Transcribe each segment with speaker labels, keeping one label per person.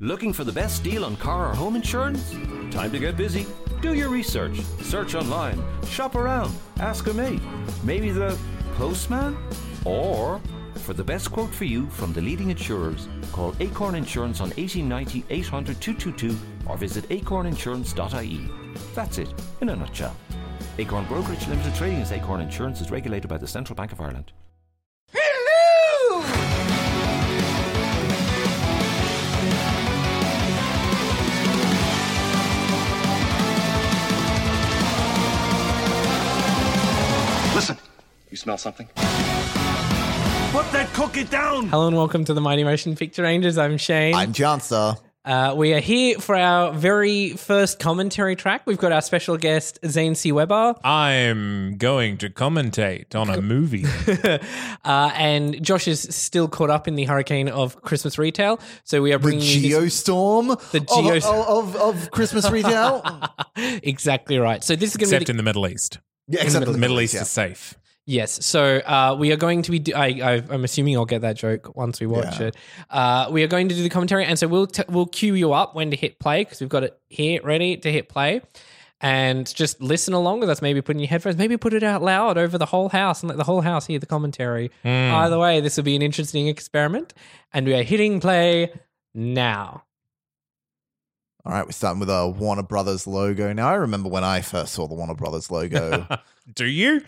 Speaker 1: Looking for the best deal on car or home insurance? Time to get busy. Do your research. Search online. Shop around. Ask a mate. Maybe the postman? Or for the best quote for you from the leading insurers, call Acorn Insurance on 1890 800 222 or visit acorninsurance.ie. E. That's it, in a nutshell. Acorn Brokerage Limited Trading as Acorn Insurance is regulated by the Central Bank of Ireland.
Speaker 2: Listen, you smell something?
Speaker 3: Put that cookie down!
Speaker 4: Hello and welcome to the Mighty Motion Picture Rangers. I'm Shane.
Speaker 5: I'm Jansa.
Speaker 4: uh, we are here for our very first commentary track. We've got our special guest, Zane C. Weber,
Speaker 6: I'm going to commentate on a movie.
Speaker 4: uh, and Josh is still caught up in the hurricane of Christmas retail. So we are
Speaker 5: The
Speaker 4: bringing you his-
Speaker 5: geostorm
Speaker 4: The
Speaker 5: of-
Speaker 4: geos-
Speaker 5: of, of, of Christmas retail.
Speaker 4: exactly right. So this is going to be
Speaker 6: Except
Speaker 4: the-
Speaker 6: in the Middle East.
Speaker 5: yeah, except for
Speaker 6: The Middle East
Speaker 5: yeah.
Speaker 6: is safe.
Speaker 4: yes. So uh, we are going to be. Do- I, I, I'm assuming I'll get that joke once we watch
Speaker 5: Yeah.
Speaker 4: it. Uh, we are going to do the commentary, and so we'll t- we'll cue you up when to hit play because we've got it here ready to hit play. And just listen along with us. Maybe put in your headphones. Maybe put it out loud over the whole house and let the whole house hear the commentary.
Speaker 5: Hmm.
Speaker 6: Hmm.
Speaker 4: Either way, this will be an interesting experiment. And we are hitting play now.
Speaker 5: All right, we're starting with a Warner Brothers logo. Now, I remember when I first saw the Warner Brothers logo.
Speaker 6: Do you?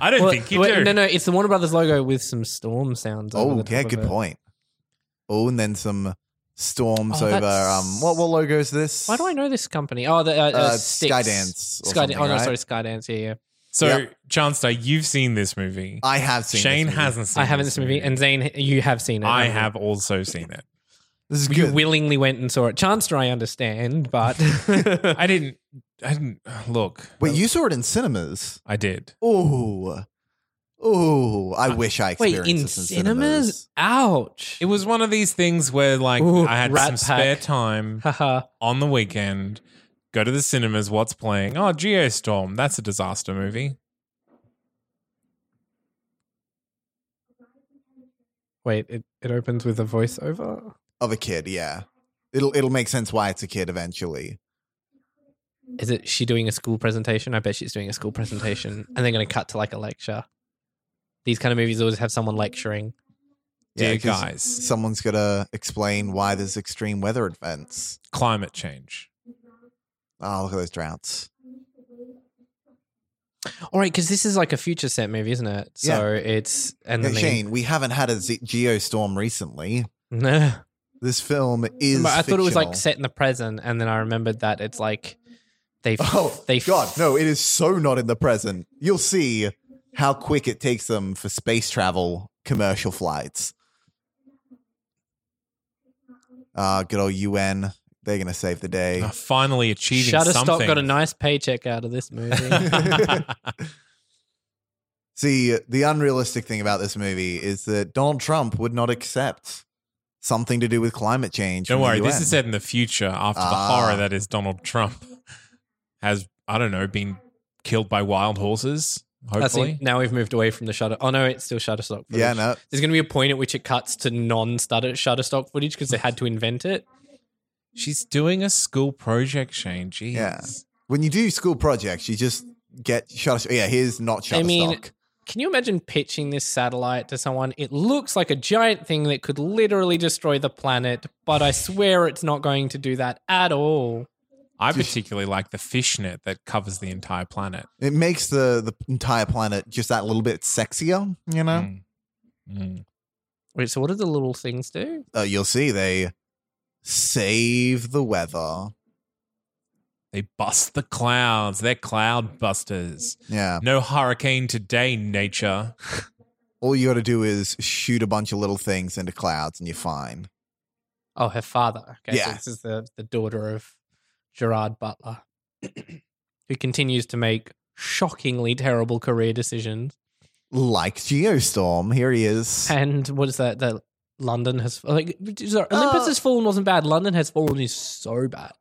Speaker 6: I don't
Speaker 4: Well,
Speaker 6: think you
Speaker 4: wait,
Speaker 6: do.
Speaker 4: No, no, it's the Warner Brothers logo with some storm sounds. over
Speaker 5: oh,
Speaker 4: the
Speaker 5: yeah,
Speaker 4: top of
Speaker 5: good
Speaker 4: it.
Speaker 5: point. Oh, and then some storms
Speaker 4: Oh,
Speaker 5: over.
Speaker 4: that's-
Speaker 5: Um, what what logo is this?
Speaker 4: Why do I know this company? Oh, the uh, uh,
Speaker 5: Uh,
Speaker 4: Styx.
Speaker 5: Skydance or
Speaker 4: Skydan-
Speaker 5: something,
Speaker 4: Oh no,
Speaker 5: right?
Speaker 4: sorry, Skydance. Yeah, yeah.
Speaker 6: so,
Speaker 5: Yeah.
Speaker 6: Chanstar, you've seen this movie.
Speaker 5: I have seen.
Speaker 6: Shane
Speaker 5: this movie.
Speaker 6: hasn't seen
Speaker 4: I haven't this movie, and Zane, you have seen it.
Speaker 6: I
Speaker 4: haven't you?
Speaker 6: have also seen it.
Speaker 5: This is
Speaker 4: You
Speaker 5: good.
Speaker 4: willingly went and saw it. Chancellor, I understand, but
Speaker 6: I didn't. I didn't look.
Speaker 5: Wait, you saw it in cinemas?
Speaker 6: I did.
Speaker 5: Oh, oh! I wish I
Speaker 4: Uh, wait,
Speaker 5: experienced
Speaker 4: in
Speaker 5: this in
Speaker 4: cinemas? Ouch!
Speaker 6: It was one of these things where, like,
Speaker 4: Ooh,
Speaker 6: I had
Speaker 4: Rat
Speaker 6: some
Speaker 4: Pack.
Speaker 6: spare time
Speaker 4: Haha.
Speaker 6: on the weekend. Go to the cinemas. What's playing? Oh, Geostorm. That's a disaster movie.
Speaker 4: Wait, it, it opens with a voiceover.
Speaker 5: of a kid. Yeah, it'll it'll make sense why it's a kid eventually.
Speaker 4: Is it she doing a school presentation? I bet she's doing a school presentation, and they're going to cut to like a lecture. These kind of movies always have someone lecturing.
Speaker 5: Yeah,
Speaker 6: Dear
Speaker 5: 'cause
Speaker 6: guys,
Speaker 5: someone's gotta explain why there's extreme weather events.
Speaker 6: climate change.
Speaker 5: Oh, look at those droughts.
Speaker 4: All right, because this is like a future set movie, isn't it? So it's and
Speaker 5: Yeah,
Speaker 4: then they-
Speaker 5: Shane, we haven't had a Z- geostorm recently.
Speaker 4: No.
Speaker 5: This film is.
Speaker 4: But I thought it was like
Speaker 5: fictional.
Speaker 4: set in the present, and then I remembered that it's like they.
Speaker 5: Oh
Speaker 4: they
Speaker 5: God, no! It is so not in the present. You'll see how quick it takes them for space travel commercial flights. Ah, good old UN. They're gonna save the day.
Speaker 6: Uh, finally achieving
Speaker 4: Shutterstock
Speaker 6: something.
Speaker 4: got a nice paycheck out of this movie.
Speaker 5: See, the unrealistic thing about this movie is that Donald Trump would not accept something to do with climate change.
Speaker 6: Don't
Speaker 5: from the
Speaker 6: worry, this
Speaker 5: UN.
Speaker 6: is set in the future after
Speaker 5: Ah.
Speaker 6: the horror that is Donald Trump has, I don't know, been killed by wild horses,
Speaker 4: I think
Speaker 6: hopefully.
Speaker 4: now we've moved away from the shutter. Oh no, it's still Shutterstock. Footage.
Speaker 5: Yeah, no.
Speaker 4: There's going to be a point at which it cuts to non-stutter Shutterstock footage because they had to invent it.
Speaker 6: She's doing a school project, Shane. Jeez.
Speaker 5: Yeah. When you do school projects, you just get shut. Yeah, here's not Shutterstock.
Speaker 4: I mean, Can you imagine pitching this satellite to someone? It looks like a giant thing that could literally destroy the planet, but I swear it's not going to do that at all.
Speaker 6: I particularly like the fishnet that covers the entire planet.
Speaker 5: it makes the the entire planet just that little bit sexier. You know,
Speaker 6: Mm. Mm.
Speaker 4: Wait, so what do the little things do?
Speaker 5: uh, you'll see they save the weather.
Speaker 6: They bust the clouds. They're cloud busters.
Speaker 5: Yeah,
Speaker 6: No hurricane today, nature.
Speaker 5: all you got to do is shoot a bunch of little things into clouds and you're fine.
Speaker 4: Oh, her father. Okay, so
Speaker 5: Yeah.
Speaker 4: this is the, the daughter of Gerard Butler, who continues to make shockingly terrible career decisions.
Speaker 5: Like Geostorm, here he is.
Speaker 4: And what is that? That London has like sorry, Olympus has fallen wasn't bad. London has fallen is so bad.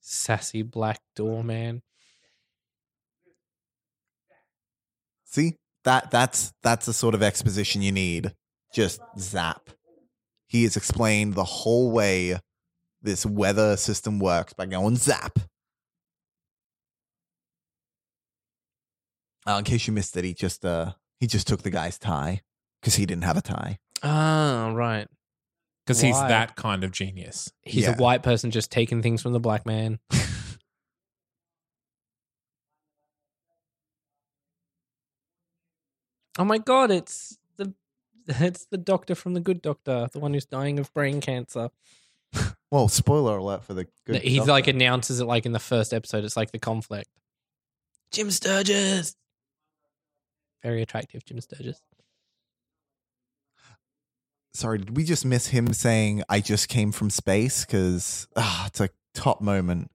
Speaker 4: Sassy black door man.
Speaker 5: See that that's that's the sort of exposition you need. Just zap. He has explained the whole way this weather system works by going zap. Uh, in case you missed it, he just uh he just took the guy's tie because he didn't have a tie.
Speaker 4: Ah, right.
Speaker 6: because he's
Speaker 4: Why?
Speaker 6: that kind of genius.
Speaker 4: He's
Speaker 5: Yeah.
Speaker 4: a white person just taking things from the black man. oh my god, it's the it's the doctor from the good doctor, the one who's dying of brain cancer.
Speaker 5: Well, spoiler alert for the good.
Speaker 4: he
Speaker 5: stuff.
Speaker 4: like announces it like in the first episode. It's like the conflict. Jim Sturgis. Very attractive Jim Sturgis.
Speaker 5: sorry, did we just miss him saying I just came from space? Because it's a top moment.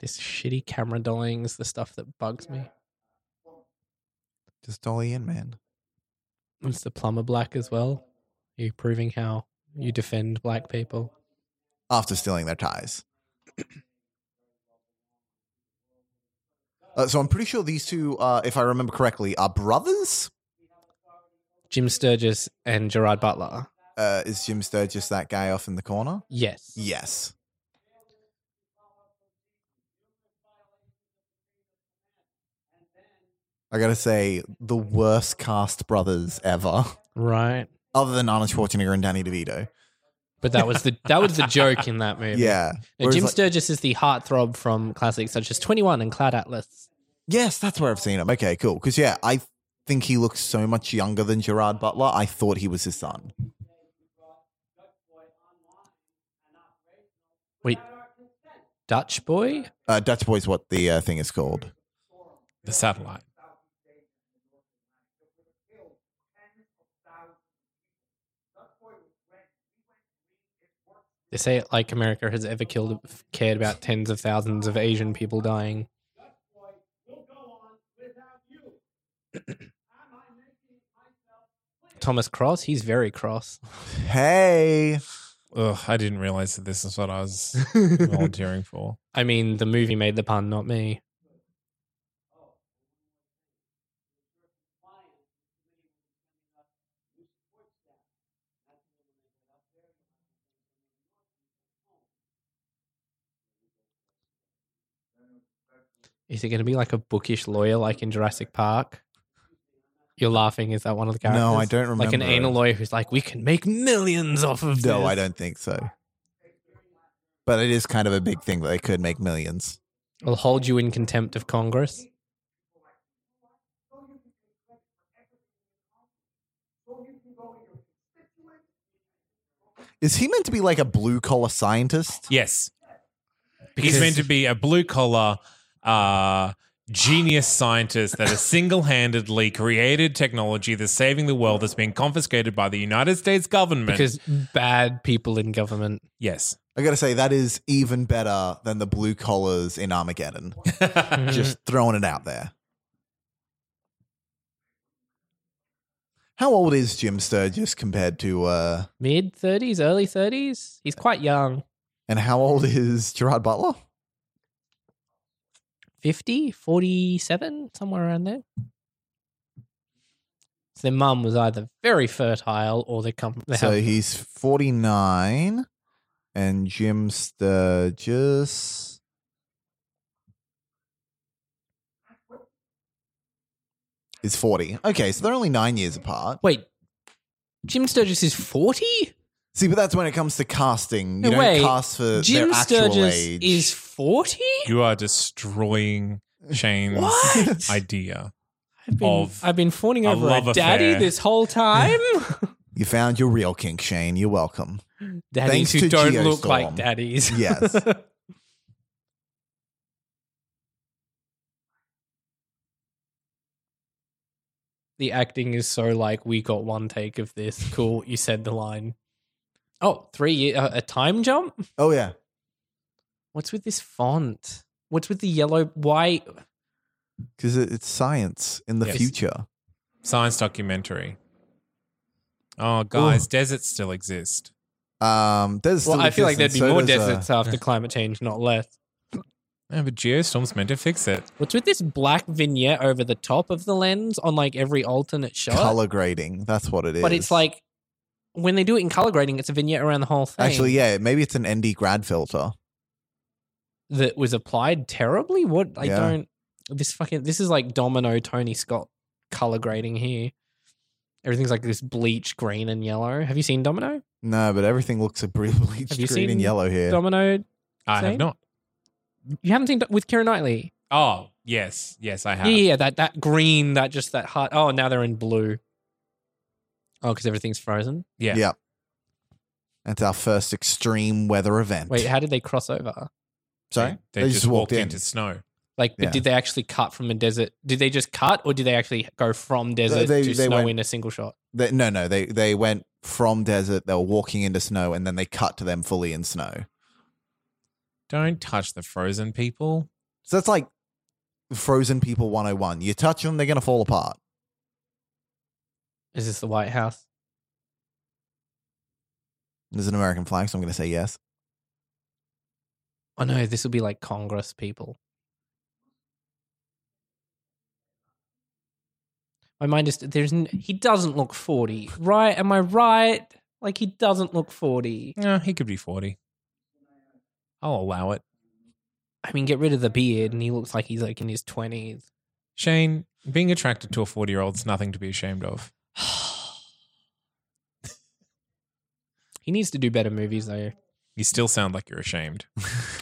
Speaker 4: This shitty camera dolling is the stuff that bugs me.
Speaker 5: Just dolly in, man.
Speaker 4: It's the plumber black as well. You proving how you defend black people.
Speaker 5: After stealing their ties. Uh, so I'm pretty sure these two, uh, if I remember correctly, are brothers.
Speaker 4: Jim Sturgis and Gerard Butler.
Speaker 5: Uh, is Jim Sturgis that guy off in the corner?
Speaker 4: Yes.
Speaker 5: Yes. I gotta say, the worst cast brothers ever,
Speaker 4: Right.
Speaker 5: other than Arnold Schwarzenegger and Danny DeVito.
Speaker 4: But that was the that was the joke in that movie.
Speaker 5: Yeah.
Speaker 4: No,
Speaker 5: Whereas,
Speaker 4: Jim
Speaker 5: like-
Speaker 4: Sturgis is the heartthrob from classics such as Twenty One and Cloud Atlas.
Speaker 5: yes, that's where I've seen him. Okay, cool. Because yeah, I think he looks so much younger than Gerard Butler. I thought he was his son.
Speaker 4: Wait, Dutch boy?
Speaker 5: Uh, Dutch Boy's what the uh, thing is called.
Speaker 6: The satellite.
Speaker 4: They say it like America has ever killed cared about tens of thousands of Asian people dying. Thomas Cross, he's very cross.
Speaker 5: Hey,
Speaker 6: Ugh, I didn't realize that this is what I was volunteering for.
Speaker 4: I mean, the movie made the pun, not me. Is it going to be like a bookish lawyer, like in Jurassic Park? You're laughing. Is that one of the characters?
Speaker 5: No, I don't remember.
Speaker 4: Like an anal lawyer who's like, "We can make millions off of this."
Speaker 5: no, I don't think so. But it is kind of a big thing that they could make millions.
Speaker 4: I'll hold you in contempt of Congress.
Speaker 5: Is he meant to be like a blue collar scientist?
Speaker 6: Yes,
Speaker 4: Because
Speaker 6: he's meant to be a blue collar uh, genius scientist that has single handedly created technology that's saving the world that's being confiscated by the United States government.
Speaker 4: because bad people in government.
Speaker 6: yes,
Speaker 5: I gotta say that is even better than the blue collars in Armageddon.
Speaker 4: Mm-hmm.
Speaker 5: Just throwing it out there. How old is Jim Sturgis compared to, uh,
Speaker 4: mid 30s, early 30s. He's quite young.
Speaker 5: and how old is Gerard Butler?
Speaker 4: 50, 47, somewhere around there. So their mum was either very fertile or they come. They
Speaker 5: So
Speaker 4: have,
Speaker 5: he's 49, and Jim Sturgis. is 40. Okay, so they're only nine years apart.
Speaker 4: Wait, Jim Sturgis is 40?
Speaker 5: See, but that's when it comes to casting. You
Speaker 4: No
Speaker 5: don't
Speaker 4: way.
Speaker 5: cast for
Speaker 4: Jim
Speaker 5: their actual
Speaker 4: Sturgis
Speaker 5: age.
Speaker 4: is 40?
Speaker 6: You are destroying Shane's
Speaker 4: What?
Speaker 6: idea.
Speaker 4: I've been,
Speaker 6: Of
Speaker 4: I've been fawning
Speaker 6: a
Speaker 4: over a
Speaker 6: love
Speaker 4: daddy
Speaker 6: affair.
Speaker 4: this whole time.
Speaker 5: you found your real kink, Shane. You're welcome.
Speaker 4: Daddies
Speaker 5: Thanks
Speaker 4: who
Speaker 5: to
Speaker 4: don't
Speaker 5: Geostorm.
Speaker 4: look like daddies.
Speaker 5: Yes.
Speaker 4: the acting is so like we got one take of this. Cool, you said the line. Oh, three year uh, a time jump.
Speaker 5: Oh, yeah.
Speaker 4: What's with this font? What's with the yellow? Why?
Speaker 5: Because it, it's science in the
Speaker 6: Yes.
Speaker 5: future.
Speaker 6: Science documentary. Oh, guys, deserts still exist.
Speaker 5: Um, there's
Speaker 4: Well,
Speaker 5: still
Speaker 4: I feel like there'd
Speaker 5: existence,
Speaker 4: be
Speaker 5: so
Speaker 4: more
Speaker 5: does, uh,
Speaker 4: deserts after climate change, not less.
Speaker 6: Yeah, but Geostorm's meant to fix it.
Speaker 4: What's with this black vignette over the top of the lens on like every alternate shot?
Speaker 5: color grading. That's what it is.
Speaker 4: but it's like when they do it in color grading, it's a vignette around the whole thing.
Speaker 5: Actually, yeah, maybe it's an ND grad filter.
Speaker 4: that was applied terribly. What I
Speaker 5: Yeah.
Speaker 4: don't this fucking this is like domino Tony Scott color grading here. Everything's like this bleach green and yellow. Have you seen Domino?
Speaker 5: No, but everything looks a bleached
Speaker 4: Have you
Speaker 5: green and
Speaker 4: seen
Speaker 5: yellow here.
Speaker 4: Domino,
Speaker 6: I
Speaker 4: Shane?
Speaker 6: have not.
Speaker 4: you haven't seen Do- with Kira Knightley?
Speaker 6: Oh, yes. Yes, I
Speaker 4: Yeah,
Speaker 6: have.
Speaker 4: yeah, yeah, that that green, that just that heart. Oh, now they're in blue. Oh, because everything's frozen.
Speaker 6: Yeah.
Speaker 5: Yeah. That's our first extreme weather event.
Speaker 4: Wait, how did they cross over?
Speaker 5: Sorry?
Speaker 6: They, they just, walked, into snow.
Speaker 4: Like, but
Speaker 5: Yeah.
Speaker 4: did they actually cut from the desert? Did they just cut, or did they actually go from desert
Speaker 5: they-
Speaker 4: to
Speaker 5: they
Speaker 4: snow
Speaker 5: went-
Speaker 4: in a single shot?
Speaker 5: They- no, no, they they went from desert. They were walking into snow, and then they cut to them fully in snow.
Speaker 6: Don't touch the frozen people.
Speaker 5: So that's like Frozen People 101. You touch them, they're gonna fall apart.
Speaker 4: Is this the White House?
Speaker 5: There's an American flag, so I'm gonna say yes.
Speaker 4: Oh no, this will be like Congress people. My mind is there's n- he doesn't look forty, right? Am I right? Like he doesn't look forty.
Speaker 6: No, he could be 40. I'll allow it.
Speaker 4: I mean, get rid of the beard, and he looks like he's like in his twenties.
Speaker 6: Shane, being attracted to a 40 year old's nothing to be ashamed of.
Speaker 4: He needs to do better movies, though.
Speaker 6: You still sound like you're ashamed.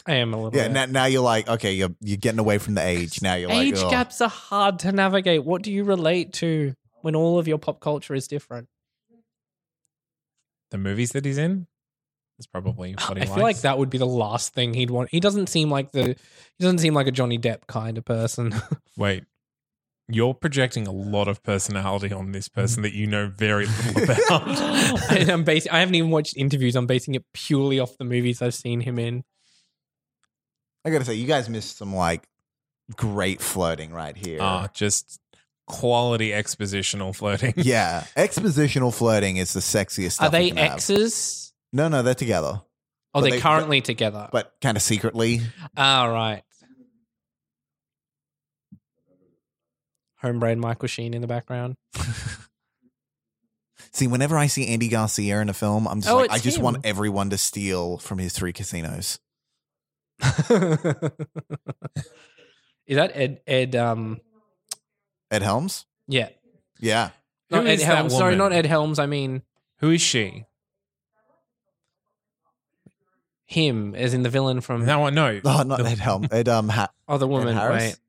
Speaker 4: I am a little.
Speaker 5: Yeah.
Speaker 4: bit.
Speaker 5: Now, now you're like, okay, you're you're getting away from the age. Now you're
Speaker 4: Age
Speaker 5: like, "Ugh."
Speaker 4: gaps are hard to navigate. What do you relate to when all of your pop culture is different?
Speaker 6: The movies that he's in is probably what he
Speaker 4: Oh, I
Speaker 6: likes.
Speaker 4: feel like that would be the last thing he'd want. He doesn't seem like the he doesn't seem like a Johnny Depp kind of person.
Speaker 6: Wait, you're projecting a lot of personality on this person that you know very little about.
Speaker 4: and I'm bas- I haven't even watched interviews. I'm basing it purely off the movies I've seen him in.
Speaker 5: I gotta say, you guys missed some like great flirting right here.
Speaker 6: Ah, just quality expositional flirting.
Speaker 5: yeah, expositional flirting is the sexiest. Stuff
Speaker 4: Are they
Speaker 5: we can have.
Speaker 4: exes?
Speaker 5: No, no, they're together,
Speaker 4: Oh,
Speaker 5: But
Speaker 4: they're
Speaker 5: they-
Speaker 4: currently together.
Speaker 5: but kind of secretly.
Speaker 4: All right. Homebrain Michael Sheen in the background.
Speaker 5: See, whenever I see Andy Garcia in a film, I'm just
Speaker 4: Oh,
Speaker 5: like, I
Speaker 4: it's
Speaker 5: just
Speaker 4: him.
Speaker 5: want everyone to steal from his three casinos.
Speaker 4: Is that Ed? Ed? Um.
Speaker 5: Ed Helms?
Speaker 4: Yeah.
Speaker 5: Yeah.
Speaker 6: Who
Speaker 4: Not Ed
Speaker 6: is that
Speaker 4: Helms. Sorry,
Speaker 6: woman?
Speaker 4: not Ed Helms. I mean
Speaker 6: Who is she?
Speaker 4: him, as in the villain from.
Speaker 6: No, I know.
Speaker 5: Oh, not
Speaker 6: The-
Speaker 5: Ed Helms. Ed um, ha-
Speaker 4: Oh, the woman.
Speaker 5: Harris?
Speaker 4: Wait.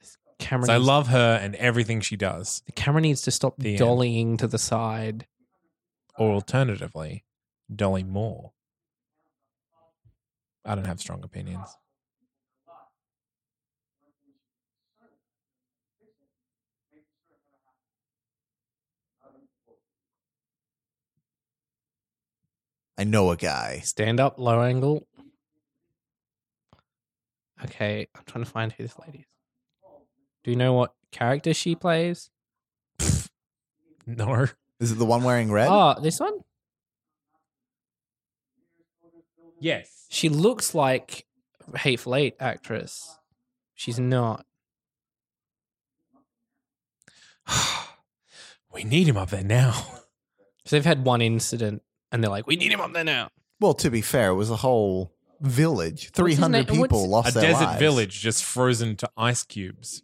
Speaker 4: This Camera
Speaker 6: So I
Speaker 4: needs-
Speaker 6: love her and everything she does.
Speaker 4: the camera needs to stop
Speaker 6: The end.
Speaker 4: dollying to the side.
Speaker 6: Or alternatively, Dolly Moore. I don't have strong opinions.
Speaker 5: I know a guy.
Speaker 4: Stand up, low angle. Okay, I'm trying to find who this lady is. Do you know what character she plays?
Speaker 6: No.
Speaker 5: Is it the one wearing red?
Speaker 4: Oh, this one?
Speaker 6: Yes.
Speaker 4: She looks like Hateful Eight actress. She's not.
Speaker 6: we need him up there now.
Speaker 4: So they've had one incident and they're like, we need him up there now.
Speaker 5: Well, to be fair, it was a whole village.
Speaker 4: What's his
Speaker 5: 300
Speaker 4: name? What's-
Speaker 5: people lost
Speaker 6: A
Speaker 5: their
Speaker 6: desert
Speaker 5: lives.
Speaker 6: village just frozen to ice cubes.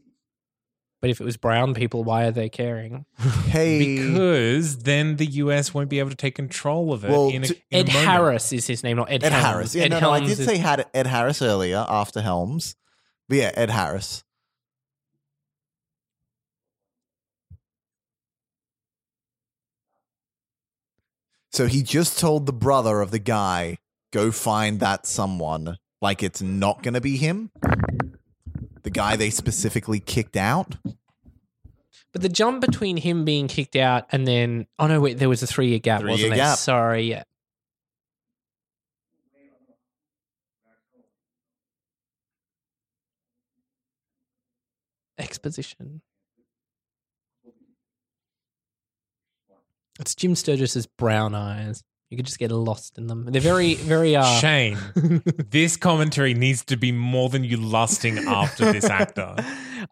Speaker 4: But if it was brown people, why are they caring?
Speaker 5: Hey,
Speaker 6: Because then the US won't be able to take control of it.
Speaker 5: Well,
Speaker 6: in a,
Speaker 5: to-
Speaker 6: in a
Speaker 4: Ed
Speaker 6: moment.
Speaker 4: Harris is his name, not Ed,
Speaker 5: Ed
Speaker 4: Helms.
Speaker 5: Harris. Yeah,
Speaker 4: Ed
Speaker 5: no, no, I
Speaker 4: Helms
Speaker 5: did
Speaker 4: is-
Speaker 5: say had Ed Harris earlier after Helms. But yeah, Ed Harris. So he just told the brother of the guy, go find that someone. Like it's not going to be him. The guy they specifically kicked out.
Speaker 4: But the jump between him being kicked out and then oh no wait there was a three year gap
Speaker 5: Three-year
Speaker 4: wasn't there?
Speaker 5: gap.
Speaker 4: Sorry, yeah. Exposition. It's Jim Sturgis's brown eyes. You could just get lost in them. They're very, very uh,
Speaker 6: Shane, this commentary needs to be more than you lusting after this actor.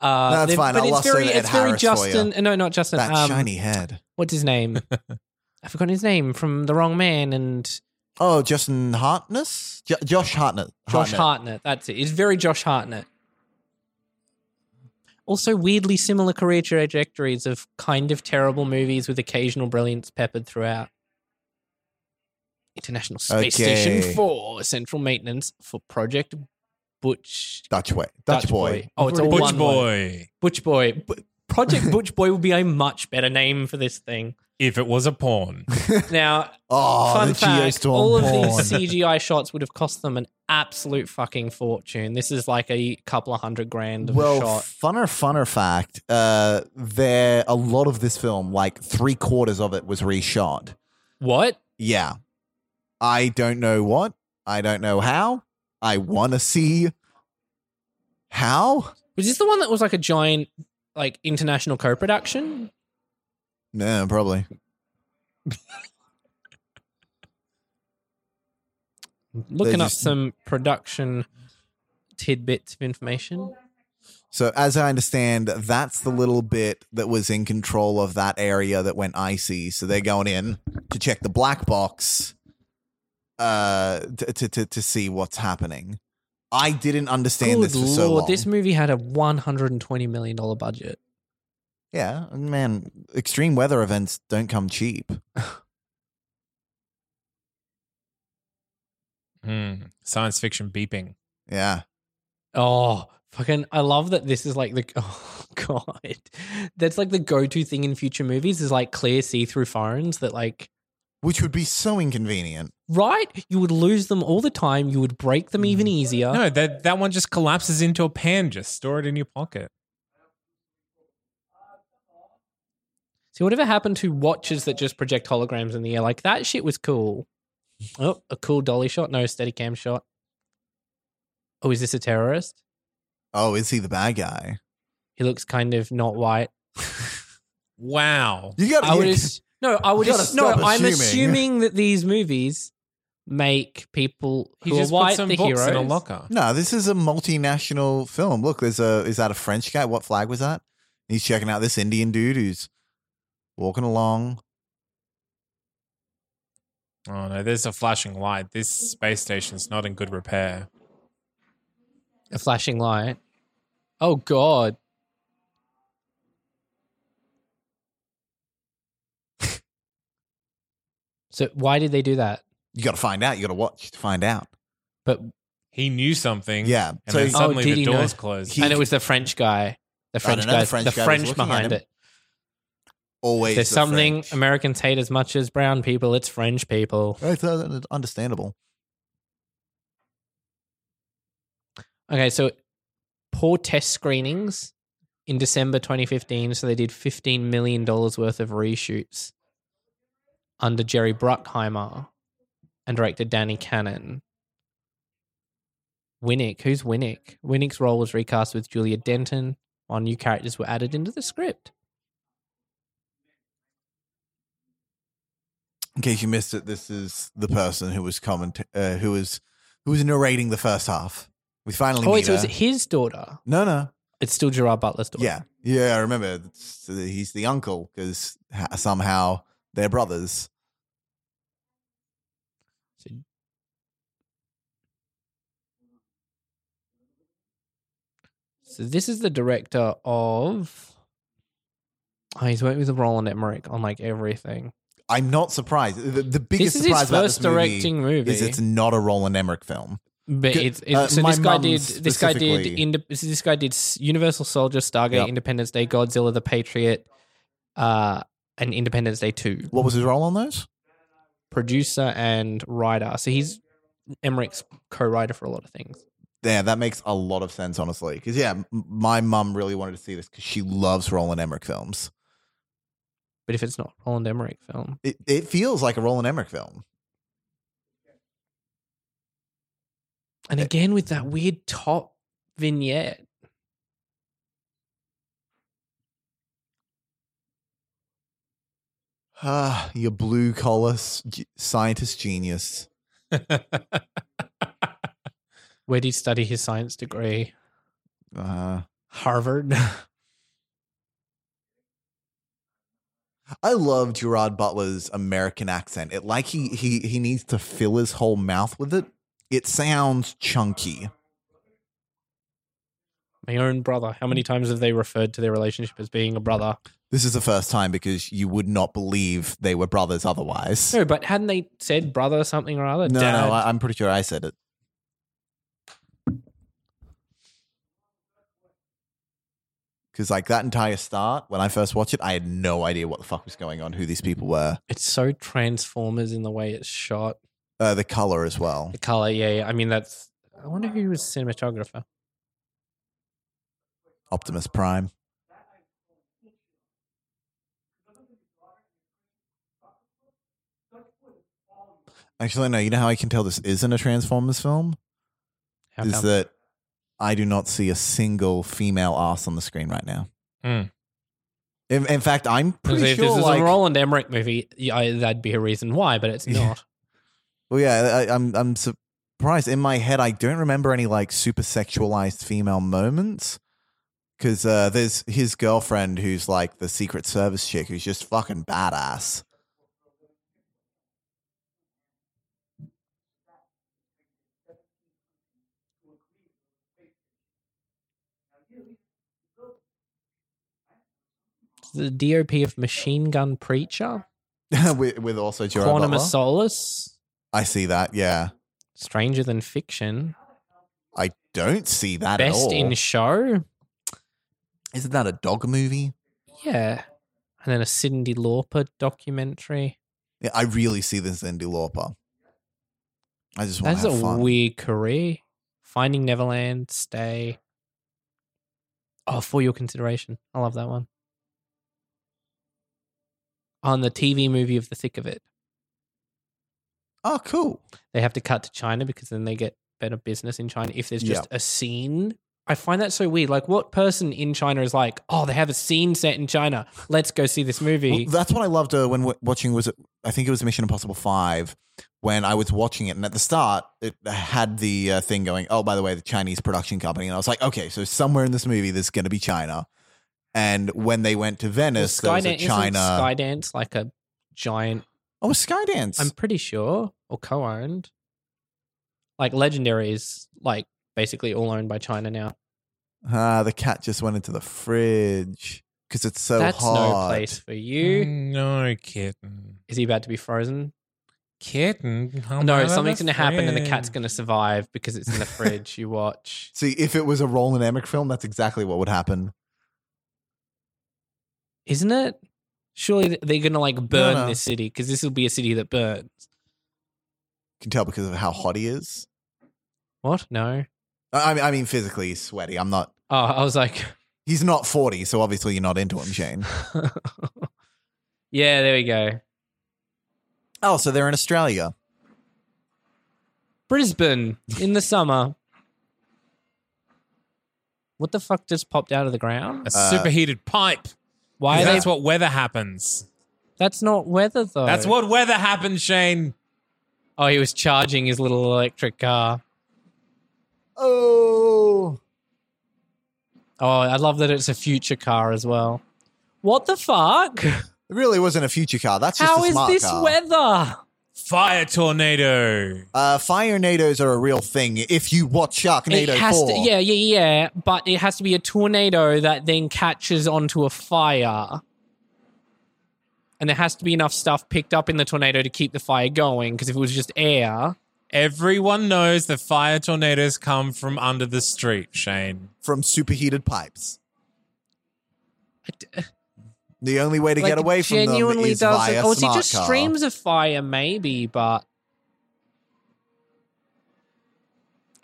Speaker 4: Uh,
Speaker 5: That's
Speaker 4: they're-
Speaker 5: fine.
Speaker 4: But
Speaker 5: I'll
Speaker 4: it's
Speaker 5: lost in
Speaker 4: very,
Speaker 5: Ed
Speaker 4: it's very
Speaker 5: Harris for ya.
Speaker 4: Justin. No, not Justin.
Speaker 5: That
Speaker 4: um,
Speaker 5: shiny head.
Speaker 4: what's his name? I've forgotten his name from The Wrong Man and
Speaker 5: Oh, Justin Hartness? Jo- Josh Hartness.
Speaker 4: Josh Hartnett.
Speaker 5: Hartnett.
Speaker 4: That's it. It's very Josh Hartnett. Also, weirdly similar career trajectories of kind of terrible movies with occasional brilliance peppered throughout. International Space
Speaker 5: Okay.
Speaker 4: Station 4, Central Maintenance for Project Butch.
Speaker 5: Dutch, way. Dutch, boy.
Speaker 4: Oh, it's a
Speaker 6: Butch
Speaker 4: one
Speaker 6: Boy,
Speaker 4: word. Butch Boy. Bu- Project Butch Boy would be a much better name for this thing.
Speaker 6: if it was a porn.
Speaker 4: Now,
Speaker 5: Oh,
Speaker 4: Fun
Speaker 5: the
Speaker 4: fact,
Speaker 5: Geostorm
Speaker 4: all of
Speaker 5: porn.
Speaker 4: these CGI shots would have cost them an absolute fucking fortune. This is like a couple of hundred grand of
Speaker 5: well,
Speaker 4: a shot.
Speaker 5: funner, funner fact. Uh, there, a lot of this film, like three quarters of it, was reshot.
Speaker 4: What?
Speaker 5: Yeah, I don't know what. I don't know how. I want to see how.
Speaker 4: Was this the one that was like a giant like international co-production?
Speaker 5: No, probably.
Speaker 4: Looking up
Speaker 5: just-
Speaker 4: some production tidbits of information.
Speaker 5: So, as I understand, that's the little bit that was in control of that area that went icy. So they're going in to check the black box, uh, to to to, to see what's happening. I didn't understand
Speaker 4: Good
Speaker 5: this for so
Speaker 4: lord,
Speaker 5: long.
Speaker 4: this movie had a one hundred and twenty million dollar budget.
Speaker 5: Yeah, and man, extreme weather events don't come cheap.
Speaker 6: Hmm. Science fiction beeping.
Speaker 5: Yeah.
Speaker 4: Oh, fucking! I love that this is like the oh god, that's like the go-to thing in future movies is like clear see-through phones that like
Speaker 5: Which would be so inconvenient.
Speaker 4: right? You would lose them all the time. You would break them even easier.
Speaker 6: Mm. No, that, that one just collapses into a pan. Just store it in your pocket.
Speaker 4: See, whatever happened to watches that just project holograms in the air? Like that shit was cool. Oh, a cool dolly shot. No, steady cam shot. Oh, is this a terrorist?
Speaker 5: Oh, is he the bad guy?
Speaker 4: He looks kind of not white.
Speaker 6: Wow.
Speaker 5: You got
Speaker 4: I would
Speaker 5: you,
Speaker 4: ass- no, I would
Speaker 5: You gotta
Speaker 4: ass- no.
Speaker 5: stop
Speaker 4: I'm
Speaker 5: assuming.
Speaker 4: assuming that these movies make people
Speaker 6: He
Speaker 4: who
Speaker 6: just
Speaker 4: are white
Speaker 6: put some
Speaker 4: the
Speaker 6: books
Speaker 4: heroes.
Speaker 6: in a locker.
Speaker 5: No, this is a multinational film. Look, there's a is that a French guy? What flag was that? He's checking out this Indian dude who's walking along.
Speaker 6: Oh no, there's a flashing light. This space station's not in good repair.
Speaker 4: A flashing light. Oh god. so why did they do that?
Speaker 5: You got to find out. You got to watch to find out.
Speaker 4: But
Speaker 6: He knew something.
Speaker 5: Yeah.
Speaker 6: And
Speaker 5: So
Speaker 6: then suddenly
Speaker 4: Oh, did
Speaker 6: the
Speaker 4: he know?
Speaker 6: doors closed.
Speaker 5: He-
Speaker 4: and it was the French guy. The French
Speaker 5: know, the
Speaker 4: guy.
Speaker 5: French
Speaker 4: the
Speaker 5: guy was
Speaker 4: French
Speaker 5: looking at
Speaker 4: behind
Speaker 5: him.
Speaker 4: it.
Speaker 5: always
Speaker 4: There's
Speaker 5: the
Speaker 4: something
Speaker 5: French.
Speaker 4: Americans hate as much as brown people. It's French people.
Speaker 5: Right, uh, understandable.
Speaker 4: Okay, so poor test screenings in December 2015. So they did $15 million worth of reshoots under Jerry Bruckheimer and director Danny Cannon. Winnick, who's Winnick? Winnick's role was recast with Julia Denton, while new characters were added into the script.
Speaker 5: In case you missed it, this is the person who was comment uh, who was who was narrating the first half. We finally
Speaker 4: Oh, wait,
Speaker 5: meet
Speaker 4: so
Speaker 5: her.
Speaker 4: it's his daughter.
Speaker 5: No, no.
Speaker 4: It's still Gerard Butler's daughter.
Speaker 5: Yeah. Yeah, I remember. It's- he's the uncle because ha- somehow they're brothers.
Speaker 4: So this is the director of. Oh, he's worked with Roland Emmerich on like everything.
Speaker 5: I'm not surprised. The, the biggest
Speaker 4: this is
Speaker 5: surprise
Speaker 4: his
Speaker 5: about
Speaker 4: first
Speaker 5: this movie
Speaker 4: directing movie.
Speaker 5: is it's not a Roland Emmerich film.
Speaker 4: But
Speaker 5: Good.
Speaker 4: it's, it's
Speaker 5: Uh,
Speaker 4: so
Speaker 5: my
Speaker 4: this guy
Speaker 5: mum
Speaker 4: did this guy did
Speaker 5: specifically-
Speaker 4: Inde- this this guy did S- Universal Soldier, Stargate,
Speaker 5: Yep.
Speaker 4: Independence Day, Godzilla, The Patriot, uh, and Independence Day Two.
Speaker 5: What was his role on those?
Speaker 4: Producer and writer, so he's Emmerich's co-writer for a lot of things.
Speaker 5: Yeah, that makes a lot of sense, honestly. Because yeah, m- my mum really wanted to see this because she loves Roland Emmerich films.
Speaker 4: But if it's not Roland Emmerich film,
Speaker 5: It it feels like a Roland Emmerich film.
Speaker 4: and again with that weird top vignette,
Speaker 5: Ah, your blue collar s- g- scientist genius.
Speaker 4: where did he study his science degree?
Speaker 5: Uh,
Speaker 4: Harvard.
Speaker 5: I love Gerard Butler's American accent. It like he he he needs to fill his whole mouth with it. It sounds chunky.
Speaker 4: My own brother. How many times have they referred to their relationship as being a brother?
Speaker 5: This is the first time because you would not believe they were brothers otherwise.
Speaker 4: No, but hadn't they said brother or something or other?
Speaker 5: no,
Speaker 4: Dad.
Speaker 5: no, I, I'm pretty sure I said it. Because like that entire start, when I first watched it, I had no idea what the fuck was going on, who these people were,
Speaker 4: It's so Transformers in the way it's shot.
Speaker 5: uh, the color as well.
Speaker 4: The color, yeah, yeah. I mean, that's. I wonder who was cinematographer.
Speaker 5: Optimus Prime. Actually, no. You know how I can tell this isn't a Transformers film
Speaker 4: How
Speaker 5: is
Speaker 4: come?
Speaker 5: that I do not see a single female ass on the screen right now.
Speaker 6: Hmm.
Speaker 5: In, in fact, I'm
Speaker 4: Because
Speaker 5: pretty
Speaker 4: if
Speaker 5: sure.
Speaker 4: this was
Speaker 5: Like,
Speaker 4: a Roland Emmerich movie, yeah, I- that'd be a reason why, but it's
Speaker 5: Yeah.
Speaker 4: not.
Speaker 5: well, yeah, I, I'm I'm surprised. In my head, I don't remember any like super sexualized female moments. Because uh, there's his girlfriend who's like the Secret Service chick who's just fucking badass.
Speaker 4: The DOP of Machine Gun Preacher,
Speaker 5: with, with also Gerard
Speaker 4: Quantum of
Speaker 5: Butler.
Speaker 4: Solace,
Speaker 5: I see that. Yeah,
Speaker 4: Stranger Than Fiction,
Speaker 5: I don't see that at all.
Speaker 4: Best in Show,
Speaker 5: Isn't that a dog movie?
Speaker 4: yeah, and then a Cindy Lauper documentary.
Speaker 5: Yeah, I really see this Cindy Lauper. I just want
Speaker 4: That's
Speaker 5: to
Speaker 4: a
Speaker 5: have fun.
Speaker 4: weird career. Finding Neverland, Stay. Oh, for your consideration. I love that one. On the TV movie of The Thick of It,
Speaker 5: oh, cool.
Speaker 4: they have to cut to China because then they get better business in China if there's just a scene. I find that so weird. Like, what person in China is like, oh, they have a scene set in China. Let's go see this movie.
Speaker 5: Well, that's what I loved uh, when w- watching was it, I think it was Mission Impossible Five when I was watching it, and at the start it had the uh, thing going. Oh, by the way, the Chinese production company, and I was like, okay, so somewhere in this movie there's going to be China. And when they went to Venice, there was a
Speaker 4: Skydan- isn't
Speaker 5: China.
Speaker 4: Skydance like a giant
Speaker 5: oh, Skydance.
Speaker 4: I'm pretty sure, or co-owned. Like Legendary is like basically all owned by China now.
Speaker 5: Ah, the cat just went into the fridge because it's so
Speaker 4: That's
Speaker 5: hot.
Speaker 4: no place for you.
Speaker 6: Mm, No, kitten.
Speaker 4: Is he about to be frozen?
Speaker 6: Kitten? Oh,
Speaker 4: no,
Speaker 6: my
Speaker 4: something's
Speaker 6: little
Speaker 4: gonna happen, and the cat's
Speaker 6: friend.
Speaker 4: gonna survive because it's in the fridge. You watch.
Speaker 5: See, if it was a Roland Emmerich film, that's exactly what would happen.
Speaker 4: isn't it? Surely th- they're gonna like burn
Speaker 5: no.
Speaker 4: this city because this will be a city that burns.
Speaker 5: Can tell because of how hot he is.
Speaker 4: What? No.
Speaker 5: I I mean, I mean physically he's sweaty. I'm not.
Speaker 4: Oh, I was like,
Speaker 5: He's not forty, so obviously you're not into him, Shane.
Speaker 4: yeah, there we go.
Speaker 5: Oh, so they're in Australia.
Speaker 4: Brisbane in the summer. What the fuck just popped out of the ground?
Speaker 6: A
Speaker 5: Uh,
Speaker 6: superheated pipe.
Speaker 4: Why?
Speaker 6: Yeah,
Speaker 4: Are they,
Speaker 6: That's what weather happens.
Speaker 4: That's not weather though.
Speaker 6: That's what weather happens, Shane.
Speaker 4: Oh, he was charging his little electric car.
Speaker 5: Oh,
Speaker 4: Oh, I love that it's a future car as well. What the fuck?
Speaker 5: it really wasn't a future car. That's just
Speaker 4: How
Speaker 5: a
Speaker 4: is
Speaker 5: smart
Speaker 4: this
Speaker 5: car.
Speaker 4: weather?
Speaker 6: Fire tornado.
Speaker 5: Uh, fire nados are a real thing. If you watch
Speaker 4: it
Speaker 5: Sharknado
Speaker 4: has
Speaker 5: 4,
Speaker 4: to, yeah, yeah, yeah. But it has to be a tornado that then catches onto a fire. And there has to be enough stuff picked up in the tornado to keep the fire going. Because if it was just air,
Speaker 6: Everyone knows that fire tornadoes come from under the street, Shane.
Speaker 5: from superheated pipes.
Speaker 4: I d-
Speaker 5: The only way to
Speaker 4: like,
Speaker 5: get away from them is via
Speaker 4: Or is it
Speaker 5: smart
Speaker 4: just
Speaker 5: car.
Speaker 4: streams of fire, maybe? But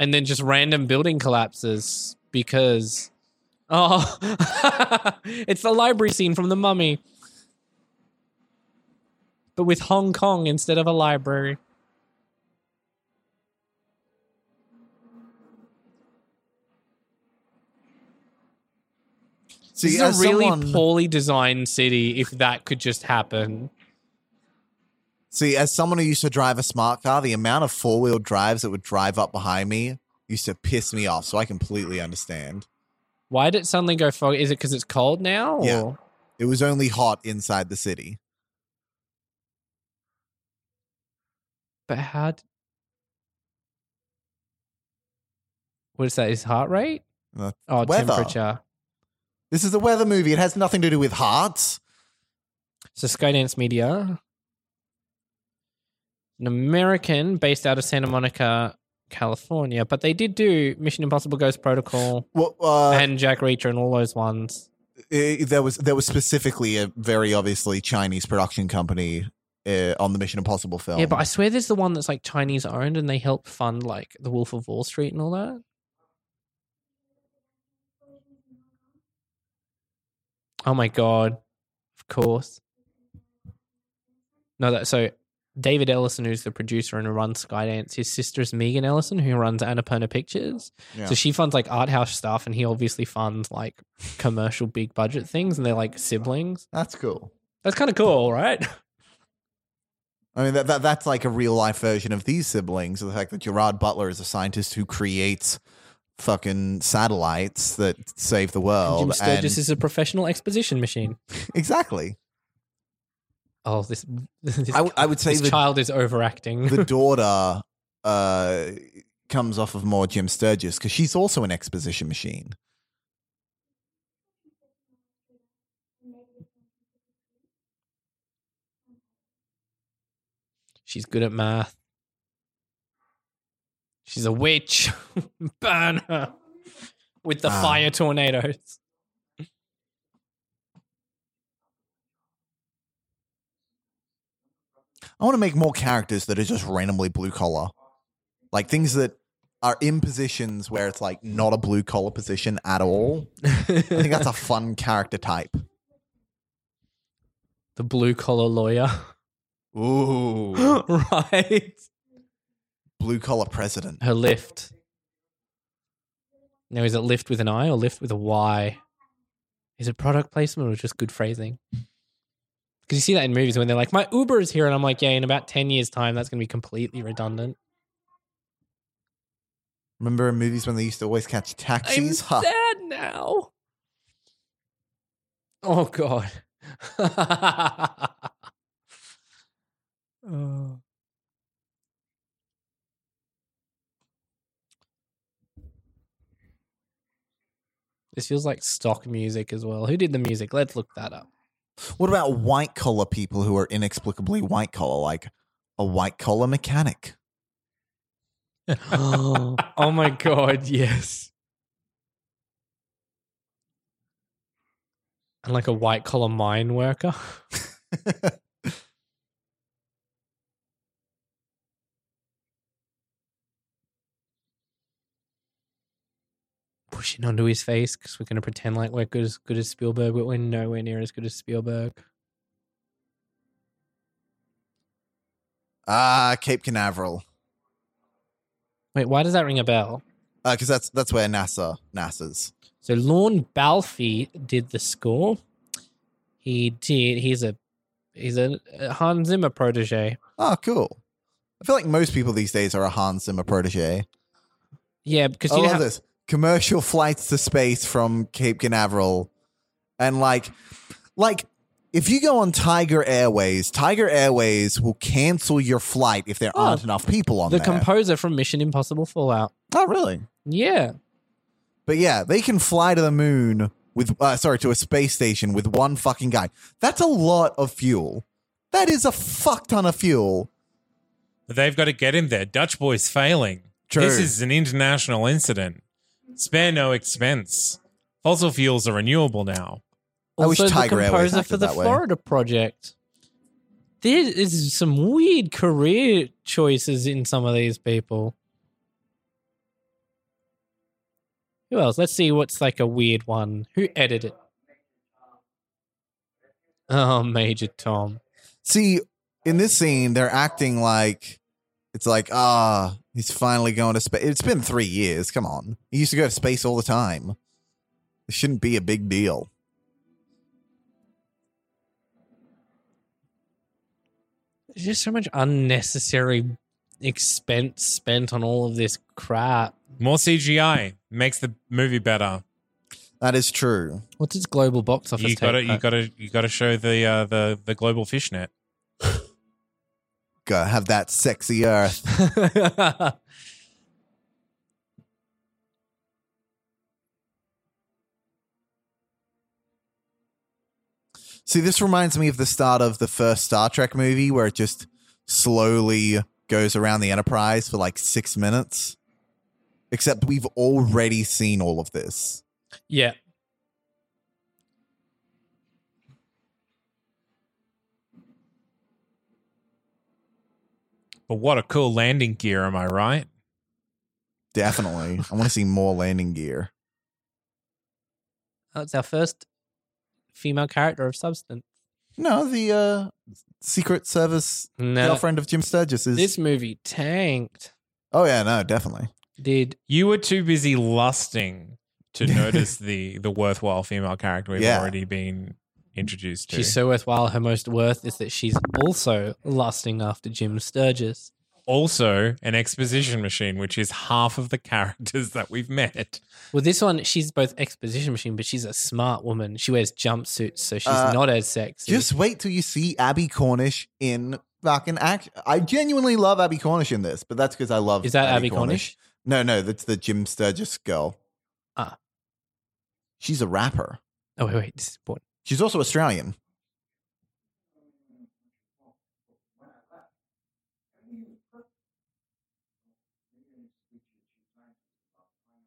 Speaker 4: and then just random building collapses because oh, it's the library scene from The Mummy, but with Hong Kong instead of a library.
Speaker 5: See,
Speaker 4: this is
Speaker 5: as
Speaker 4: a really
Speaker 5: someone-
Speaker 4: poorly designed city. If that could just happen,
Speaker 5: See, as someone who used to drive a smart car, the amount of four wheel drives that would drive up behind me used to piss me off. So I completely understand.
Speaker 4: why did it suddenly go foggy? Is it because it's cold now?
Speaker 5: Yeah.
Speaker 4: Or?
Speaker 5: It was only hot inside the city.
Speaker 4: But how? d- What is that? His heart rate?
Speaker 5: No,
Speaker 4: Oh,
Speaker 5: weather.
Speaker 4: temperature.
Speaker 5: This is a weather movie. It has nothing to do with hearts.
Speaker 4: So Skydance Media, an American based out of Santa Monica, California, but they did do Mission Impossible: Ghost Protocol
Speaker 5: Well, uh,
Speaker 4: and Jack Reacher and all those ones.
Speaker 5: eh, there was there was specifically a very obviously Chinese production company uh, on the Mission Impossible film.
Speaker 4: Yeah, but I swear there's the one that's like Chinese owned and they help fund like The Wolf of Wall Street and all that. Oh my god. Of course. No, that so David Ellison, who's the producer and who runs Skydance, his sister is Megan Ellison, who runs Annapurna Pictures.
Speaker 5: Yeah.
Speaker 4: So she funds like art house stuff, and he obviously funds like commercial big budget things, and they're like siblings.
Speaker 5: that's cool.
Speaker 4: That's kind of cool, right?
Speaker 5: I mean, that, that that's like a real life version of these siblings. The fact that Gerard Butler is a scientist who creates fucking satellites that save the
Speaker 4: Jim
Speaker 5: world. and-
Speaker 4: Sturgis is a professional exposition machine.
Speaker 5: exactly.
Speaker 4: Oh, this. this
Speaker 5: I, w- I would say
Speaker 4: this
Speaker 5: the,
Speaker 4: child is overacting.
Speaker 5: the daughter uh, comes off of more Jim Sturgis because she's also an exposition machine.
Speaker 4: She's good at math. She's a witch. Burn her with the
Speaker 5: Ah.
Speaker 4: fire tornadoes.
Speaker 5: I want to make more characters that are just randomly blue collar, like things that are in positions where it's like not a blue collar position at all. I think that's a fun character type.
Speaker 4: The blue collar lawyer,
Speaker 5: Ooh.
Speaker 4: right?
Speaker 5: blue collar president.
Speaker 4: Her lift. Now, is it lift with an I or lift with a Y? Is it product placement or just good phrasing? Because you see that in movies when they're like, "My Uber is here," and I'm like, "Yeah, in about ten years' time, that's going to be completely redundant."
Speaker 5: Remember in movies when they used to always catch taxis? Huh.
Speaker 4: sad now. Oh god. Oh. This feels like stock music as well. Who did the music? Let's look that up.
Speaker 5: What about white collar people who are inexplicably white collar, like a white collar mechanic?
Speaker 4: oh my god, yes. And like a white collar mine worker. Pushing onto his face because we're going to pretend like we're good as good as Spielberg, but we're nowhere near as good as Spielberg.
Speaker 5: Ah, Cape Canaveral,
Speaker 4: Wait, why does that ring a bell?
Speaker 5: because Uh, that's that's where NASA NASA's.
Speaker 4: So Lorne Balfe did the score. He did. He's a he's a a Hans Zimmer protege.
Speaker 5: Oh, cool. I feel like most people these days are a Hans Zimmer protege.
Speaker 4: Yeah, because
Speaker 5: Oh, I
Speaker 4: you know
Speaker 5: love
Speaker 4: how-
Speaker 5: this commercial flights to space from Cape Canaveral, and like, like If you go on Tiger Airways, Tiger Airways will cancel your flight if there
Speaker 4: Oh.
Speaker 5: aren't enough people on
Speaker 4: the
Speaker 5: there.
Speaker 4: composer from Mission Impossible Fallout.
Speaker 5: oh, really?
Speaker 4: Yeah.
Speaker 5: But yeah, they can fly to the moon with, uh, sorry, to a space station with one fucking guy. That's a lot of fuel. That is a fuck ton of fuel.
Speaker 6: But they've got to get him there. Dutch boy's failing.
Speaker 5: True.
Speaker 6: This is an international incident. Spare no expense. Fossil fuels are renewable now.
Speaker 5: I wish
Speaker 4: Also
Speaker 5: Tiger
Speaker 4: the
Speaker 5: Airways
Speaker 4: composer
Speaker 5: acted
Speaker 4: for the
Speaker 5: that way.
Speaker 4: Florida Project. There is some weird career choices in some of these people. Who else? Let's see what's like a weird one. Who edited? Oh, Major Tom.
Speaker 5: See, in this scene, they're acting like it's like, ah, he's finally going to space. It's been three years. Come on. He used to go to space all the time. It shouldn't be a big deal.
Speaker 4: There's just so much unnecessary expense spent on all of this crap.
Speaker 6: More CGI makes the movie better.
Speaker 5: That is true.
Speaker 4: What's its global box office?
Speaker 6: you got to
Speaker 4: take
Speaker 6: you
Speaker 4: back?
Speaker 6: got to you got to show the uh, the the global fishnet.
Speaker 5: Gotta have that sexy earth. See, this reminds me of the start of the first Star Trek movie where it just slowly goes around the Enterprise for like six minutes. Except we've already seen all of this.
Speaker 4: yeah.
Speaker 6: But what a cool landing gear, am I right?
Speaker 5: Definitely. I want to see more landing gear.
Speaker 4: Oh, it's our first female character of substance.
Speaker 5: No, the uh, Secret Service
Speaker 4: No,
Speaker 5: girlfriend of Jim Sturgis is.
Speaker 4: this movie tanked.
Speaker 5: oh, yeah, no, definitely.
Speaker 4: Did
Speaker 6: You were too busy lusting to notice the the worthwhile female character we've
Speaker 5: Yeah.
Speaker 6: already been introduced to.
Speaker 4: she's so worthwhile? Her most worth is that she's also lusting after Jim Sturgis.
Speaker 6: also an exposition machine, which is half of the characters that we've met.
Speaker 4: Well, this one she's both exposition machine, but she's a smart woman. She wears jumpsuits, so she's
Speaker 5: Uh,
Speaker 4: not as sexy.
Speaker 5: Just wait till you see Abby Cornish in fucking action. I genuinely love Abby Cornish in this, but that's because I love.
Speaker 4: is that Abby Cornish?
Speaker 5: No, no, that's the Jim Sturgis girl.
Speaker 4: Ah.
Speaker 5: She's a rapper.
Speaker 4: Oh wait, wait, this is important.
Speaker 5: She's also Australian.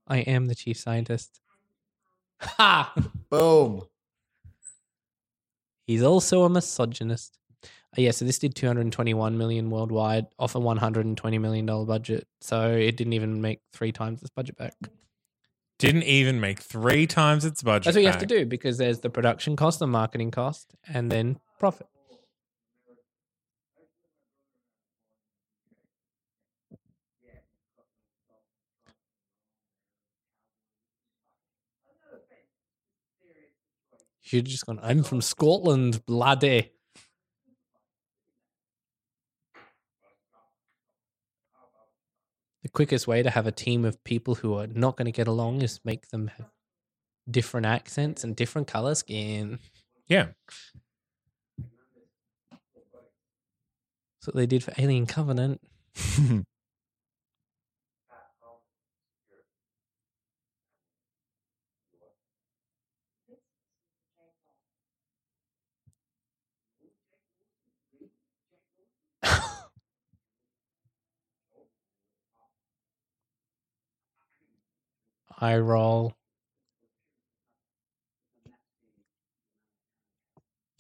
Speaker 4: I am the chief scientist. Ha!
Speaker 5: Boom.
Speaker 4: He's also a misogynist. Uh, yeah, so this did 221 million worldwide off a 120 million dollar budget. So it didn't even make three times this budget back.
Speaker 6: Didn't even make three times its budget.
Speaker 4: That's what you have to
Speaker 6: back.
Speaker 4: do because there's the production cost, the marketing cost, and then profit. You're just gone. I'm from Scotland, bloody. The quickest way to have a team of people who are not going to get along is make them have different accents and different color skin.
Speaker 6: Yeah.
Speaker 4: That's what they did for Alien Covenant. Eye roll.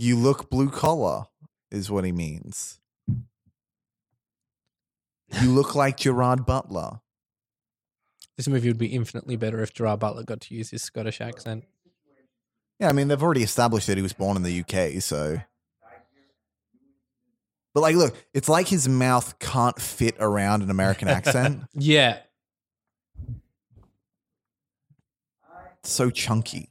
Speaker 5: you look blue collar, is what he means. You look like Gerard Butler.
Speaker 4: This movie would be infinitely better if Gerard Butler got to use his Scottish accent.
Speaker 5: Yeah, I mean, they've already established that he was born in the UK, so. But, like, look, it's like his mouth can't fit around an American accent.
Speaker 4: Yeah.
Speaker 5: It's so chunky.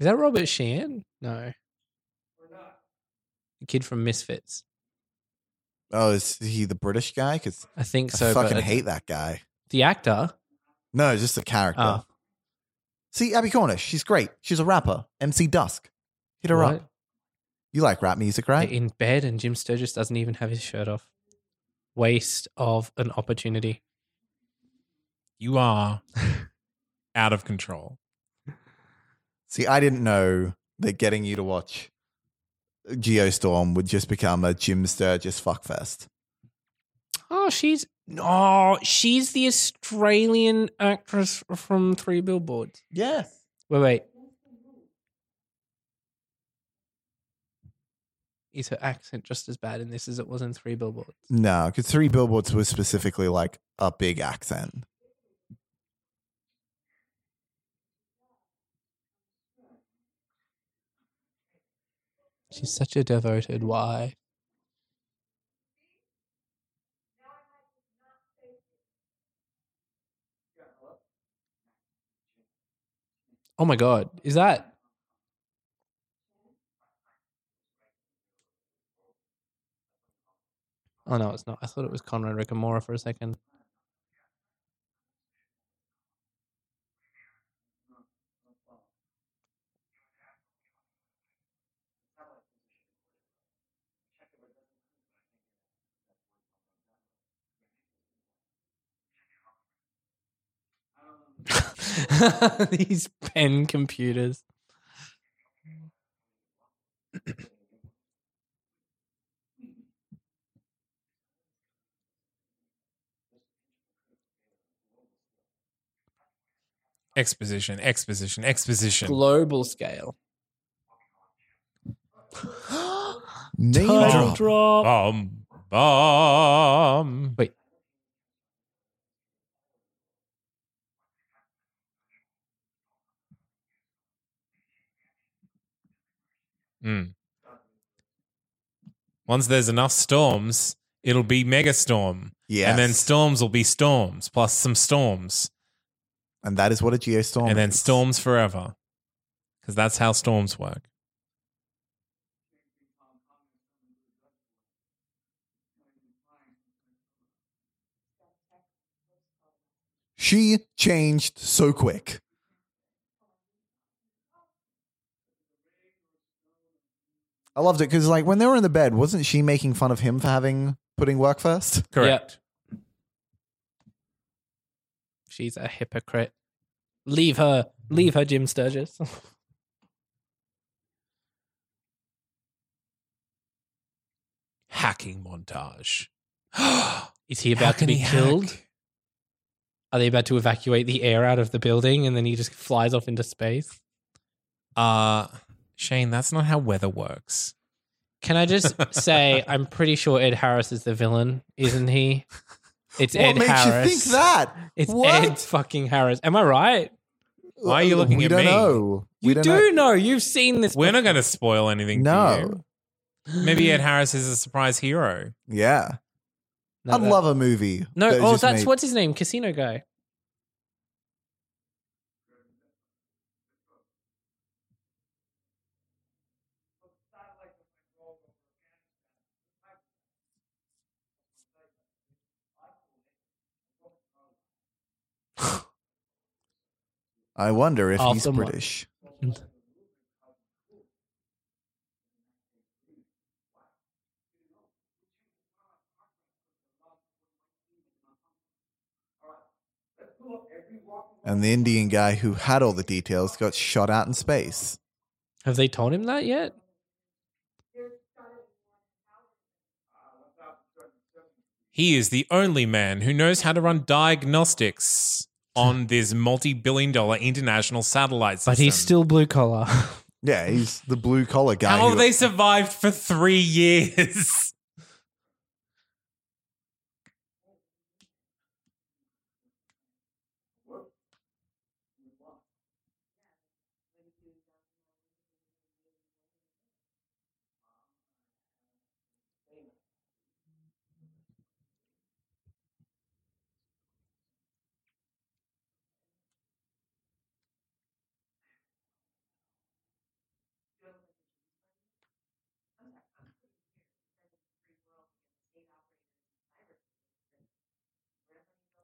Speaker 4: Is that Robert Sheehan? No. The kid from Misfits.
Speaker 5: Oh, is he the British guy? Because
Speaker 4: I think
Speaker 5: I
Speaker 4: so. but
Speaker 5: fucking
Speaker 4: I
Speaker 5: hate that guy.
Speaker 4: the actor.
Speaker 5: No, just a character.
Speaker 4: Oh.
Speaker 5: See, Abby Cornish, she's great. She's a rapper. MC Dusk. Hit her
Speaker 4: What?
Speaker 5: up. You like rap music,
Speaker 4: They're
Speaker 5: right?
Speaker 4: In bed, and Jim Sturgis doesn't even have his shirt off. Waste of an opportunity.
Speaker 6: You are out of control.
Speaker 5: See, I didn't know that getting you to watch Geostorm would just become a Jim Sturgis fuckfest.
Speaker 4: Oh, she's oh, she's the Australian actress from Three Billboards.
Speaker 5: Yes.
Speaker 4: Wait, wait. Is her accent just as bad in this as it was in Three Billboards?
Speaker 5: No, because Three Billboards was specifically like a big accent.
Speaker 4: She's such a devoted why. Oh my god, is that Oh no, it's not. I thought it was Conrad Rickamora for a second. These pen computers.
Speaker 6: Exposition, exposition, exposition.
Speaker 4: Global scale.
Speaker 5: Name
Speaker 6: Title
Speaker 5: drop.
Speaker 4: drop.
Speaker 6: Bum, bum.
Speaker 4: Wait.
Speaker 6: Mm. Once there's enough storms, it'll be mega storm.
Speaker 5: Yes.
Speaker 6: And then storms will be storms, plus some storms.
Speaker 5: And that is what a Geostorm
Speaker 6: and then
Speaker 5: is.
Speaker 6: storms forever. Because that's how storms work.
Speaker 5: She changed so quick. I loved it because, like, when they were in the bed, wasn't she making fun of him for having putting work first?
Speaker 6: Correct.
Speaker 4: She's a hypocrite. Leave her. Leave her, Jim Sturgis.
Speaker 6: Hacking montage.
Speaker 4: Is he
Speaker 6: How
Speaker 4: about to
Speaker 6: can
Speaker 4: be
Speaker 6: he hack?
Speaker 4: killed? Are they about to evacuate the air out of the building and then he just flies off into space?
Speaker 6: Uh Shane, that's not how weather works.
Speaker 4: Can I just say, I'm pretty sure Ed Harris is the villain, isn't he? It's
Speaker 5: what
Speaker 4: Ed
Speaker 5: makes
Speaker 4: Harris.
Speaker 5: you think that?
Speaker 4: It's
Speaker 5: what?
Speaker 4: Ed fucking Harris. Am I right?
Speaker 6: Why are you looking
Speaker 5: we
Speaker 6: at
Speaker 5: don't
Speaker 6: me?
Speaker 5: Know.
Speaker 4: You
Speaker 5: we don't
Speaker 4: do know. You've seen this.
Speaker 6: We're not going to spoil anything.
Speaker 5: know. No.
Speaker 6: For you. Maybe Ed Harris is a surprise hero.
Speaker 5: Yeah.
Speaker 4: No,
Speaker 5: I'd
Speaker 4: that-
Speaker 5: love a movie.
Speaker 4: No,
Speaker 5: that is
Speaker 4: oh,
Speaker 5: just
Speaker 4: that's
Speaker 5: made-
Speaker 4: what's his name, Casino Guy.
Speaker 5: I wonder if
Speaker 4: Off
Speaker 5: he's
Speaker 4: the mark.
Speaker 5: British. And the Indian guy who had all the details got shot out in space.
Speaker 4: Have they told him that yet?
Speaker 6: He is the only man who knows how to run diagnostics on this multi-billion dollar international satellite system.
Speaker 4: But he's still blue collar.
Speaker 5: Yeah, he's the blue collar guy.
Speaker 6: How
Speaker 5: who-
Speaker 6: have they survived for three years?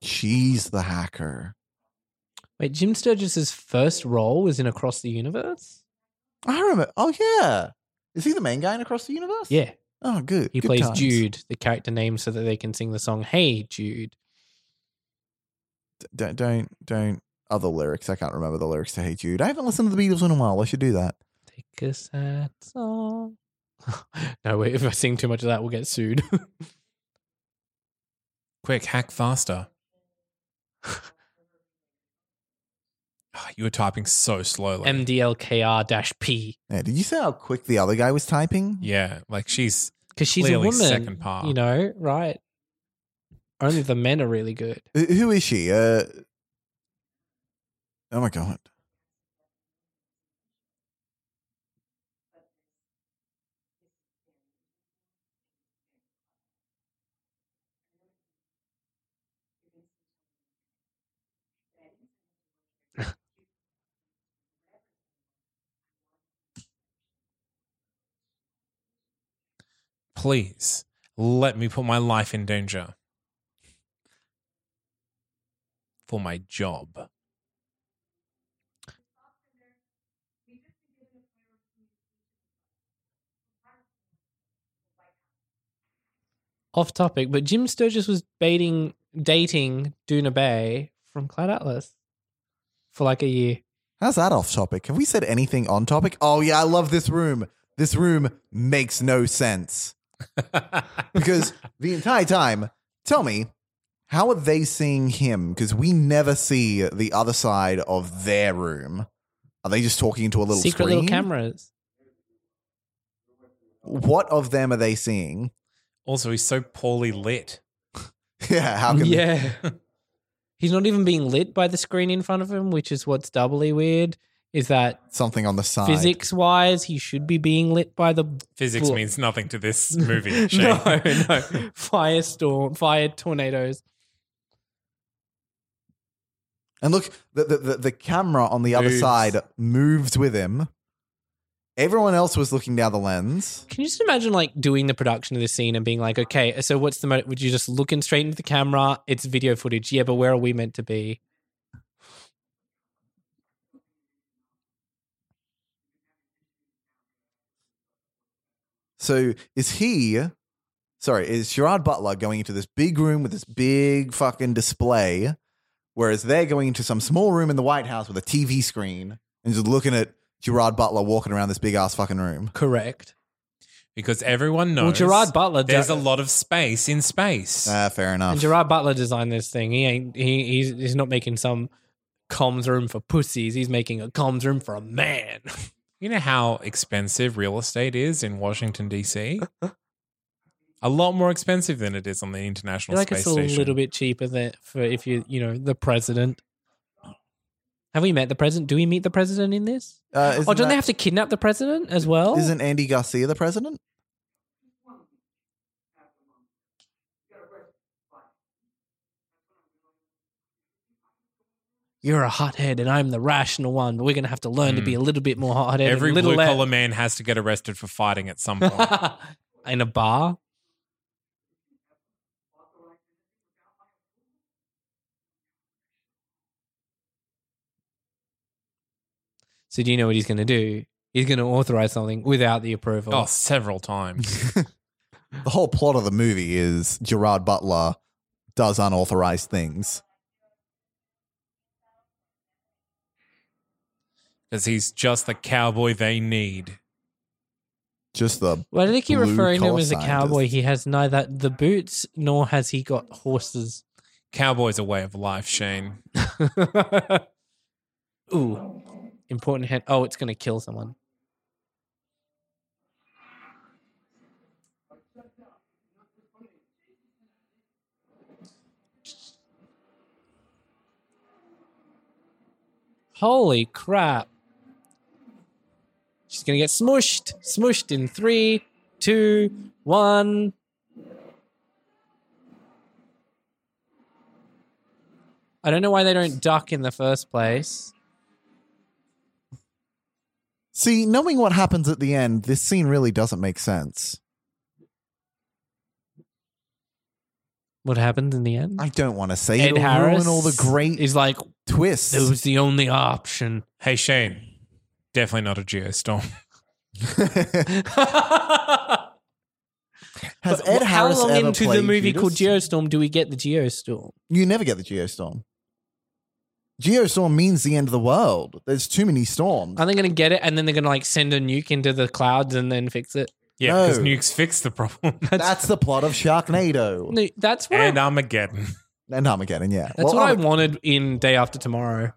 Speaker 5: She's the hacker.
Speaker 4: Wait, Jim Sturgess's first role was in Across the Universe?
Speaker 5: I remember. Oh yeah, is he the main guy in Across the Universe?
Speaker 4: Yeah.
Speaker 5: Oh, good.
Speaker 4: He
Speaker 5: Good
Speaker 4: plays
Speaker 5: times.
Speaker 4: Jude, the character name, so that they can sing the song Hey Jude.
Speaker 5: D- Don't don't don't other lyrics. I can't remember the lyrics to Hey Jude. I haven't listened to the Beatles in a while. I should do that.
Speaker 4: Take a sad song. no, wait, if I sing too much of that, we'll get sued.
Speaker 6: Quick, hack faster. Ah, you were typing so slowly.
Speaker 4: MDLKR P.
Speaker 5: Yeah, did you see how quick the other guy was typing?
Speaker 6: yeah, like she's
Speaker 4: Because she's
Speaker 6: Clearly
Speaker 4: a woman.
Speaker 6: second part.
Speaker 4: You know, right? Only the men are really good.
Speaker 5: Who- Who is she? Uh, oh my god.
Speaker 6: please let me put my life in danger for my job.
Speaker 4: Off topic, but Jim Sturgess was dating dating Duna Bay from Cloud Atlas for like a year.
Speaker 5: How's that off topic? Have we said anything on topic? Oh yeah, I love this room. This room makes no sense because the entire time, tell me, how are they seeing him? Because we never see the other side of their room. Are they just talking into a little
Speaker 4: Secret
Speaker 5: screen?
Speaker 4: little cameras.
Speaker 5: What of them are they seeing?
Speaker 6: also, he's so poorly lit.
Speaker 5: yeah, how can
Speaker 4: yeah. He's not even being lit by the screen in front of him, which is what's doubly weird. Is that
Speaker 5: something on the side?
Speaker 4: physics wise, he should be being lit by the
Speaker 6: Physics
Speaker 4: Well-
Speaker 6: means nothing to this movie. Shane.
Speaker 4: no, no fire storm, fire tornadoes.
Speaker 5: And look, the, the, the, the camera on the other
Speaker 6: Moves.
Speaker 5: side moves with him. Everyone else was looking down the lens.
Speaker 4: Can you just imagine like doing the production of this scene and being like, okay, so what's the mo Would you just looking straight into the camera? It's video footage. Yeah, but where are we meant to be?
Speaker 5: So is he, sorry, is Gerard Butler going into this big room with this big fucking display, whereas they're going into some small room in the White House with a TV screen and just looking at Gerard Butler walking around this big ass fucking room.
Speaker 4: Correct.
Speaker 6: because everyone knows
Speaker 4: Well, Gerard Butler. Uh.
Speaker 6: there's
Speaker 4: de-
Speaker 6: a lot of space in space.
Speaker 5: Ah, fair enough.
Speaker 4: And Gerard Butler designed this thing. He ain't. He, he's, he's not making some comms room for pussies. He's making a comms room for a man.
Speaker 6: you know how expensive real estate is in Washington, D.C.? a lot more expensive than it is on the
Speaker 4: I feel
Speaker 6: International
Speaker 4: like
Speaker 6: Space
Speaker 4: it's a
Speaker 6: Station.
Speaker 4: little bit cheaper than for if you you know the president. Have we met the president? Do we meet the president in this?
Speaker 5: Uh,
Speaker 4: Oh,
Speaker 5: isn't
Speaker 4: don't they
Speaker 5: that-
Speaker 4: have to kidnap the president as well?
Speaker 5: Isn't Andy Garcia the president?
Speaker 4: You're a hothead, and I'm the rational one. But we're gonna have to learn to be a
Speaker 5: Hmm.
Speaker 4: little bit more hothead. and
Speaker 6: Every
Speaker 4: a little
Speaker 6: blue collar
Speaker 4: less-
Speaker 6: man has to get arrested for fighting at some point.
Speaker 4: in a bar. So do you know what he's going to do? He's going to authorize something without the approval.
Speaker 6: oh, several times.
Speaker 5: The whole plot of the movie is Gerard Butler does unauthorized things.
Speaker 6: Because he's just the cowboy they need.
Speaker 5: Just the
Speaker 4: well, I think you're
Speaker 5: blue
Speaker 4: referring to him
Speaker 5: collar
Speaker 4: as a cowboy. He has neither the boots nor has he got horses.
Speaker 6: Cowboy's a way of life, Shane.
Speaker 4: Ooh, important hint. Oh, it's going to kill someone. Holy crap. She's going to get smushed. Smushed in three, two, one. I don't know why they don't duck in the first place.
Speaker 5: See, knowing what happens at the end, this scene really doesn't make sense.
Speaker 4: what happened in the end?
Speaker 5: I don't want to say
Speaker 4: Ed
Speaker 5: it.
Speaker 4: Harris
Speaker 5: Ruin all the great
Speaker 4: is like
Speaker 5: twists.
Speaker 4: it was the only option.
Speaker 6: Hey, Shane, definitely not a geostorm.
Speaker 5: Has
Speaker 4: But
Speaker 5: Ed
Speaker 4: wh-
Speaker 5: Harris
Speaker 4: how long
Speaker 5: ever
Speaker 4: into the
Speaker 5: played
Speaker 4: movie
Speaker 5: Judas?
Speaker 4: called Geostorm do we get the Geostorm?
Speaker 5: You never get the geostorm. Geostorm means the end of the world. There's too many storms.
Speaker 4: Are they going to get it and then they're going to like send a nuke into the clouds and then fix it?
Speaker 6: Yeah, because
Speaker 5: No.
Speaker 6: nukes fix the problem.
Speaker 5: That's the plot of Sharknado
Speaker 4: No, that's what
Speaker 6: and
Speaker 4: I,
Speaker 6: Armageddon.
Speaker 5: and Armageddon. Yeah,
Speaker 4: that's what I wanted in Day After Tomorrow.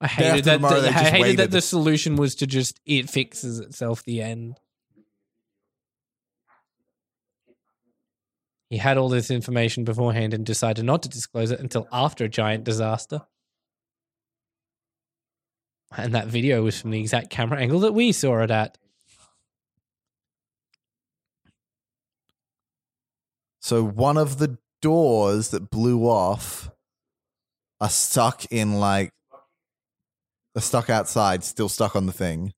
Speaker 4: I hated
Speaker 5: After
Speaker 4: that.
Speaker 5: Tomorrow, they
Speaker 4: I
Speaker 5: just
Speaker 4: hated that
Speaker 5: waited.
Speaker 4: the solution was to just it fixes itself. The end. He had all this information beforehand and decided not to disclose it until after a giant disaster. And that video was from the exact camera angle that we saw it at.
Speaker 5: So one of the doors that blew off are stuck in like are stuck outside, still stuck on the thing.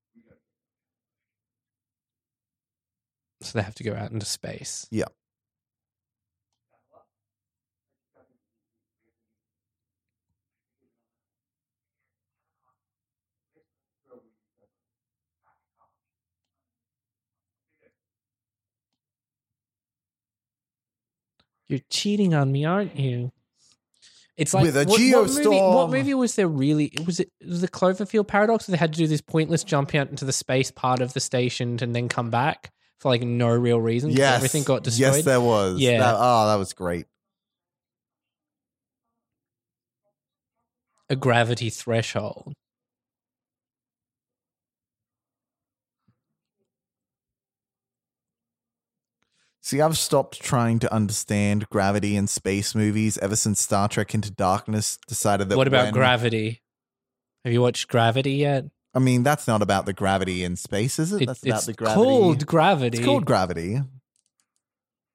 Speaker 4: So they have to go out into space.
Speaker 5: Yeah.
Speaker 4: You're cheating on me, aren't you? It's like
Speaker 5: With a
Speaker 4: what, what movie, what
Speaker 5: geostorm.
Speaker 4: movie was there really? Was it was the Cloverfield paradox? Where they had to do this pointless jump out into the space part of the station and then come back for like no real reason. 'cause
Speaker 5: Yes,
Speaker 4: everything got destroyed.
Speaker 5: Yes, there was.
Speaker 4: Yeah.
Speaker 5: That- oh, that was great.
Speaker 4: a gravity threshold.
Speaker 5: See, I've stopped trying to understand gravity in space movies ever since Star Trek Into Darkness decided that.
Speaker 4: what about
Speaker 5: when-
Speaker 4: gravity? Have you watched Gravity yet?
Speaker 5: I mean, that's not about the gravity in space, is it?
Speaker 4: It-
Speaker 5: that's about
Speaker 4: it's
Speaker 5: the gravity.
Speaker 4: called Gravity.
Speaker 5: It's called gravity.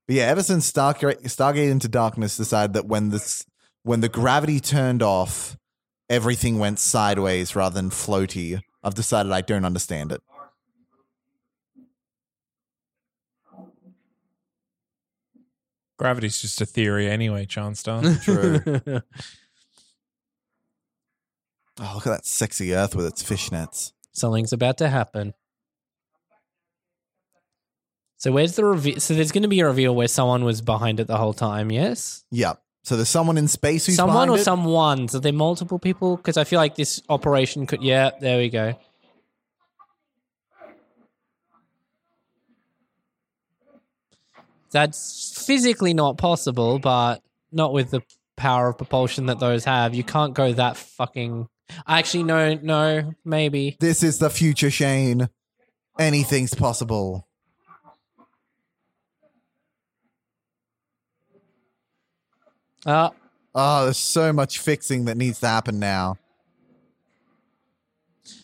Speaker 5: But yeah, ever since Star- Stargate Into Darkness decided that when this when the gravity turned off, everything went sideways rather than floaty. I've decided I don't understand it.
Speaker 6: Gravity's just a theory anyway, Hmm, Chance Star.
Speaker 5: True. oh, look at that sexy Earth with its fishnets.
Speaker 4: Something's about to happen. So where's the reveal? So there's going to be a reveal where someone was behind it the whole time. Yes,
Speaker 5: Yeah. So there's someone in space who's
Speaker 4: someone
Speaker 5: behind
Speaker 4: or
Speaker 5: it.
Speaker 4: someones. Are there multiple people? Because I feel like this operation could. Yeah, there we go. That's physically not possible, but not with the power of propulsion that those have. You can't go that fucking. Actually, no, no, maybe.
Speaker 5: This is the future, Shane. Anything's possible.
Speaker 4: Uh,
Speaker 5: Oh, there's so much fixing that needs to happen now.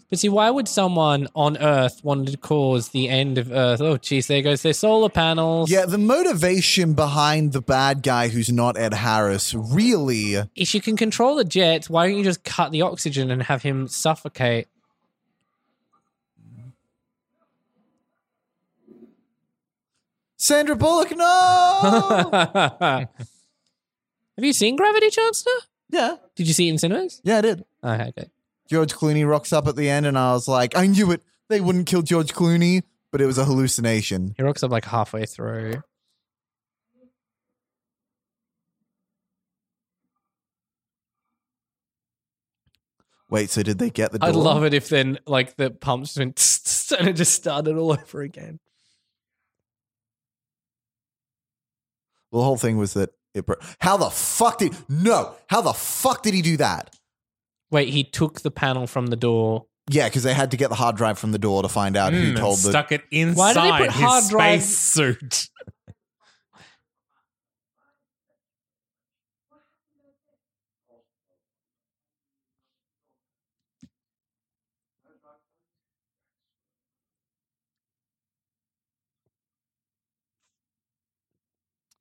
Speaker 4: But see, why would someone on Earth want to cause the end of Earth? Oh, jeez, there goes their solar panels.
Speaker 5: Yeah, the motivation behind the bad guy who's not Ed Harris really
Speaker 4: If you can control the jets, why don't you just cut the oxygen and have him suffocate?
Speaker 5: Sandra Bullock,
Speaker 4: Oh.
Speaker 5: no.
Speaker 4: have you seen Gravity, Chancellor?
Speaker 5: yeah,
Speaker 4: Did you see it in cinemas? Oh,
Speaker 5: yeah, I did.
Speaker 4: Okay, good.
Speaker 5: George Clooney rocks up at the end, and I was like, I knew it. They wouldn't kill George Clooney, but it was a hallucination.
Speaker 4: He rocks up like halfway through.
Speaker 5: Wait, so did they get the? Door?
Speaker 4: I'd love it if then, like, the pumps went and it just started all over again.
Speaker 5: Well, the whole thing was that it. Bro- how the fuck did? No, how the fuck did he do that?
Speaker 4: Wait, he took the panel from the door.
Speaker 5: Yeah, because they had to get the hard drive from the door to find out
Speaker 6: Mm,
Speaker 4: Hmm,
Speaker 5: who
Speaker 6: and
Speaker 5: told the.
Speaker 6: stuck it
Speaker 4: Why
Speaker 6: inside
Speaker 4: do they put
Speaker 6: his
Speaker 4: hard drive-
Speaker 6: space suit.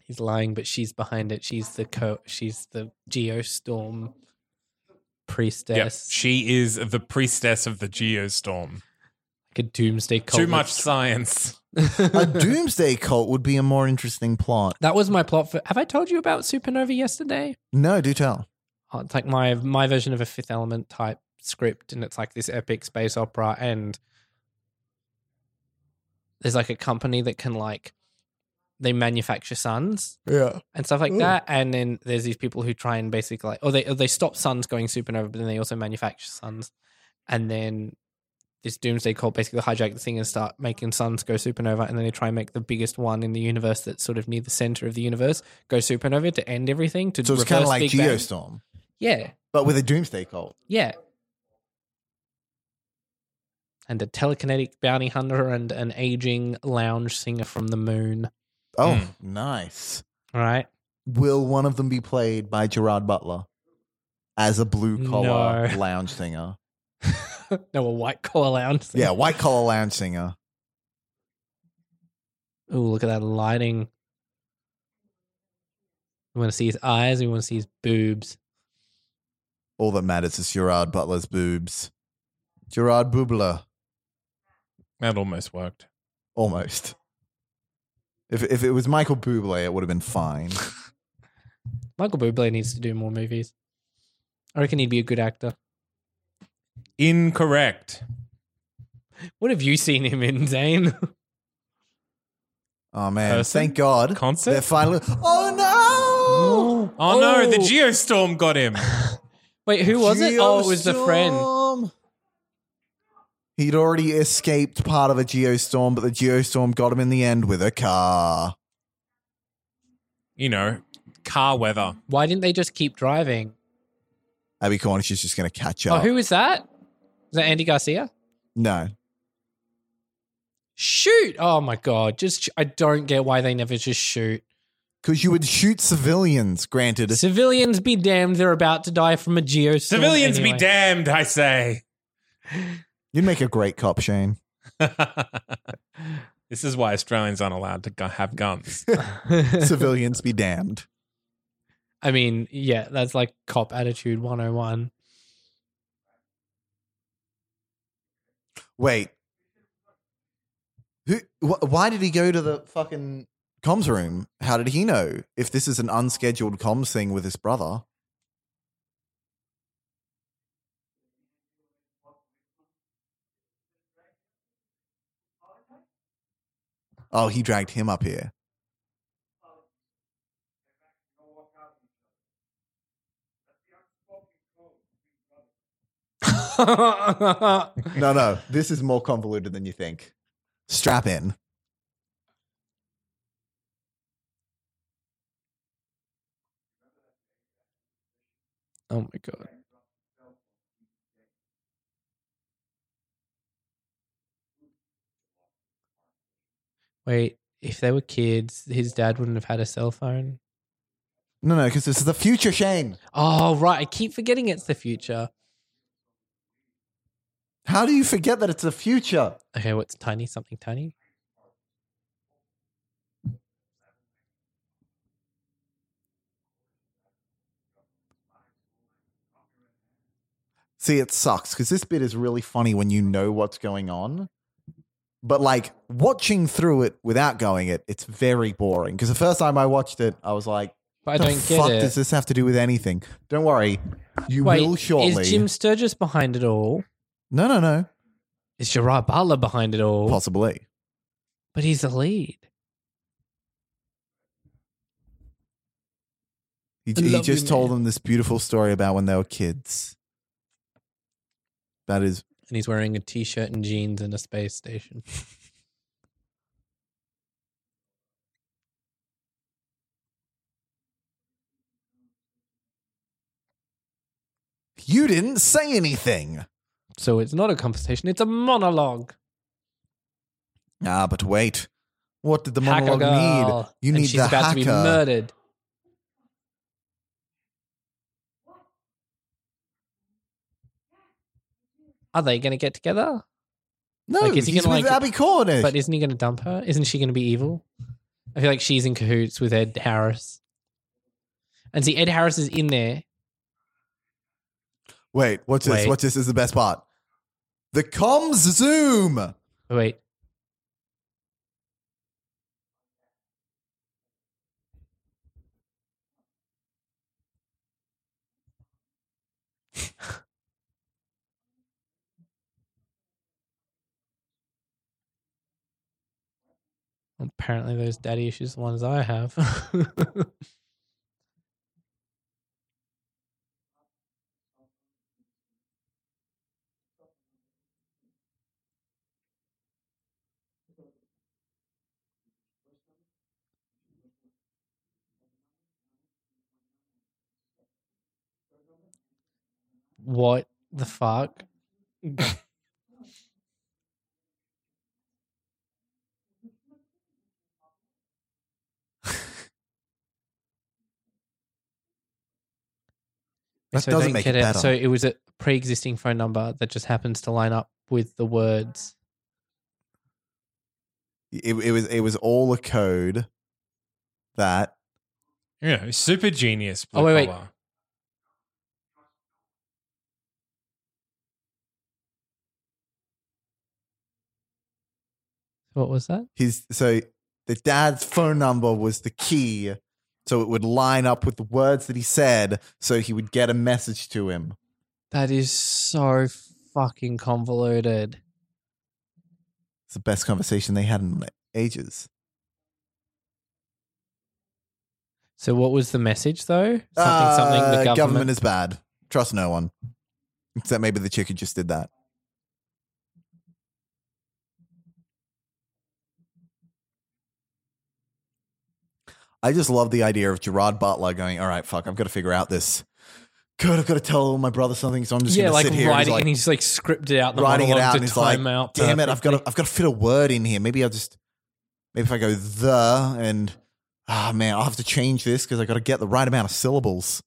Speaker 4: He's lying, but she's behind it. She's the co. She's the geostorm priestess.
Speaker 6: Yep. She is the priestess of the geostorm.
Speaker 4: like a doomsday cult.
Speaker 6: Too much
Speaker 4: that's-
Speaker 6: science.
Speaker 5: a doomsday cult would be a more interesting plot.
Speaker 4: That was my plot for. Have I told you about Supernova yesterday?
Speaker 5: No, do tell.
Speaker 4: Oh, It's like my my version of a Fifth Element type script, and it's like this epic space opera, and there's like a company that can like they manufacture suns
Speaker 5: Yeah.
Speaker 4: and stuff like
Speaker 5: Ooh.
Speaker 4: that, and then there's these people who try and basically like, or they or they stop suns going supernova, but then they also manufacture suns, and then this doomsday cult basically hijack the thing and start making suns go supernova, and then they try and make the biggest one in the universe that's sort of near the center of the universe go supernova to end everything. To
Speaker 5: So it's
Speaker 4: reverse
Speaker 5: kind of like
Speaker 4: Big Bang.
Speaker 5: Geostorm,
Speaker 4: Yeah,
Speaker 5: but with a doomsday cult.
Speaker 4: yeah. And a telekinetic bounty hunter and an aging lounge singer from the moon.
Speaker 5: Oh, nice.
Speaker 4: Right?
Speaker 5: Will one of them be played by Gerard Butler as a blue collar
Speaker 4: No.
Speaker 5: lounge singer?
Speaker 4: no, a white collar lounge. singer.
Speaker 5: Yeah, white collar lounge singer.
Speaker 4: Ooh, look at that lighting. We want to see his eyes. We want to see his boobs.
Speaker 5: All that matters is Gerard Butler's boobs. Gerard Bubler,
Speaker 6: That almost worked.
Speaker 5: almost. If if it was Michael Bublé, it would have been fine.
Speaker 4: Michael Bublé needs to do more movies. I reckon he'd be a good actor.
Speaker 6: Incorrect.
Speaker 4: What have you seen him in, Zane?
Speaker 5: Oh man!
Speaker 6: Person?
Speaker 5: Thank God.
Speaker 6: Concert?
Speaker 5: They're finally. Oh no!
Speaker 6: Oh, no, the geostorm got him.
Speaker 4: Wait, who was it? Oh, it was the friend.
Speaker 5: Geostorm. He'd already escaped part of a geostorm, but the geostorm got him in the end with a car.
Speaker 6: You know, car weather.
Speaker 4: Why didn't they just keep driving?
Speaker 5: Abby Cornish is just going to catch
Speaker 4: Oh,
Speaker 5: up.
Speaker 4: who is that? Is that Andy Garcia?
Speaker 5: No,
Speaker 4: Shoot! Oh my god! Just sh- I don't get why they never just shoot.
Speaker 5: because you would shoot civilians. Granted,
Speaker 4: Civilians be damned! They're about to die from a geostorm.
Speaker 6: Civilians
Speaker 4: anyway.
Speaker 6: be damned, I say.
Speaker 5: you'd make a great cop, Shane.
Speaker 6: this is why Australians aren't allowed to gu- have guns.
Speaker 5: Civilians be damned.
Speaker 4: I mean, yeah, that's like cop attitude 101.
Speaker 5: Wait, who? Wh- why did he go to the fucking comms room? How did he know if this is an unscheduled comms thing with his brother? Oh, he dragged him up here.
Speaker 4: Oh
Speaker 5: No, no, this is more convoluted than you think. Strap in.
Speaker 4: Oh my god. Wait, if they were kids, his dad wouldn't have had a cell phone.
Speaker 5: No, no, because this is the future, Shane.
Speaker 4: Oh, right. I keep forgetting it's the future.
Speaker 5: How do you forget that it's the future?
Speaker 4: Okay, what's tiny? Something tiny?
Speaker 5: See, it sucks because this bit is really funny when you know what's going on. But like watching through it without going it, it's very boring. Because the first time I watched it, I was like,
Speaker 4: But I
Speaker 5: the
Speaker 4: don't get
Speaker 5: fuck
Speaker 4: it.
Speaker 5: does this have to do with anything? Don't worry. You
Speaker 4: Wait,
Speaker 5: will shortly.
Speaker 4: is Jim Sturgis behind it all?
Speaker 5: no, no, no.
Speaker 4: Is Gerard Butler behind it all?
Speaker 5: Possibly.
Speaker 4: But he's the lead.
Speaker 5: He,
Speaker 4: I
Speaker 5: he
Speaker 4: love you,
Speaker 5: just told
Speaker 4: man.
Speaker 5: them this beautiful story about when they were kids. That is
Speaker 4: And he's wearing a t shirt and jeans in a space station.
Speaker 5: You didn't say anything.
Speaker 4: So it's not a conversation, it's a monologue.
Speaker 5: Ah, but wait. What did the
Speaker 4: Hacker
Speaker 5: monologue
Speaker 4: girl.
Speaker 5: need? You
Speaker 4: and
Speaker 5: need
Speaker 4: she's
Speaker 5: the
Speaker 4: about
Speaker 5: hacker.
Speaker 4: to be murdered. Are they going to get together?
Speaker 5: No,
Speaker 4: Like, is he
Speaker 5: he's
Speaker 4: gonna,
Speaker 5: with
Speaker 4: like-
Speaker 5: Abby Cornish.
Speaker 4: But isn't he going to dump her? Isn't she going to be evil? I feel like she's in cahoots with Ed Harris. And see, Ed Harris is in there.
Speaker 5: wait, what's this?
Speaker 4: Wait.
Speaker 5: What's this? Is the best part. The comms zoom.
Speaker 4: Oh, wait. Apparently, those daddy issues are the ones I have. what the fuck?
Speaker 5: That
Speaker 4: so
Speaker 5: doesn't
Speaker 4: don't
Speaker 5: make
Speaker 4: get
Speaker 5: it better.
Speaker 4: So it was a pre-existing phone number that just happens to line up with the words.
Speaker 5: It, it was it was all a code that
Speaker 6: You know, super genius. Blue
Speaker 4: Oh, wait, wait.
Speaker 6: collar.
Speaker 4: What was that?
Speaker 5: his so the dad's phone number was the key, so it would line up with the words that he said, so he would get a message to him.
Speaker 4: That is so fucking convoluted.
Speaker 5: It's the best conversation they had in ages.
Speaker 4: So what was the message though? Something, something.
Speaker 5: Uh,
Speaker 4: The government.
Speaker 5: is bad. Trust no one. Except maybe the chick who just did that. I just love the idea of Gerard Butler going, all right, fuck, I've got to figure out this. God, I've got to tell my brother something, so I'm just
Speaker 4: yeah,
Speaker 5: going to
Speaker 4: like
Speaker 5: sit here and,
Speaker 4: writing,
Speaker 5: like,
Speaker 4: and he's like scripted out the
Speaker 5: writing it
Speaker 4: monologue
Speaker 5: out.
Speaker 4: to
Speaker 5: And it's like,
Speaker 4: time out.
Speaker 5: damn it, I've got, to, I've got to fit a word in here. Maybe I'll just, maybe if I go the and, ah, man, I'll have to change this because I've got to get the right amount of syllables.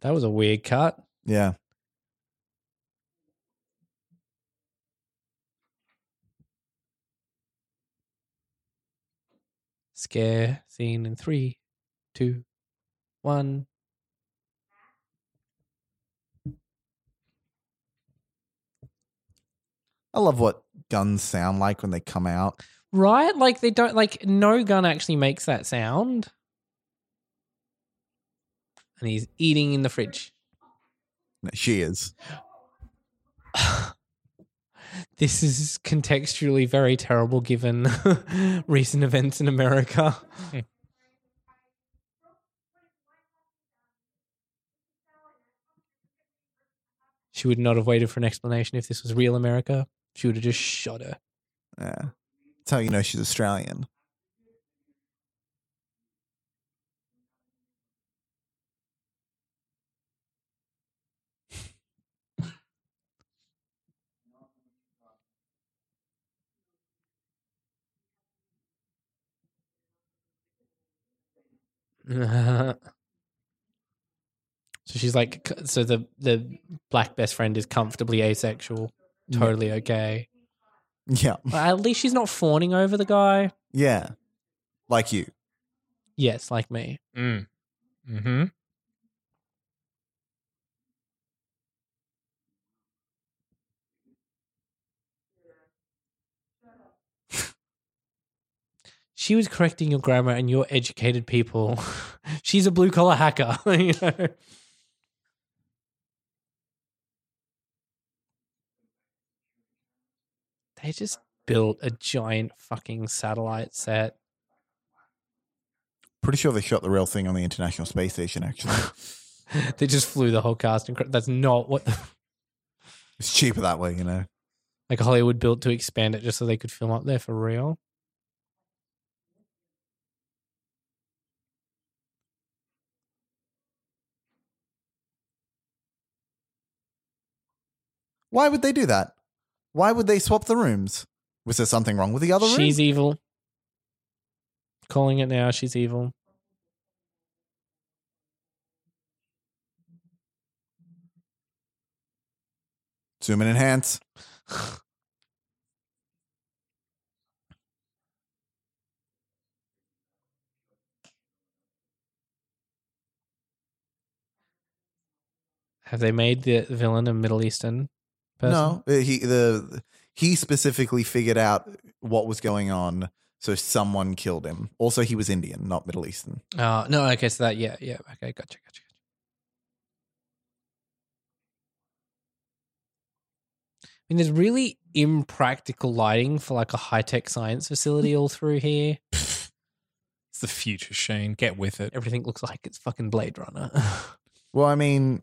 Speaker 4: That was a weird cut.
Speaker 5: Yeah.
Speaker 4: Scare scene in three, two, one.
Speaker 5: I love what guns sound like when they come out.
Speaker 4: Right? Like they don't like no gun actually makes that sound. And he's eating in the fridge.
Speaker 5: No, she is.
Speaker 4: This is contextually very terrible given recent events in America. She would not have waited for an explanation if this was real America. She would have just shot her.
Speaker 5: Yeah. That's how you know she's Australian.
Speaker 4: so she's like, c- so the the black best friend is comfortably asexual, totally okay.
Speaker 5: Yeah.
Speaker 4: Well, at least she's not fawning over the guy.
Speaker 5: Yeah. Like you.
Speaker 4: Yes, like me.
Speaker 6: Mm. Mm-hmm.
Speaker 4: She was correcting your grammar, and you're educated people. she's a blue collar hacker. you know. They just built a giant fucking satellite set.
Speaker 5: Pretty sure they shot the real thing on the International Space Station, actually.
Speaker 4: they just flew the whole cast. And cre- that's not what the
Speaker 5: it's cheaper that way, you know.
Speaker 4: like Hollywood built to expand it just so they could film up there for real.
Speaker 5: Why would they do that? Why would they swap the rooms? Was there something wrong with the other room?
Speaker 4: She's evil. Calling it now, she's evil.
Speaker 5: Zoom and enhance.
Speaker 4: Have they made the villain a Middle Eastern person?
Speaker 5: No, uh, he the he specifically figured out what was going on, so someone killed him. Also, he was Indian, not Middle Eastern.
Speaker 4: Uh, Oh, no, okay, so that, yeah, yeah, okay, gotcha, gotcha, gotcha. mean, there's really impractical lighting for like a high tech science facility all through here.
Speaker 6: It's the future, Shane. Get with it.
Speaker 4: Everything looks like it's fucking Blade Runner.
Speaker 5: Well, I mean,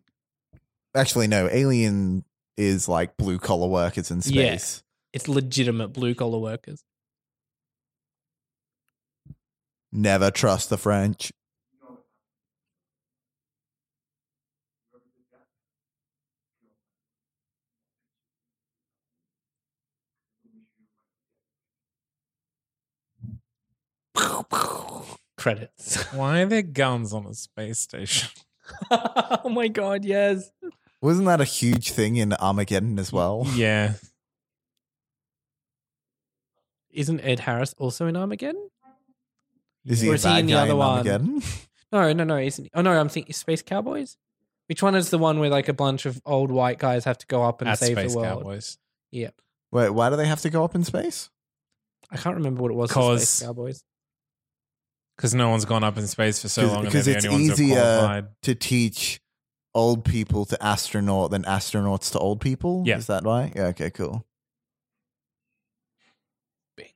Speaker 5: actually, no. Alien is like blue collar workers in
Speaker 4: Yeah.
Speaker 5: space.
Speaker 4: it's legitimate blue collar workers.
Speaker 5: Never trust the French.
Speaker 4: Credits.
Speaker 6: Why are there guns on a space station?
Speaker 4: oh my god, yes.
Speaker 5: Wasn't that a huge thing in Armageddon as well?
Speaker 6: yeah.
Speaker 4: Isn't Ed Harris also in Armageddon?
Speaker 5: Is he
Speaker 4: Or
Speaker 5: a
Speaker 4: is he
Speaker 5: bad
Speaker 4: in the
Speaker 5: guy
Speaker 4: other
Speaker 5: in
Speaker 4: one?
Speaker 5: Armageddon?
Speaker 4: No, no, no. Isn't he? Oh no, I'm thinking Space Cowboys. Which one is the one where like a bunch of old white guys have to go up and
Speaker 6: At
Speaker 4: save
Speaker 6: Space
Speaker 4: the world?
Speaker 6: Cowboys.
Speaker 4: Yeah,
Speaker 5: Wait, why do they have to go up in space?
Speaker 4: I can't remember what it was. for
Speaker 6: Cause-
Speaker 4: Space Cowboys.
Speaker 6: Because no one's gone up in space for so
Speaker 5: 'Cause-
Speaker 6: long and they're
Speaker 5: because
Speaker 6: the
Speaker 5: it's
Speaker 6: only ones who
Speaker 5: easier-
Speaker 6: are qualified.
Speaker 5: To teach old people to astronaut than astronauts to old people?
Speaker 6: Yeah.
Speaker 5: Is that right? Yeah, okay, cool.
Speaker 4: Bingo.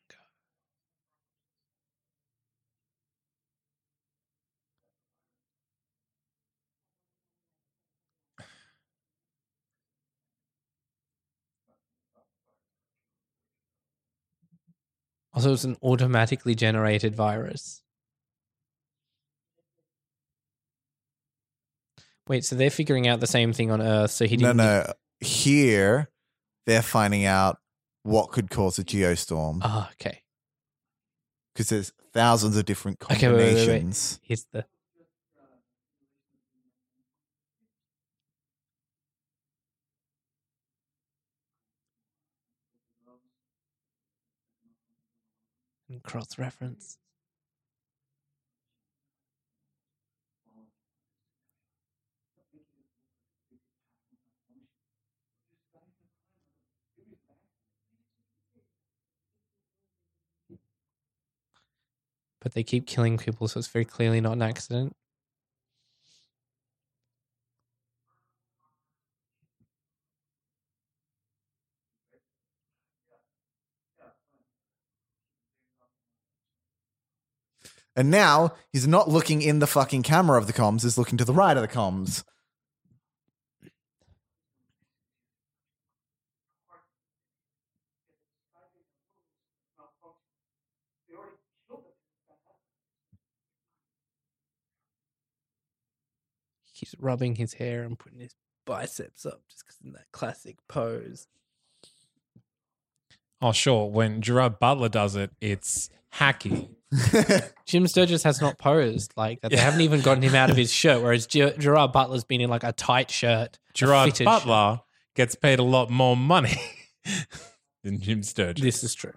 Speaker 4: Also, it's an automatically generated virus. Wait, so they're figuring out the same thing on Earth, so he
Speaker 5: no,
Speaker 4: didn't.
Speaker 5: no. Here, they're finding out what could cause a geostorm
Speaker 4: Ah, okay.
Speaker 5: because there's thousands of different
Speaker 4: Okay, wait, wait, wait, wait.
Speaker 5: combinations.
Speaker 4: Here's the. And cross reference. But they keep killing people, so it's very clearly not an accident.
Speaker 5: And now he's not looking in the fucking camera of the comms, he's looking to the right of the comms.
Speaker 4: He keeps rubbing his hair and putting his biceps up just because in that classic pose.
Speaker 6: Oh, sure. When Gerard Butler does it, it's hacky.
Speaker 4: Jim Sturgis has not posed like that. They
Speaker 6: Yeah.
Speaker 4: haven't even gotten him out of his shirt, whereas Ger- Gerard Butler's been in like a tight shirt. a
Speaker 6: Gerard
Speaker 4: fitted shirt.
Speaker 6: Butler gets paid a lot more money than Jim Sturgis.
Speaker 4: This is true.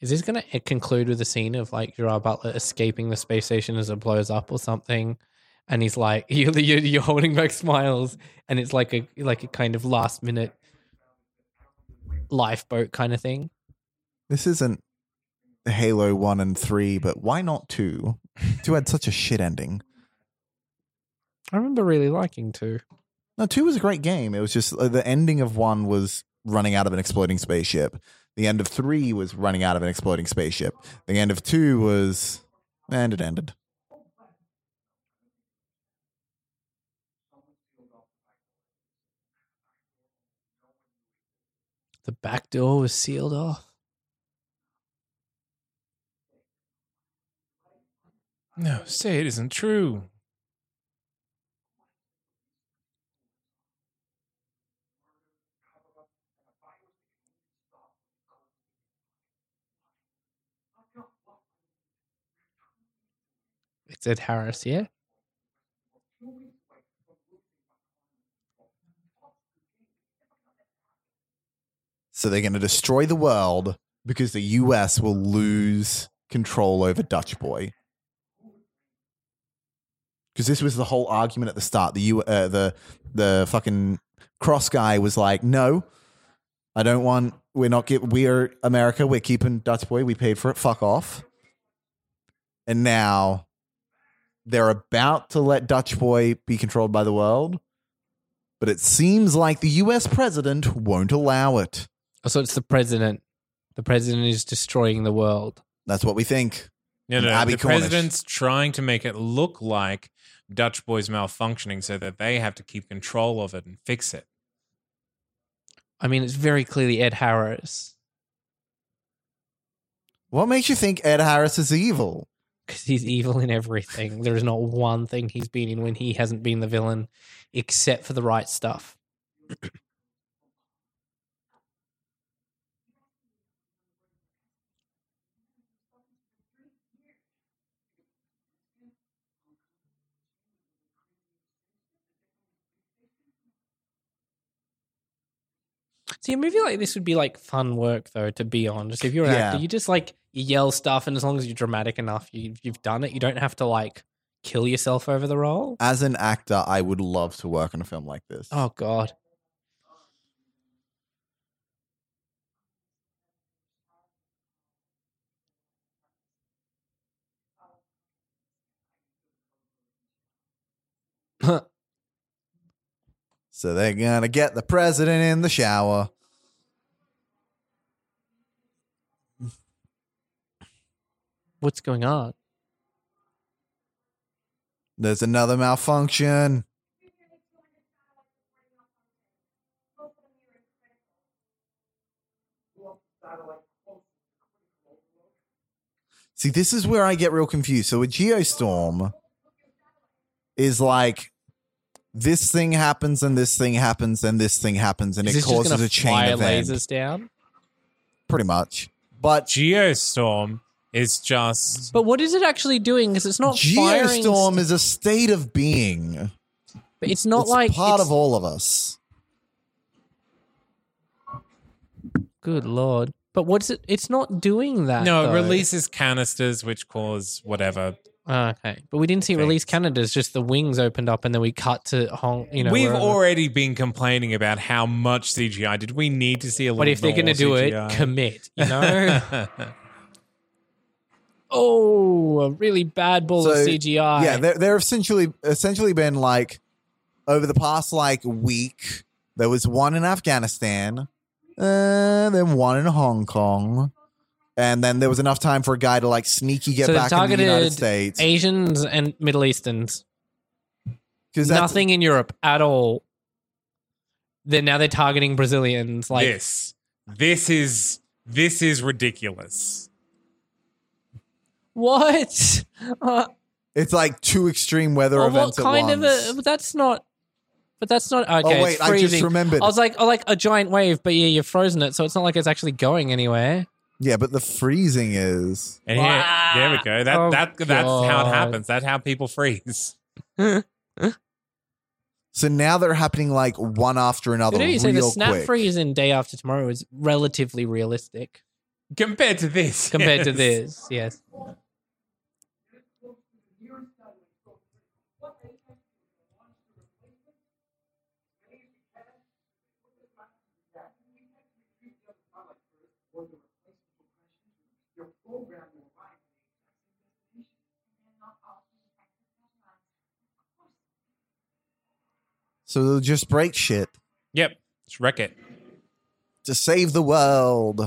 Speaker 4: Is this going to conclude with a scene of like Gerard Butler escaping the space station as it blows up or something? And he's like, you're, you're, you're holding back smiles, and it's like a like a kind of last minute lifeboat kind of thing.
Speaker 5: This isn't Halo 1 and 3, but why not 2? 2 had such a shit ending.
Speaker 4: I remember really liking two.
Speaker 5: No, 2 was a great game. It was just uh, the ending of 1 was running out of an exploding spaceship. The end of 3 was running out of an exploding spaceship. The end of 2 was. And it ended.
Speaker 4: The back door was sealed off.
Speaker 6: no, say it isn't true.
Speaker 4: It's Ed Harris, yeah?
Speaker 5: So they're going to destroy the world because the US will lose control over Dutch Boy. Because this was the whole argument at the start. The U, uh, the the fucking cross guy was like, "No, I don't want We're not get. We are America. We're keeping Dutch boy. We paid for it. Fuck off. And now they're about to let Dutch boy be controlled by the world, but it seems like the U.S. president won't allow it.
Speaker 4: Oh, So it's the president. The president is destroying the world.
Speaker 5: That's what we think.
Speaker 6: No,
Speaker 5: And
Speaker 6: no,
Speaker 5: Abby
Speaker 6: the
Speaker 5: Cornish.
Speaker 6: president's trying to make it look like Dutch boys malfunctioning so that they have to keep control of it and fix it.
Speaker 4: I mean, it's very clearly Ed Harris
Speaker 5: What makes you think Ed Harris is evil?
Speaker 4: because he's evil in everything. there is not one thing he's been in when he hasn't been the villain, except for the right stuff. See, a movie like this would be like fun work though to be on. Just if you're an
Speaker 5: Yeah.
Speaker 4: actor, you just like you yell stuff, and as long as you're dramatic enough, you, you've done it. You don't have to like kill yourself over the role.
Speaker 5: As an actor, I would love to work on a film like this.
Speaker 4: Oh God,
Speaker 5: So they're gonna get the president in the shower.
Speaker 4: what's going on?
Speaker 5: There's another malfunction. See, this is where I get real confused. So a geostorm is like this thing happens and this thing happens and this thing happens and
Speaker 4: Is
Speaker 5: it
Speaker 4: this just
Speaker 5: causes
Speaker 4: gonna
Speaker 5: a chain
Speaker 4: fire
Speaker 5: event,
Speaker 4: lasers down?
Speaker 5: pretty much. But
Speaker 6: Geostorm is just
Speaker 4: But what is it actually doing? Because it's not firing.
Speaker 5: geostorm
Speaker 4: st-
Speaker 5: is a state of being.
Speaker 4: but it's not
Speaker 5: it's
Speaker 4: like
Speaker 5: part
Speaker 4: it's-
Speaker 5: of all of us.
Speaker 4: Good lord! But what's it? It's not doing that.
Speaker 6: no.
Speaker 4: though.
Speaker 6: It releases canisters which cause whatever.
Speaker 4: Oh, okay, but we didn't see it release Canada's. Just the wings opened up, and then we cut to Hong. You know,
Speaker 6: We've
Speaker 4: wherever.
Speaker 6: already been complaining about how much CGI. Did we need to see a?
Speaker 4: But if they're
Speaker 6: going to
Speaker 4: do it, commit. You know. oh, a really bad ball of
Speaker 5: So,
Speaker 4: CGI.
Speaker 5: Yeah, there there have essentially essentially been like over the past like week, there was one in Afghanistan, uh, then one in Hong Kong, and then there was enough time for a guy to like sneaky get
Speaker 4: so
Speaker 5: back
Speaker 4: they've
Speaker 5: in the
Speaker 4: targeted
Speaker 5: United States
Speaker 4: Asians and Middle Easterns.
Speaker 5: 'Cause that's-
Speaker 4: Nothing in Europe at all. Then now they're targeting Brazilians. Like
Speaker 6: this, this is this is ridiculous.
Speaker 4: what? Uh,
Speaker 5: It's like two extreme weather
Speaker 4: Or
Speaker 5: events
Speaker 4: Oh, what kind
Speaker 5: at once.
Speaker 4: of a? But that's not. But that's not okay.
Speaker 5: oh wait,
Speaker 4: it's
Speaker 5: I
Speaker 4: freezing.
Speaker 5: just remembered.
Speaker 4: I was like, oh, like a giant wave, but yeah, you've frozen it, so it's not like it's actually going anywhere.
Speaker 5: yeah, but the freezing is
Speaker 6: And here, there we go. That
Speaker 4: Oh,
Speaker 6: that that's how
Speaker 4: God.
Speaker 6: it happens. That's how people freeze.
Speaker 5: so now they're happening like one after another.
Speaker 4: But do you say the
Speaker 5: real
Speaker 4: snap
Speaker 5: quick.
Speaker 4: freeze in day after tomorrow is relatively realistic
Speaker 6: Compared to this,
Speaker 4: compared to
Speaker 6: yes.
Speaker 4: this? Yes.
Speaker 5: So they'll just break shit
Speaker 6: Yep, just wreck it.
Speaker 5: to save the world.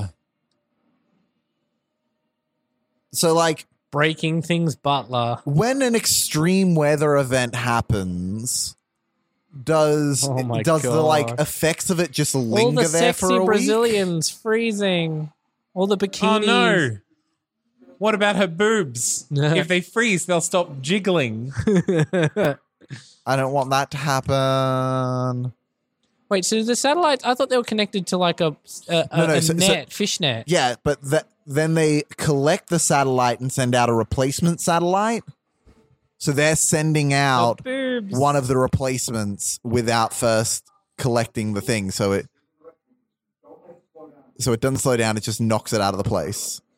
Speaker 5: So, like,
Speaker 4: Breaking things, Butler.
Speaker 5: when an extreme weather event happens, does
Speaker 4: Oh my
Speaker 5: does the like
Speaker 4: God.
Speaker 5: effects of it just
Speaker 4: All
Speaker 5: linger
Speaker 4: the
Speaker 5: there
Speaker 4: sexy
Speaker 5: for a week?
Speaker 4: Brazilians freezing. All the bikinis.
Speaker 6: Oh no! What about her boobs? if they freeze, they'll stop jiggling.
Speaker 5: I don't want that to happen.
Speaker 4: Wait, so the satellites? I thought they were connected to like a a, a,
Speaker 5: No, no,
Speaker 4: a
Speaker 5: so- so-
Speaker 4: net, fish net.
Speaker 5: Yeah, but th- then they collect the satellite and send out a replacement satellite. So they're sending
Speaker 4: Oh,
Speaker 5: out
Speaker 4: boobs.
Speaker 5: one of the replacements without first collecting the thing. So it so it doesn't slow down. It just knocks it out of the place.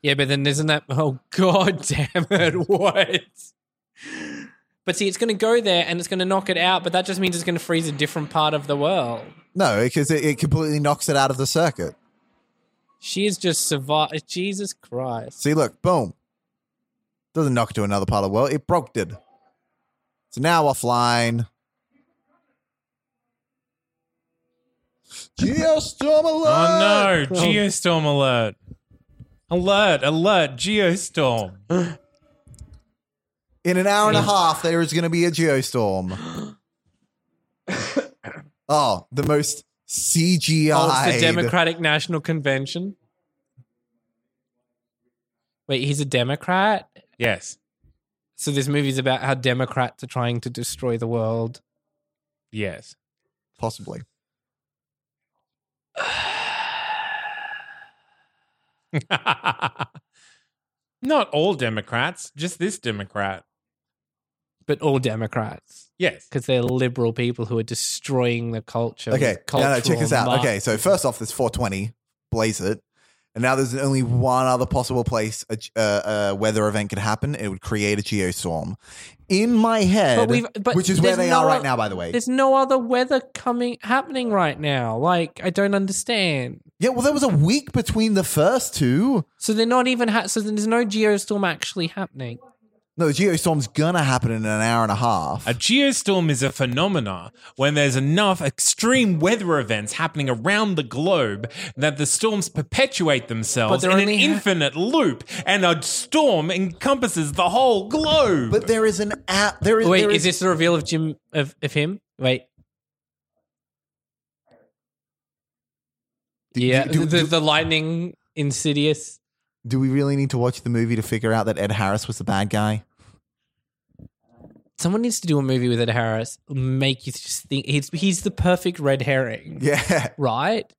Speaker 4: Yeah, but then isn't that? Oh god damn it! What? But see, it's going to go there and it's going to knock it out, but that just means it's going to freeze a different part of the world.
Speaker 5: No, because it, it completely knocks it out of the circuit.
Speaker 4: She is just survived. Jesus Christ.
Speaker 5: See, look, boom. Doesn't knock it to another part of the world. It broke did. So now offline. Geostorm alert!
Speaker 6: Oh no, Geostorm alert. Alert, alert, Geostorm.
Speaker 5: In an hour and a half, there is going to be a geostorm. oh, the most CGI.
Speaker 4: Oh, it's the Democratic National Convention. Wait, he's a Democrat?
Speaker 6: Yes.
Speaker 4: So this movie's about how Democrats are trying to destroy the world.
Speaker 6: Yes.
Speaker 5: Possibly.
Speaker 6: Not all Democrats, just this Democrat.
Speaker 4: But all Democrats.
Speaker 6: Yes.
Speaker 4: Because they're liberal people who are destroying the culture. with
Speaker 5: Okay, no, no, check
Speaker 4: cultural
Speaker 5: this out.
Speaker 4: mar-
Speaker 5: Okay, so first off, there's 420, blaze it. And now there's only one other possible place a, ge- uh, a weather event could happen. It would create a geostorm. In my head,
Speaker 4: we've- but
Speaker 5: which is where
Speaker 4: there's
Speaker 5: they
Speaker 4: no
Speaker 5: are right
Speaker 4: o-
Speaker 5: now, by the way.
Speaker 4: There's no other weather coming happening right now. Like, I don't understand.
Speaker 5: Yeah, well, there was a week between the first two.
Speaker 4: So they're not even ha- so there's no geostorm actually happening.
Speaker 5: No, the geostorm's gonna happen in an hour and a half.
Speaker 6: A geostorm is a phenomena when there's enough extreme weather events happening around the globe that the storms perpetuate themselves
Speaker 4: they're
Speaker 6: in an
Speaker 4: only ha-
Speaker 6: infinite loop, and a storm encompasses the whole globe.
Speaker 5: but there is an app. There is.
Speaker 4: Wait,
Speaker 5: there
Speaker 4: is this the reveal of Jim of, of him? Wait. yeah,
Speaker 5: do-
Speaker 4: the,
Speaker 5: do-
Speaker 4: the lightning insidious.
Speaker 5: Do we really need to watch the movie to figure out that Ed Harris was the bad guy?
Speaker 4: Someone needs to do a movie with Ed Harris. Make you just think he's he's the perfect red herring,
Speaker 5: Yeah,
Speaker 4: right?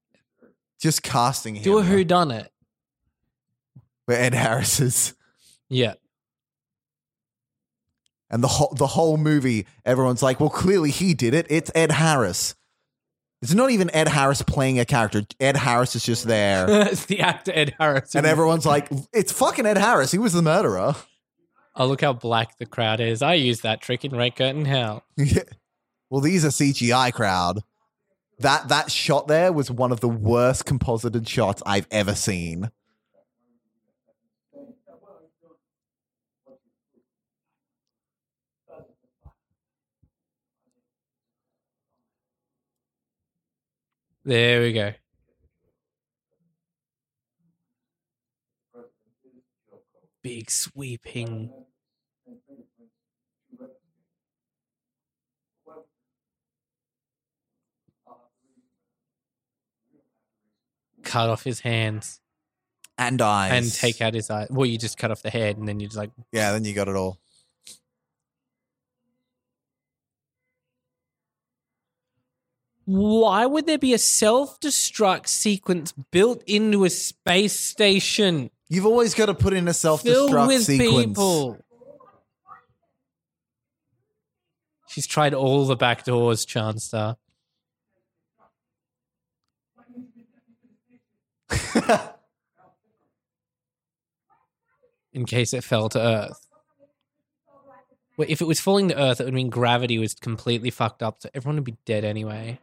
Speaker 5: just casting him.
Speaker 4: Do a who done it.
Speaker 5: Where Ed Harris is.
Speaker 4: Yeah.
Speaker 5: And the whole the whole movie, everyone's like, "Well, clearly he did it. It's Ed Harris." It's not even Ed Harris playing a character. Ed Harris is just there,
Speaker 4: it's the actor Ed Harris.
Speaker 5: and everyone's like, "It's fucking Ed Harris. He was the murderer."
Speaker 4: oh, look how black the crowd is. I used that trick in Red Curtain Hell.
Speaker 5: Yeah. Well, these are CGI crowd. That that shot there was one of the worst composited shots I've ever seen.
Speaker 4: There we go. Big sweeping. Cut off his hands
Speaker 5: And eyes.
Speaker 4: and take out his eye. Well, you just cut off the head and then you just like,
Speaker 5: Yeah, then you got it all.
Speaker 4: why would there be a self destruct sequence built into a space station
Speaker 5: You've always got to put in a self
Speaker 4: filled
Speaker 5: destruct
Speaker 4: with
Speaker 5: sequence.
Speaker 4: people. She's tried all the back doors, Chanstar. In case it fell to Earth. Well, if it was falling to Earth, it would mean gravity was completely fucked up, so everyone would be dead anyway.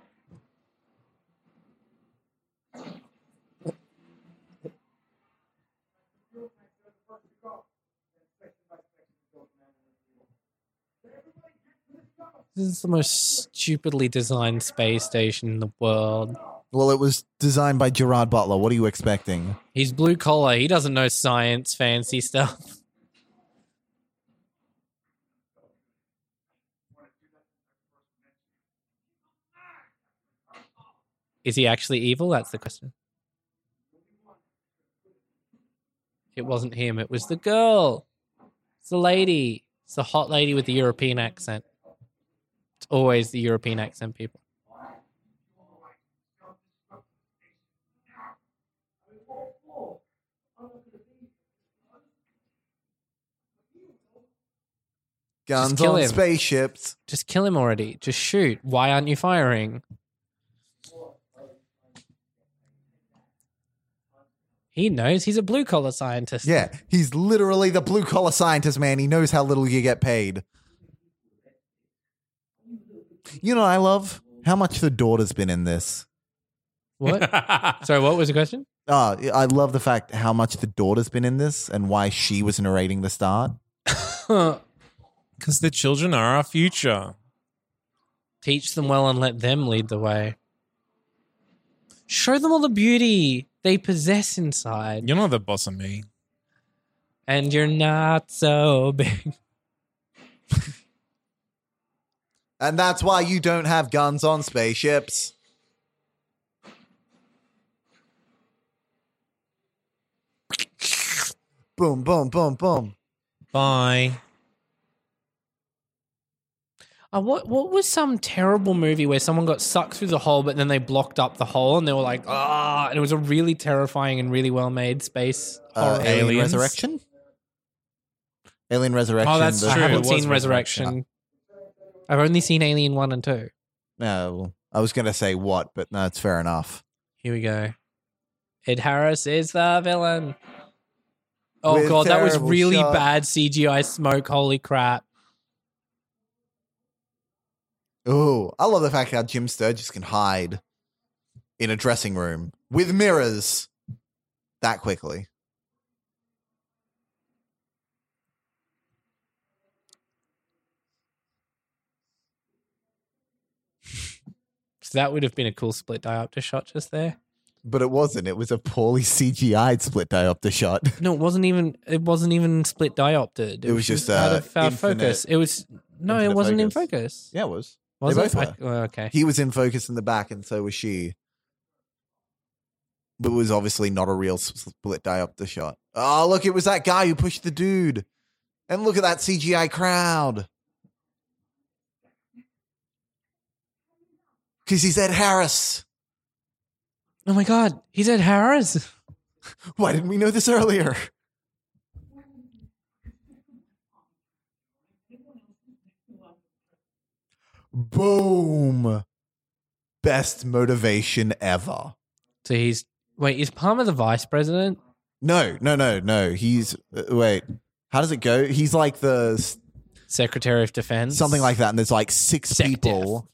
Speaker 4: This is the most stupidly designed space station in the world.
Speaker 5: Well, it was designed by Gerard Butler. What are you expecting?
Speaker 4: He's blue collar. He doesn't know science, fancy stuff. Is he actually evil? That's the question. It wasn't him. It was the girl. It's the lady. It's the hot lady with the European accent. It's always the European accent people.
Speaker 5: Guns
Speaker 4: kill
Speaker 5: on
Speaker 4: him.
Speaker 5: spaceships.
Speaker 4: Just kill him already. Just shoot. Why aren't you firing? He knows he's a blue collar scientist.
Speaker 5: Yeah, he's literally the blue collar scientist, man. He knows how little you get paid. You know, what I love how much the daughter's been in this.
Speaker 4: What? Sorry, what was the question?
Speaker 5: Uh, I love the fact how much the daughter's been in this and why she was narrating the start.
Speaker 6: Because the children are our future.
Speaker 4: Teach them well and let them lead the way. Show them all the beauty they possess inside.
Speaker 6: You're not the boss of me.
Speaker 4: And you're not so big.
Speaker 5: And that's why you don't have guns on spaceships. Boom, boom, boom, boom.
Speaker 6: Bye.
Speaker 4: Uh, what what was some terrible movie where someone got sucked through the hole, but then they blocked up the hole and they were like, ah, and it was a really terrifying and really well made space
Speaker 5: Uh,
Speaker 4: horror.
Speaker 5: Alien
Speaker 6: Aliens?
Speaker 5: Resurrection? Alien Resurrection.
Speaker 6: Oh, that's
Speaker 5: the-
Speaker 4: I
Speaker 6: true.
Speaker 4: haven't
Speaker 6: it was
Speaker 4: seen
Speaker 6: Resurrection.
Speaker 4: Resurrection. I've only seen Alien one and two.
Speaker 5: No, I was going to say what, but no, it's fair enough.
Speaker 4: Here we go. Ed Harris is the villain. Oh
Speaker 5: With
Speaker 4: god, that was
Speaker 5: terrible
Speaker 4: really
Speaker 5: shot.
Speaker 4: bad CGI smoke. Holy crap!
Speaker 5: Ooh, I love the fact how Jim Sturgis can hide in a dressing room with mirrors that quickly.
Speaker 4: So that would have been a cool split diopter shot just there.
Speaker 5: But it wasn't. It was a poorly CGI'd split diopter shot.
Speaker 4: No, it wasn't even. It wasn't even split dioptered.
Speaker 5: It was just,
Speaker 4: out
Speaker 5: uh,
Speaker 4: of out of
Speaker 5: infinite-
Speaker 4: focus. It was no, it
Speaker 5: infinite
Speaker 4: wasn't in
Speaker 5: focus.
Speaker 4: focus.
Speaker 5: Yeah, it was.
Speaker 4: Was
Speaker 5: They
Speaker 4: it?
Speaker 5: both
Speaker 4: I- oh, okay.
Speaker 5: He was in focus in the back, and so was she. But it was obviously not a real s- split diopter shot. Oh, look, it was that guy who pushed the dude. And look at that CGI crowd. Because he's Ed Harris.
Speaker 4: Oh my god, he's at Harris.
Speaker 5: Why didn't we know this earlier? Boom. Best motivation ever.
Speaker 4: So he's wait. Is Palmer the vice president?
Speaker 5: No, no, no, no. He's uh, wait. How does it go? He's like the s-
Speaker 4: Secretary of Defense.
Speaker 5: something like that, and there's like six
Speaker 4: Sec
Speaker 5: people.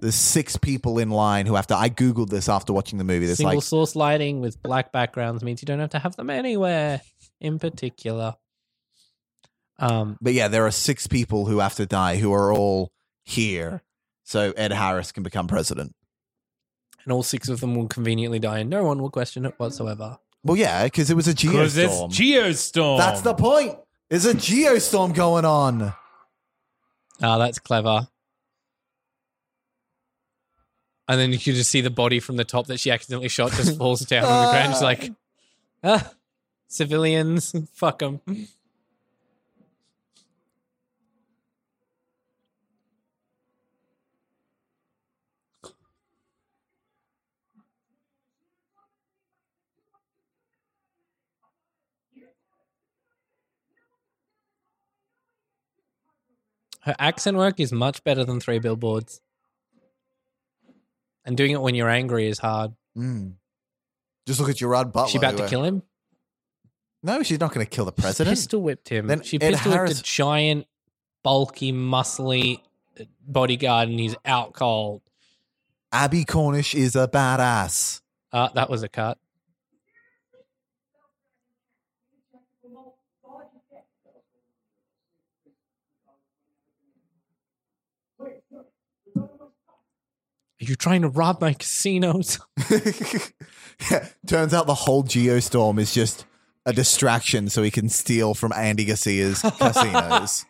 Speaker 5: There's six people in line who have to. I googled this after watching the movie. There's
Speaker 4: Single
Speaker 5: like
Speaker 4: source lighting with black backgrounds means you don't have to have them anywhere in particular. Um,
Speaker 5: But yeah, there are six people who have to die who are all here. So Ed Harris can become president.
Speaker 4: and all six of them will conveniently die, and no one will question it whatsoever.
Speaker 5: Well, yeah, because it was a
Speaker 6: Because it's
Speaker 5: geostorm.
Speaker 6: Geostorm.
Speaker 5: That's the point. There's a geostorm going on.
Speaker 4: Ah, that's clever. And then you could just see the body from the top that she accidentally shot just falls down on the ground. She's like, ah, civilians, fuck them. Her accent work is much better than three billboards. And doing it when you're angry is hard.
Speaker 5: Mm. Just look at Gerard Butler.
Speaker 4: she about to kill him?
Speaker 5: No, she's not going to kill the
Speaker 4: She
Speaker 5: president.
Speaker 4: pistol whipped him.
Speaker 5: Then
Speaker 4: she
Speaker 5: Ed
Speaker 4: pistol whipped
Speaker 5: Harris-
Speaker 4: a giant, bulky, muscly uh, bodyguard, and he's out cold.
Speaker 5: Abby Cornish is a badass.
Speaker 4: Uh, that was a cut. Are you trying to rob my casinos?
Speaker 5: Yeah, Turns out the whole geostorm is just a distraction so he can steal from Andy Garcia's casinos.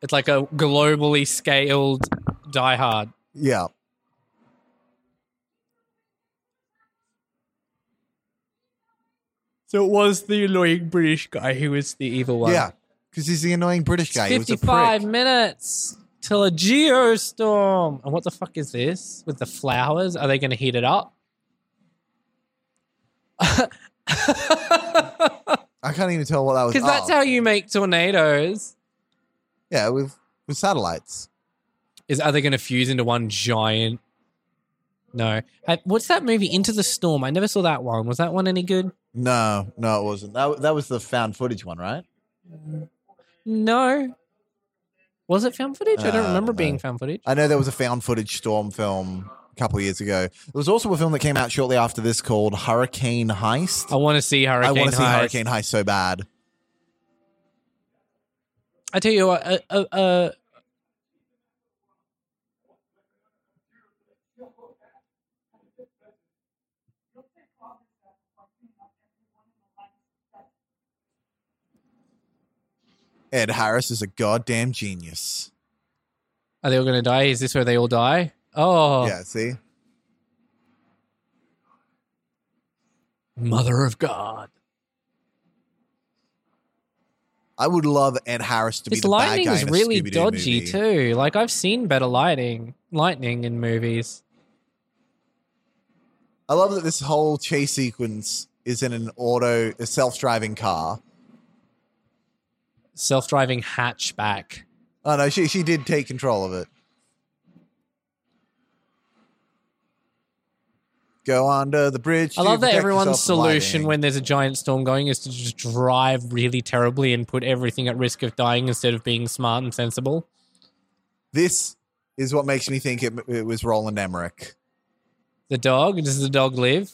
Speaker 4: It's like a globally scaled Die Hard.
Speaker 5: Yeah.
Speaker 4: So it was the annoying British guy who was the evil one.
Speaker 5: Yeah, because he's the annoying British guy. He was a prick.
Speaker 4: 55 minutes till a geostorm. And what the fuck is this with the flowers? Are they going to heat it up? Because
Speaker 5: I can't even tell what that was.
Speaker 4: that's
Speaker 5: Oh,
Speaker 4: how you make tornadoes.
Speaker 5: yeah, with with satellites.
Speaker 4: Is are they going to fuse into one giant? No. Hey, What's that movie? Into the Storm. I never saw that one. Was that one any good?
Speaker 5: No, no, it wasn't. That that was the found footage one, right?
Speaker 4: No. Was it found footage? I
Speaker 5: Uh, I
Speaker 4: don't remember
Speaker 5: don't
Speaker 4: being
Speaker 5: know.
Speaker 4: found footage.
Speaker 5: I know there was a found footage storm film a couple of years ago. There was also a film that came out shortly after this called Hurricane Heist.
Speaker 4: I want to see Oh, Hurricane.
Speaker 5: I want to see
Speaker 4: Heist.
Speaker 5: Hurricane Heist so bad.
Speaker 4: I tell you what, uh, uh, uh,
Speaker 5: Ed Harris is a goddamn genius.
Speaker 4: are they all going to die? Is this where they all die? Oh,
Speaker 5: Yeah, see?
Speaker 4: mother of God!
Speaker 5: I would love Ed Harris to be
Speaker 4: This
Speaker 5: the bad
Speaker 4: lighting
Speaker 5: guy
Speaker 4: is
Speaker 5: in a
Speaker 4: really
Speaker 5: Scooby-Doo
Speaker 4: dodgy
Speaker 5: movie.
Speaker 4: too. Like I've seen better lighting, lightning in movies.
Speaker 5: I love that this whole chase sequence is in an auto, a self-driving car.
Speaker 4: Self-driving hatchback.
Speaker 5: Oh no, she she did take control of it. Go under the bridge.
Speaker 4: I
Speaker 5: to
Speaker 4: love that
Speaker 5: protect
Speaker 4: everyone's
Speaker 5: yourself from
Speaker 4: solution
Speaker 5: lightning.
Speaker 4: when there's a giant storm going is to just drive really terribly and put everything at risk of dying instead of being smart and sensible.
Speaker 5: this is what makes me think it, it was Roland Emmerich.
Speaker 4: The dog? Does the dog live?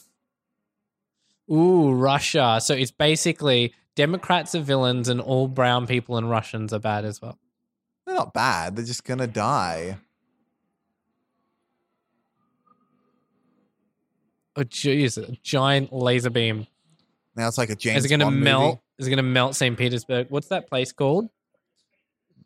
Speaker 4: Ooh, Russia. So it's basically Democrats are villains and all brown people and Russians are bad as well.
Speaker 5: They're not bad. They're just gonna die.
Speaker 4: Oh, jeez. A giant laser beam.
Speaker 5: Now it's like a James.
Speaker 4: is it going to
Speaker 5: Bond movie.
Speaker 4: melt? Is it going to melt St. Petersburg? What's that place called?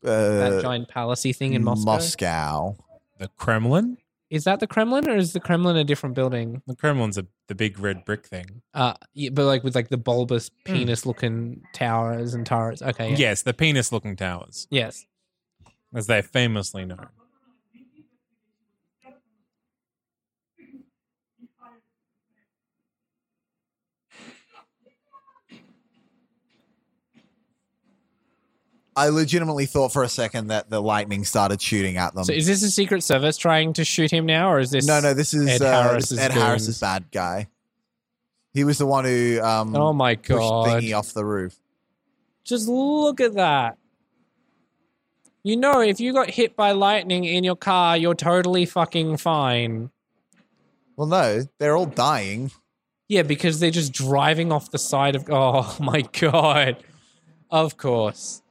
Speaker 4: that
Speaker 5: Uh,
Speaker 4: giant palacey thing in Moscow?
Speaker 5: Moscow.
Speaker 6: The Kremlin?
Speaker 4: Is that the Kremlin or is the Kremlin a different building?
Speaker 6: The Kremlin's a, the big red brick thing.
Speaker 4: Uh, yeah, but like with like the bulbous
Speaker 5: Hmm.
Speaker 4: penis looking towers and turrets. Okay. Yeah.
Speaker 6: Yes, the penis looking towers,
Speaker 4: Yes.
Speaker 6: as they're famously known.
Speaker 5: I legitimately thought for a second that the lightning started shooting at them.
Speaker 4: So is this a Secret Service trying to shoot him now or is this.
Speaker 5: Um, no, no, this is
Speaker 4: Ed
Speaker 5: Ed, uh,
Speaker 4: Harris's
Speaker 5: Harris's, Ed Harris's
Speaker 4: goons.
Speaker 5: bad guy. He was the one who um,
Speaker 4: Oh my
Speaker 5: pushed
Speaker 4: God.
Speaker 5: thingy off the roof.
Speaker 4: Just look at that. You know, if you got hit by lightning in your car, you're totally fucking fine.
Speaker 5: Well, no, they're all dying.
Speaker 4: Yeah, because they're just driving off the side of. Oh my god. Of course.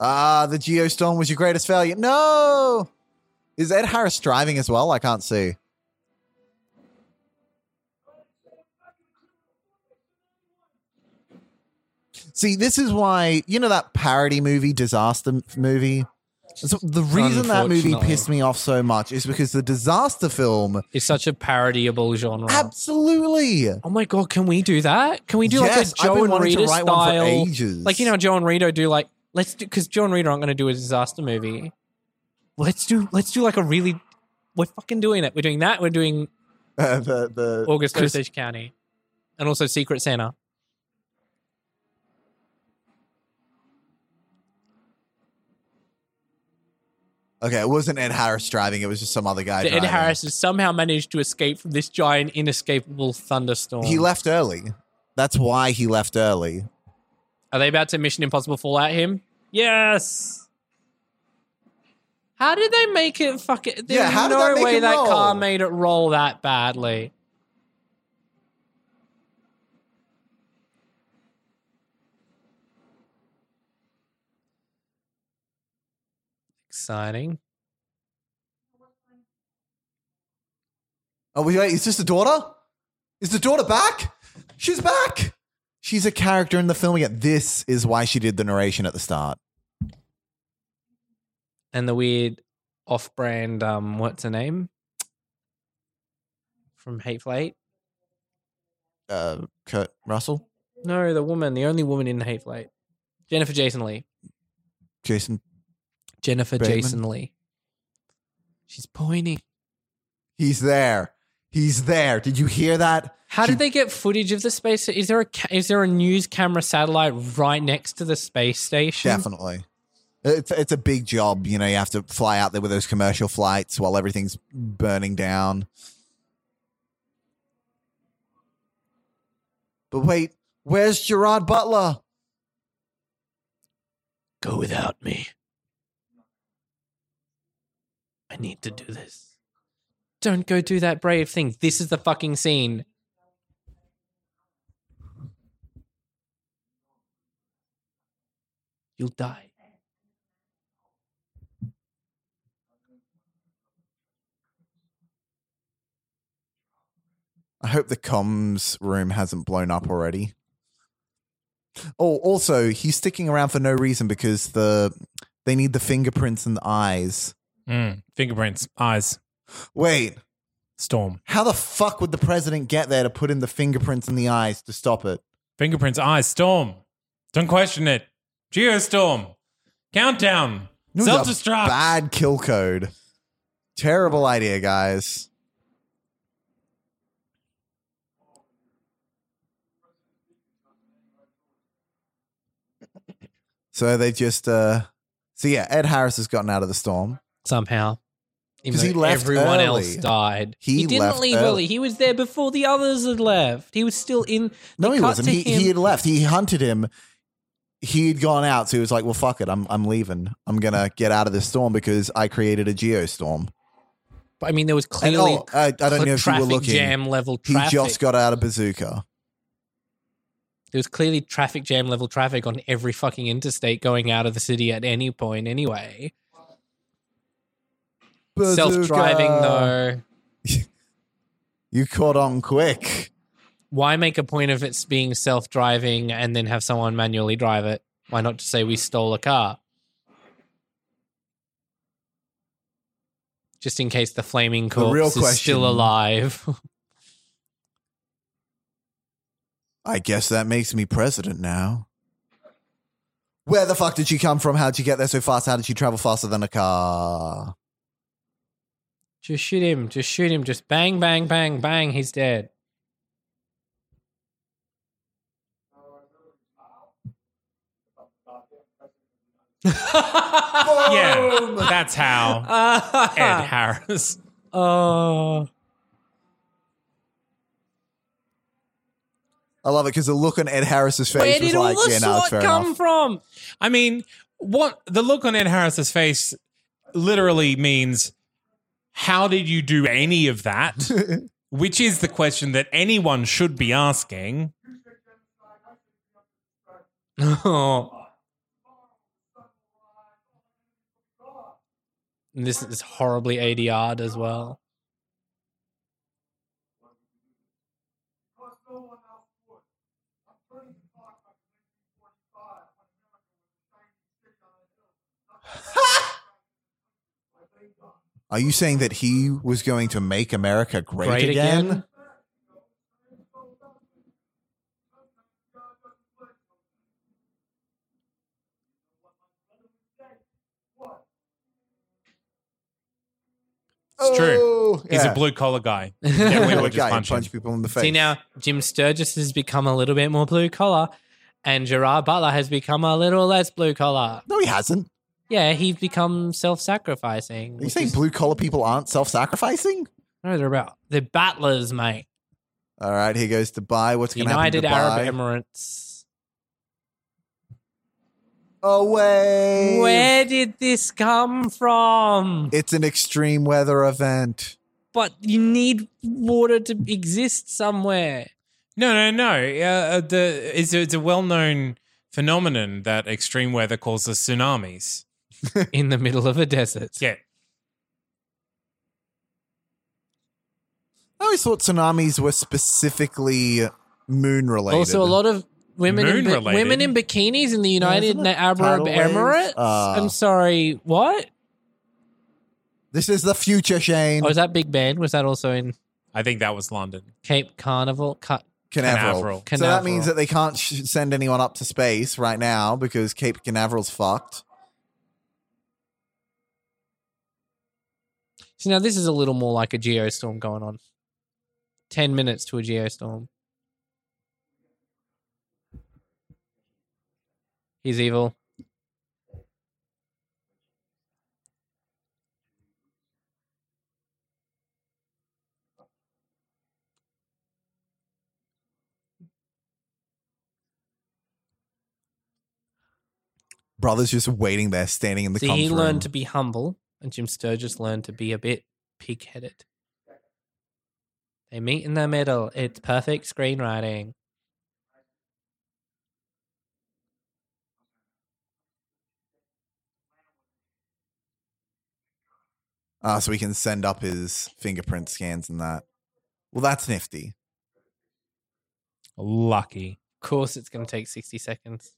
Speaker 5: Ah, the geostorm was your greatest failure. No, is Ed Harris driving as well? I can't see. See, this is why you know that parody movie, disaster m- movie. So the reason that movie
Speaker 4: Unfortunately.
Speaker 5: pissed me off so much is because the disaster film,
Speaker 4: It's such a parodyable genre.
Speaker 5: absolutely. uh,
Speaker 4: oh my god, can we do that? Can we do
Speaker 5: Yes,
Speaker 4: like a Joe
Speaker 5: I've been
Speaker 4: and
Speaker 5: wanting to
Speaker 4: Rita
Speaker 5: write one for
Speaker 4: style?
Speaker 5: ages.
Speaker 4: Like you know, Joe and Rita do like let's do because Joe and Rita aren't going to do a disaster movie. Let's do let's do like a really. We're fucking doing it. We're doing that. We're doing
Speaker 5: Uh, the the
Speaker 4: August
Speaker 5: Chris-
Speaker 4: Osage County, and also Secret Santa.
Speaker 5: Okay, it wasn't Ed Harris driving; it was just some other guy.
Speaker 4: That Ed
Speaker 5: driving.
Speaker 4: Harris has somehow managed to escape from this giant, inescapable thunderstorm.
Speaker 5: He left early. That's why he left early.
Speaker 4: Are they about to Mission Impossible fall at him? Yes. How did they make it fucking? There's
Speaker 5: Yeah, how did
Speaker 4: no
Speaker 5: that make
Speaker 4: way
Speaker 5: it
Speaker 4: that car
Speaker 5: roll?
Speaker 4: made it roll that badly. Exciting.
Speaker 5: Oh wait, wait, is this the daughter? Is the daughter back? She's back. She's a character in the film again. This is why she did the narration at the start.
Speaker 4: and the weird off-brand um what's her name from Hateful Eight?
Speaker 5: Uh, Kurt Russell,
Speaker 4: No, the woman, the only woman in Hateful Eight, Jennifer Jason Lee.
Speaker 5: Jason.
Speaker 4: Jennifer
Speaker 5: Bateman?
Speaker 4: Jason Lee. She's pointing.
Speaker 5: He's there. He's there. Did you hear that?
Speaker 4: How
Speaker 5: She-
Speaker 4: did they get footage of the space? Is there a ca- is there a news camera satellite right next to the space station?
Speaker 5: Definitely. It's it's a big job. You know, you have to fly out there with those commercial flights while everything's burning down. But wait, Where's Gerard Butler?
Speaker 4: Go without me. I need to do this. Don't go do that brave thing. This is the fucking scene. You'll die.
Speaker 5: I hope the comms room hasn't blown up already. Oh, also, he's sticking around for no reason because the they need the fingerprints and the eyes.
Speaker 6: Mm. Fingerprints, eyes,
Speaker 5: Wait,
Speaker 6: storm.
Speaker 5: how the fuck would the president get there to put in the fingerprints and the eyes to stop it?
Speaker 6: Fingerprints, eyes, storm. Don't question it. Geostorm. Countdown.
Speaker 5: It was a
Speaker 6: Self destruct.
Speaker 5: Bad kill code. Terrible idea, guys. So they just uh so yeah, Ed Harris has gotten out of the storm.
Speaker 4: Somehow. Even
Speaker 5: 'Cause he
Speaker 4: though
Speaker 5: left
Speaker 4: everyone
Speaker 5: early.
Speaker 4: else died.
Speaker 5: He
Speaker 4: didn't
Speaker 5: left
Speaker 4: leave
Speaker 5: early.
Speaker 4: early. He was there before the others had left. He was still in.
Speaker 5: No,
Speaker 4: they
Speaker 5: he
Speaker 4: cut
Speaker 5: wasn't.
Speaker 4: to
Speaker 5: He
Speaker 4: him-
Speaker 5: he had left. He hunted him. He had gone out, so he was like, "Well, fuck it. I'm I'm leaving. I'm gonna get out of this storm because I created a geostorm."
Speaker 4: But, I mean, there was clearly
Speaker 5: oh, I- I
Speaker 4: cl-
Speaker 5: don't know if you were
Speaker 4: traffic
Speaker 5: looking.
Speaker 4: jam level
Speaker 5: He
Speaker 4: traffic.
Speaker 5: just got out of bazooka.
Speaker 4: there was clearly traffic jam level traffic on every fucking interstate going out of the city at any point anyway. Self-driving
Speaker 5: Bazooka.
Speaker 4: though.
Speaker 5: You caught on quick.
Speaker 4: Why make a point of it's being self-driving and then have someone manually drive it? Why not just say we stole a car? Just in case the flaming corpse
Speaker 5: real
Speaker 4: is
Speaker 5: question-
Speaker 4: still alive.
Speaker 5: I guess that makes me president now. Where the fuck did you come from? How'd you get there so fast? How did you travel faster than a car?
Speaker 4: just shoot him. Just shoot him. Just bang, bang, bang, bang. He's dead.
Speaker 6: Yeah, that's how Ed Harris.
Speaker 4: Oh.
Speaker 5: I love it because the look on Ed Harris's face
Speaker 4: Where
Speaker 5: was
Speaker 4: did
Speaker 5: like,
Speaker 4: all the
Speaker 5: yeah, no, it's
Speaker 4: SWAT
Speaker 5: fair
Speaker 4: come
Speaker 5: enough.
Speaker 4: from?
Speaker 6: I mean, what the look on Ed Harris's face literally means how did you do any of that? Which is the question that anyone should be asking.
Speaker 4: And this is horribly ADR'd as well.
Speaker 5: Are you saying that he was going to make America great,
Speaker 4: Great
Speaker 5: again?
Speaker 4: again.
Speaker 6: It's true.
Speaker 5: Oh,
Speaker 6: He's
Speaker 5: yeah.
Speaker 6: a blue collar guy. Yeah, we
Speaker 5: Blue
Speaker 6: would just
Speaker 5: guy,
Speaker 6: punch him.
Speaker 5: punch people in the face.
Speaker 4: See now, Jim Sturgis has become a little bit more blue collar, and Gerard Butler has become a little less blue collar.
Speaker 5: No, he hasn't.
Speaker 4: Yeah, he's become self-sacrificing.
Speaker 5: Are you
Speaker 4: which
Speaker 5: saying
Speaker 4: is-
Speaker 5: blue collar people aren't self sacrificing?
Speaker 4: No, they're about they're battlers, mate.
Speaker 5: All right, here goes Dubai. What's going to happen?
Speaker 4: United
Speaker 5: to
Speaker 4: Arab
Speaker 5: Dubai?
Speaker 4: Emirates.
Speaker 5: Away.
Speaker 4: Where did this come from?
Speaker 5: It's an extreme weather event.
Speaker 4: But you need water to exist somewhere.
Speaker 6: No, no, no. Uh, the, it's, it's a well known phenomenon that extreme weather causes tsunamis.
Speaker 4: in the middle of a desert.
Speaker 6: Yeah.
Speaker 5: I always thought tsunamis were specifically moon related.
Speaker 4: Also, a lot of women in, bi-
Speaker 6: Moon-related.
Speaker 4: women in bikinis in the United
Speaker 5: isn't it
Speaker 4: Arab
Speaker 5: tidal waves?
Speaker 4: Emirates.
Speaker 5: Ah.
Speaker 4: I'm sorry, what?
Speaker 5: This is the future, Shane.
Speaker 4: Oh, was that Big Ben? Was that also in
Speaker 6: I think that was London.
Speaker 4: Cape Carnival? Ca-
Speaker 5: Canaveral.
Speaker 6: Canaveral.
Speaker 5: So that
Speaker 4: Canaveral.
Speaker 5: means that they can't sh- send anyone up to space right now because Cape Canaveral's fucked.
Speaker 4: So now this is a little more like a geostorm going on. Ten minutes to a geostorm. He's evil.
Speaker 5: Brother's just waiting there, standing in the
Speaker 4: See,
Speaker 5: comms
Speaker 4: he
Speaker 5: room.
Speaker 4: learned to be humble, and Jim Sturgis learned to be a bit pig headed. They meet in the middle. It's perfect screenwriting.
Speaker 5: uh, so we can send up his fingerprint scans and that. Well, that's nifty.
Speaker 6: Lucky.
Speaker 4: Of course, it's going to take 60 seconds.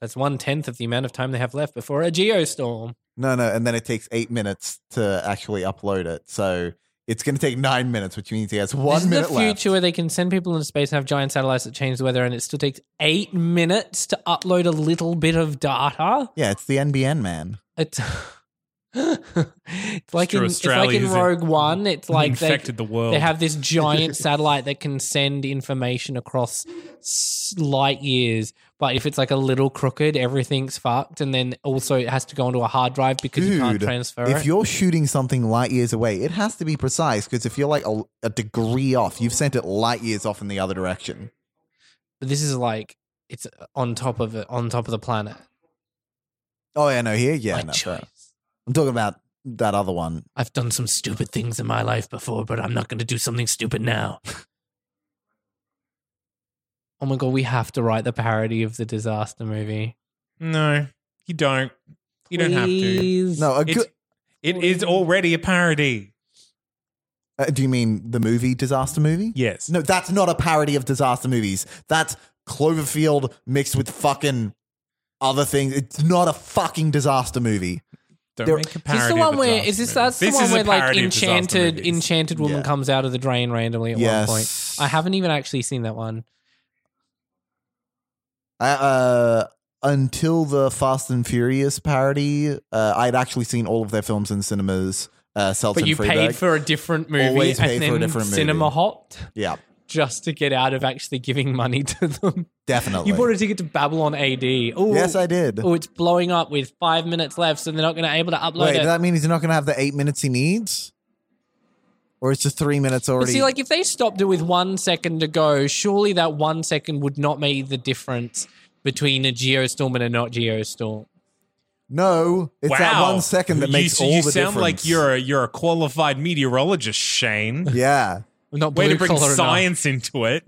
Speaker 4: That's one tenth of the amount of time they have left before a geostorm.
Speaker 5: No, no, and then it takes eight minutes to actually upload it. So it's going to take nine minutes, which means he has one
Speaker 4: this is
Speaker 5: minute
Speaker 4: the future
Speaker 5: left.
Speaker 4: where they can send people into space and have giant satellites that change the weather, and it still takes eight minutes to upload a little bit of data.
Speaker 5: Yeah, it's the NBN man.
Speaker 4: It's, it's like
Speaker 6: true,
Speaker 4: in, it's like
Speaker 6: Australia
Speaker 4: in
Speaker 6: is in-
Speaker 4: Rogue One. It's like they,
Speaker 6: infected the world.
Speaker 4: they have this giant satellite that can send information across s- light years, but if it's like a little crooked, everything's fucked, and then also it has to go onto a hard drive because you can't
Speaker 5: Dude,
Speaker 4: transfer
Speaker 5: If
Speaker 4: it.
Speaker 5: you're shooting something light years away, it has to be precise because if you're like a, a degree off, you've sent it light years off in the other direction.
Speaker 4: But this is like it's on top of it, on top of the planet.
Speaker 5: Oh yeah, no, here, yeah,
Speaker 4: My
Speaker 5: no,
Speaker 4: choice.
Speaker 5: fair. I'm talking about that other one.
Speaker 4: I've done some stupid things in my life before, but I'm not going to do something stupid now. oh my god, we have to write the parody of the disaster movie.
Speaker 6: No, you don't. You don't have to.
Speaker 4: Please.
Speaker 5: No, a
Speaker 6: It's,
Speaker 5: good.
Speaker 6: it is already a parody.
Speaker 5: Uh, do you mean the movie disaster movie?
Speaker 6: Yes.
Speaker 5: No, that's not a parody of disaster movies. That's Cloverfield mixed with fucking other things. It's not a fucking disaster movie.
Speaker 6: Don't
Speaker 5: There-
Speaker 6: make a
Speaker 4: Is
Speaker 6: parody.
Speaker 4: this the
Speaker 6: of
Speaker 4: one where
Speaker 6: disaster
Speaker 4: is this
Speaker 6: movies.
Speaker 4: that's the one
Speaker 6: is a
Speaker 4: where like
Speaker 6: parody of disaster
Speaker 4: enchanted
Speaker 6: movies.
Speaker 4: enchanted woman
Speaker 5: Yeah.
Speaker 4: comes out of the drain randomly at
Speaker 5: Yes.
Speaker 4: one point? I haven't even actually seen that one.
Speaker 5: I, uh, until the Fast and Furious parody, uh, I'd actually seen all of their films in cinemas. Uh, Seltz
Speaker 4: But
Speaker 5: and
Speaker 4: you
Speaker 5: Freeberg.
Speaker 4: paid for a different movie
Speaker 5: Always pay
Speaker 4: and
Speaker 5: for a
Speaker 4: then
Speaker 5: different movie.
Speaker 4: cinema hopped
Speaker 5: yeah,
Speaker 4: just to get out of actually giving money to them.
Speaker 5: definitely.
Speaker 4: You bought a ticket to Babylon AD. Oh,
Speaker 5: yes, I did.
Speaker 4: Oh, it's blowing up with five minutes left, so they're not going to able to upload
Speaker 5: Wait,
Speaker 4: it.
Speaker 5: does that mean he's not going to have the eight minutes he needs, or it's just three minutes
Speaker 4: but
Speaker 5: already?
Speaker 4: see, like if they stopped it with one second to go, surely that one second would not make the difference between a geostorm and a not geostorm.
Speaker 5: no, it's that
Speaker 6: Wow.
Speaker 5: one second that
Speaker 6: You-
Speaker 5: makes
Speaker 6: you,
Speaker 5: all
Speaker 6: you
Speaker 5: the
Speaker 6: sound
Speaker 5: difference.
Speaker 6: like you're a, you're a qualified meteorologist, Shane.
Speaker 5: yeah.
Speaker 4: Not
Speaker 6: Way to
Speaker 4: blue
Speaker 6: bring
Speaker 4: collar enough.
Speaker 6: science into it.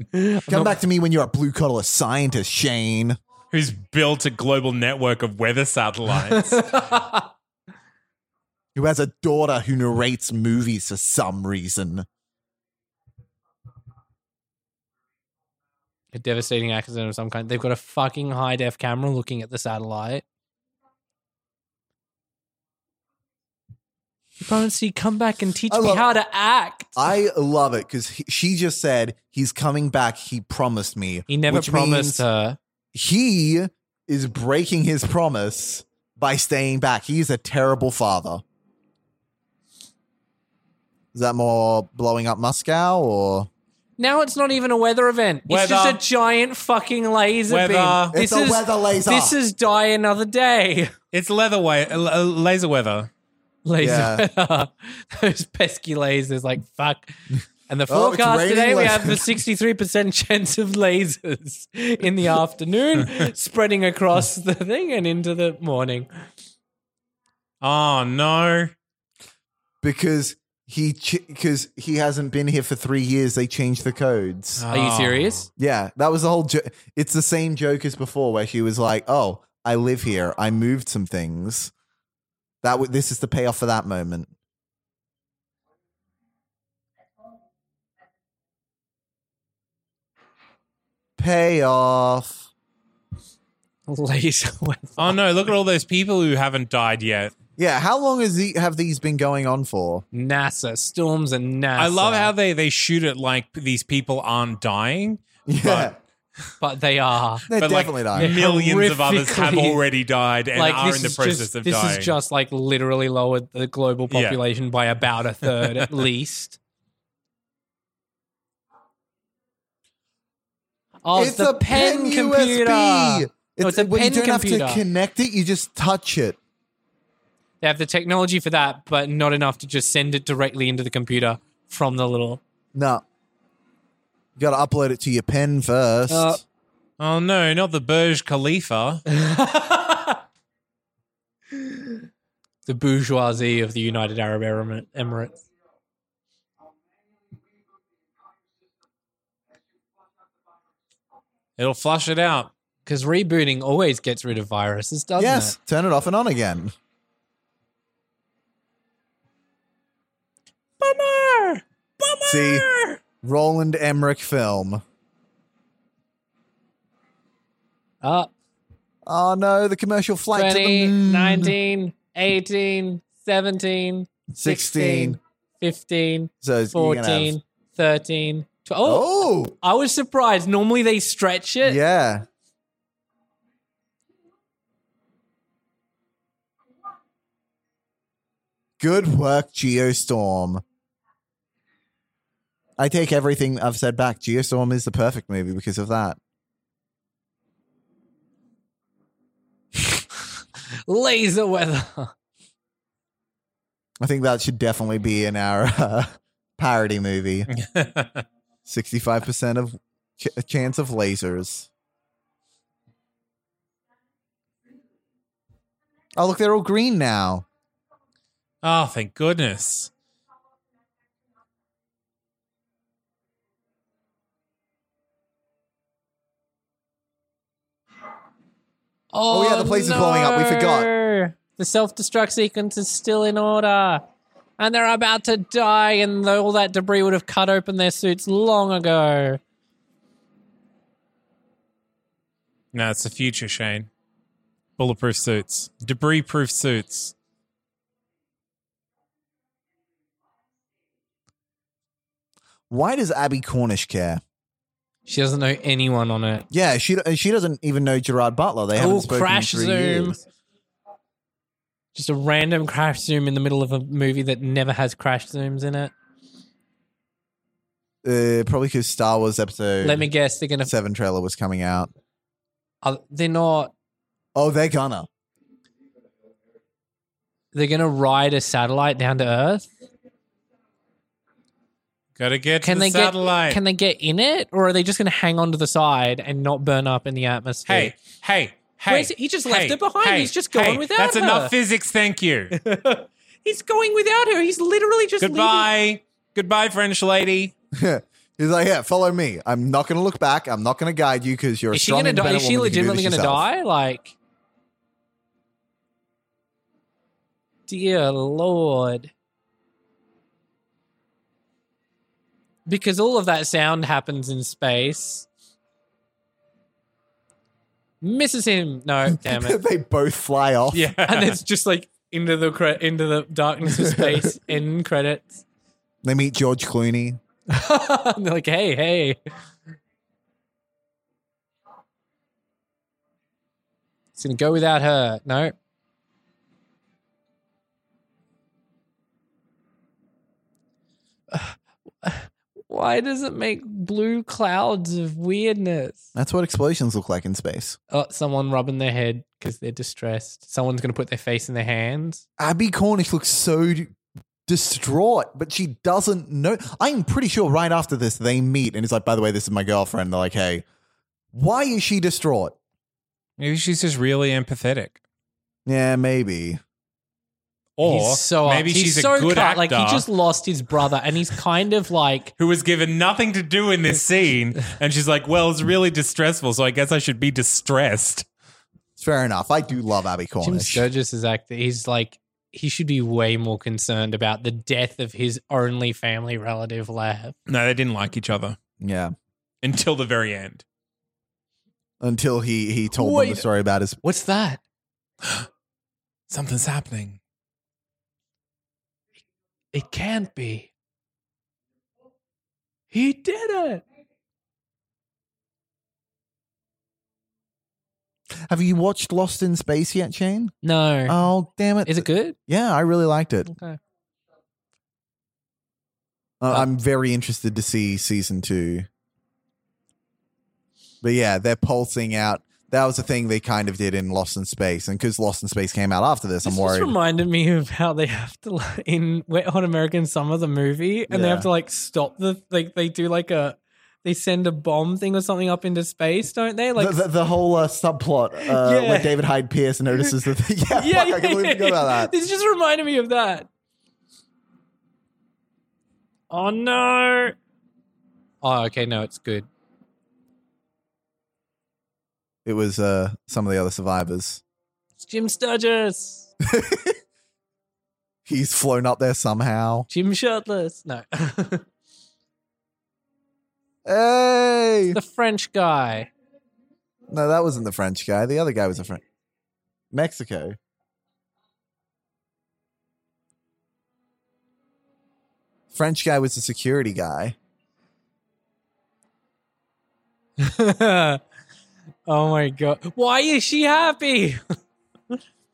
Speaker 5: Come back to me when you're a blue collar scientist, Shane.
Speaker 6: Who's built a global network of weather satellites?
Speaker 5: who has a daughter who narrates movies for some reason.
Speaker 4: A devastating accident of some kind. They've got a fucking high def camera looking at the satellite. You promised see, come back and teach
Speaker 5: I
Speaker 4: me
Speaker 5: love-
Speaker 4: how to act.
Speaker 5: I love it because she just said he's coming back. He promised me.
Speaker 4: He never
Speaker 5: which
Speaker 4: promised
Speaker 5: means
Speaker 4: her.
Speaker 5: He is breaking his promise by staying back. He is a terrible father. Is that more blowing up Moscow or
Speaker 4: Now it's not even a weather event. It's just
Speaker 6: Weather.
Speaker 4: a giant fucking laser
Speaker 6: Weather.
Speaker 4: beam.
Speaker 5: It's a weather laser.
Speaker 4: This is die another day.
Speaker 6: it's leather way, uh, uh, laser weather.
Speaker 4: Laser.
Speaker 5: Yeah.
Speaker 4: weather. Those pesky lasers, like fuck. And the
Speaker 5: Oh, it's
Speaker 4: forecast
Speaker 5: raining
Speaker 4: today, we
Speaker 5: la-
Speaker 4: have the 63% chance of lasers in the afternoon spreading across the thing and into the morning.
Speaker 6: Oh no!
Speaker 5: because he because he hasn't been here for three years? They changed the codes.
Speaker 4: Are you
Speaker 6: Oh.
Speaker 4: serious?
Speaker 5: Yeah, that was the whole. Jo- it's the same joke as before, where she was like, "Oh, I live here. I moved some things." That w- this is the payoff for that moment. Payoff.
Speaker 4: Laser weather.
Speaker 6: Oh no! Look at all those people who haven't died yet.
Speaker 5: Yeah, how long has the- have these been going on for?
Speaker 4: NASA. Storms and NASA.
Speaker 6: I love how they they shoot it like these people aren't dying,
Speaker 5: Yeah,
Speaker 4: But they are.
Speaker 5: they're
Speaker 6: but
Speaker 5: definitely
Speaker 6: like
Speaker 5: dying.
Speaker 6: millions of others have
Speaker 4: Horrifically-
Speaker 6: already died and are in the
Speaker 4: is
Speaker 6: process
Speaker 4: just,
Speaker 6: of
Speaker 4: this
Speaker 6: dying.
Speaker 4: is just like literally lowered the global
Speaker 6: Yeah.
Speaker 4: population by about a third at least. Oh, it's, the pen, computer.
Speaker 5: It's,
Speaker 4: No, it's a
Speaker 5: well,
Speaker 4: pen
Speaker 5: you don't
Speaker 4: computer.
Speaker 5: have to connect it. You just touch it.
Speaker 4: They have the technology for that, but not enough to just send it directly into the computer from the little.
Speaker 5: No. You gotta upload it to your pen first.
Speaker 4: Uh,
Speaker 6: Oh no, not the Burj Khalifa.
Speaker 4: the bourgeoisie of the United Arab Emir- Emirates.
Speaker 6: It'll flush it out.
Speaker 4: Because rebooting always gets rid of viruses, doesn't
Speaker 5: yes,
Speaker 4: it?
Speaker 5: turn it off and on again.
Speaker 6: Bummer.
Speaker 5: See, Roland Emmerich film.
Speaker 4: Up.
Speaker 5: Oh no, the commercial
Speaker 4: 20,
Speaker 5: flight to the moon.
Speaker 4: 19, 18, 17, 16,
Speaker 5: 16.
Speaker 4: 15,
Speaker 5: So it's- you're gonna have-
Speaker 4: 14, 13, 12. Oh,
Speaker 5: Oh,
Speaker 4: I was surprised. Normally they stretch it.
Speaker 5: yeah. Good work, Geostorm. I take everything I've said back. Geostorm is the perfect movie because of that.
Speaker 4: Laser weather.
Speaker 5: I think that should definitely be in our uh, parody movie. 65% of ch- chance of lasers. Oh, look, they're all green now.
Speaker 6: oh, thank goodness.
Speaker 4: Oh,
Speaker 5: yeah, the place is blowing up. We forgot.
Speaker 4: no. The self destruct sequence is still in order. And they're about to die, and all that debris would have cut open their suits long ago.
Speaker 6: No, it's the future, Shane. Bulletproof suits, debris proof suits.
Speaker 5: Why does Abby Cornish care?
Speaker 4: She doesn't know anyone on it.
Speaker 5: Yeah, she she doesn't even know Gerard Butler. They haven't
Speaker 4: Oh,
Speaker 5: spoken
Speaker 4: crash
Speaker 5: in three
Speaker 4: zoom.
Speaker 5: years.
Speaker 4: Just a random crash zoom in the middle of a movie that never has crash zooms in it.
Speaker 5: Uh, probably because Star Wars episode
Speaker 4: Let me guess, they're gonna.
Speaker 5: seven trailer was coming out.
Speaker 4: Are, they're not.
Speaker 5: Oh, they're gonna.
Speaker 4: They're gonna ride a satellite down to Earth.
Speaker 6: Gotta get
Speaker 4: Can
Speaker 6: to the
Speaker 4: they
Speaker 6: satellite.
Speaker 4: get? Can they get in it, or are they just gonna hang onto the side and not burn up in the atmosphere?
Speaker 6: hey, hey, hey.
Speaker 4: Where's it? He just left it behind. He's just going
Speaker 6: hey,
Speaker 4: without
Speaker 6: That's
Speaker 4: her.
Speaker 6: enough physics. Thank you.
Speaker 4: he's going without her. He's literally just
Speaker 6: Goodbye. Goodbye, French lady.
Speaker 5: He's like, yeah, follow me. I'm not gonna look back. I'm not gonna guide you because you're
Speaker 4: Leaving. Is
Speaker 5: a
Speaker 4: she
Speaker 5: strong.
Speaker 4: gonna die?
Speaker 5: independent
Speaker 4: Is she
Speaker 5: woman who can do
Speaker 4: legitimately
Speaker 5: this
Speaker 4: gonna die?
Speaker 5: yourself.
Speaker 4: Like, dear lord. Because all of that sound happens in space. Misses him. No, damn it.
Speaker 5: they both fly off.
Speaker 6: Yeah.
Speaker 4: and it's just like into the cre- into the darkness of space. end credits.
Speaker 5: They meet George Clooney.
Speaker 4: and they're like, hey, hey. It's gonna go without her. No. Why does it make blue clouds of weirdness?
Speaker 5: That's what explosions look like in space.
Speaker 4: Oh, someone rubbing their head because they're distressed. Someone's gonna put their face in their hands.
Speaker 5: Abby Cornish looks so distraught, but she doesn't know. I'm pretty sure right after this they meet, and it's like, by the way, this is my girlfriend. They're like, hey, why is she distraught?
Speaker 6: Maybe she's just really empathetic.
Speaker 5: Yeah, maybe.
Speaker 6: Or
Speaker 4: he's so
Speaker 6: maybe
Speaker 4: he's
Speaker 6: she's
Speaker 4: so
Speaker 6: a good
Speaker 4: cut.
Speaker 6: actor
Speaker 4: Like he just lost his brother, and he's kind of like
Speaker 6: who was given nothing to do in this scene. And she's like, well, it's really distressful, so I guess I should be distressed.
Speaker 5: It's fair enough. I do love Abby
Speaker 4: Jim
Speaker 5: Cornish.
Speaker 4: Sturgis is actor. He's like he should be way more concerned about the death of his only family relative left.
Speaker 6: No, they didn't like each other
Speaker 5: yeah.
Speaker 6: until the very end.
Speaker 5: Until he he told them
Speaker 4: Wait.
Speaker 5: the story about his
Speaker 4: What's that?
Speaker 6: Something's happening.
Speaker 4: It can't be. He did it.
Speaker 5: Have you watched Lost in Space yet, Shane?
Speaker 4: No.
Speaker 5: Oh, damn it.
Speaker 4: is it good?
Speaker 5: Yeah, I really liked it.
Speaker 4: Okay.
Speaker 5: Uh, I'm very interested to see season two. But yeah, they're pulsing out. That was the thing they kind of did in Lost in Space. And because Lost in Space came out after this,
Speaker 4: This
Speaker 5: I'm
Speaker 4: just
Speaker 5: worried.
Speaker 4: reminded me of how they have to like, in Wet Hot American Summer the movie, and they
Speaker 5: Yeah.
Speaker 4: have to like stop the like they do like a they send a bomb thing or something up into space, don't they? Like,
Speaker 5: the, the, the whole uh, subplot uh,
Speaker 4: Yeah.
Speaker 5: where David Hyde Pierce notices the thing. Yeah,
Speaker 4: yeah,
Speaker 5: fuck, I completely
Speaker 4: yeah,
Speaker 5: forgot about that.
Speaker 4: This just reminded me of that. Oh no! Oh, okay, no, it's good.
Speaker 5: It was uh, some of the other survivors.
Speaker 4: It's Jim Sturgis,
Speaker 5: He's flown up there somehow.
Speaker 4: Jim Shirtless. No,
Speaker 5: Hey!
Speaker 4: the French guy.
Speaker 5: No, that wasn't the French guy. The other guy was a French. Mexico. French guy was the security guy.
Speaker 4: oh my god! Why is she happy?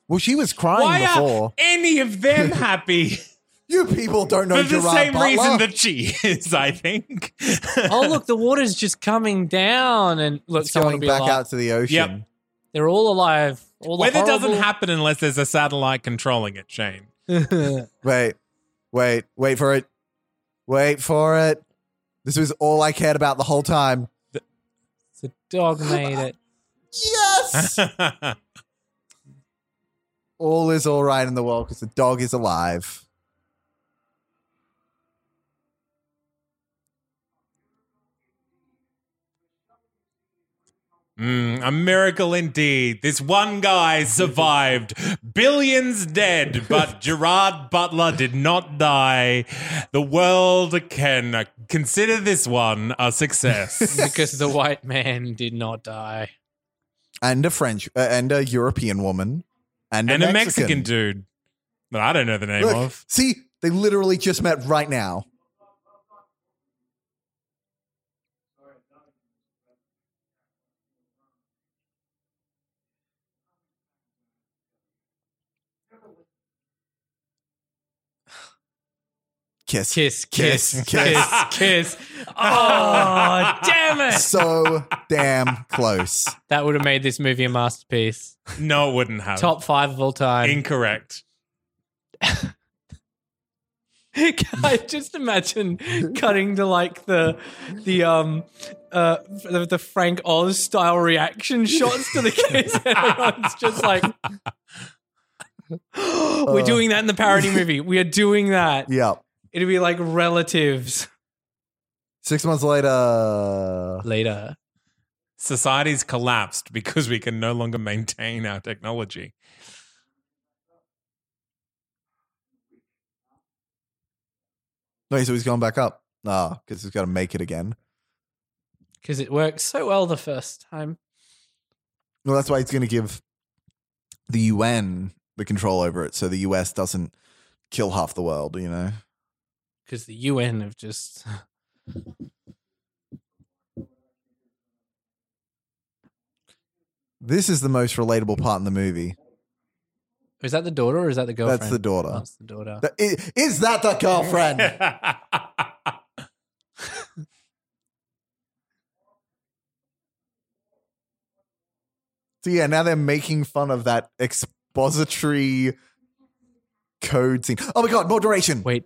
Speaker 5: Well, she was crying
Speaker 6: Why uh,
Speaker 5: before.
Speaker 6: are any of them happy?
Speaker 5: you people don't know
Speaker 6: For the
Speaker 5: Gerard
Speaker 6: same
Speaker 5: Butler.
Speaker 6: reason that she is, I think.
Speaker 4: oh look, the water's just coming down, and look,
Speaker 5: it's
Speaker 4: someone will
Speaker 5: going
Speaker 4: be
Speaker 5: back
Speaker 4: alive.
Speaker 5: out to the ocean.
Speaker 6: Yep.
Speaker 4: They're all alive. All the
Speaker 6: Weather doesn't
Speaker 4: horrible-
Speaker 6: happen unless there's a satellite controlling it, Shane.
Speaker 5: Wait, wait, wait for it. Wait for it. This was all I cared about the whole time.
Speaker 4: the dog made it.
Speaker 5: Yes! all is all right in the world because the dog is alive.
Speaker 6: Mm, a miracle indeed. This one guy survived. Billions dead, but Gerard Butler did not die. The world can consider this one a success.
Speaker 4: because the white man did not die.
Speaker 5: And a French, uh, and a European woman, and,
Speaker 6: and
Speaker 5: a
Speaker 6: a Mexican dude that I don't know the name
Speaker 5: Look,
Speaker 6: of.
Speaker 5: see, they literally just met right now. Kiss.
Speaker 4: Kiss, kiss,
Speaker 5: Kiss,
Speaker 4: kiss, kiss. Oh, damn it!
Speaker 5: So damn close.
Speaker 4: That would have made this movie a masterpiece.
Speaker 6: No, it wouldn't have.
Speaker 4: Top five of all time.
Speaker 6: Incorrect.
Speaker 4: Can I just imagine cutting to like the the um uh the, the Frank Oz style reaction shots to the kiss, and everyone's just like. We're doing that in the parody movie. We are doing that.
Speaker 5: Yep.
Speaker 4: It'd be like relatives
Speaker 5: Six months later.
Speaker 4: later.
Speaker 6: Society's collapsed because we can no longer maintain our technology.
Speaker 5: No, so he's going back up. Ah, because he's got to make it again.
Speaker 4: Because it worked so well the first time.
Speaker 5: Well, that's why it's going to give the UN the control over it, so the US doesn't kill half the world. You know,
Speaker 4: because the UN have just.
Speaker 5: this is the most relatable part in the movie.
Speaker 4: Is that the daughter or is that the girlfriend?
Speaker 5: That's the daughter.
Speaker 4: That's the daughter.
Speaker 5: That- i- Is that the girlfriend?
Speaker 6: Hmm.
Speaker 5: so yeah, now they're making fun of that expository code scene. Oh my god, more duration.
Speaker 4: Wait.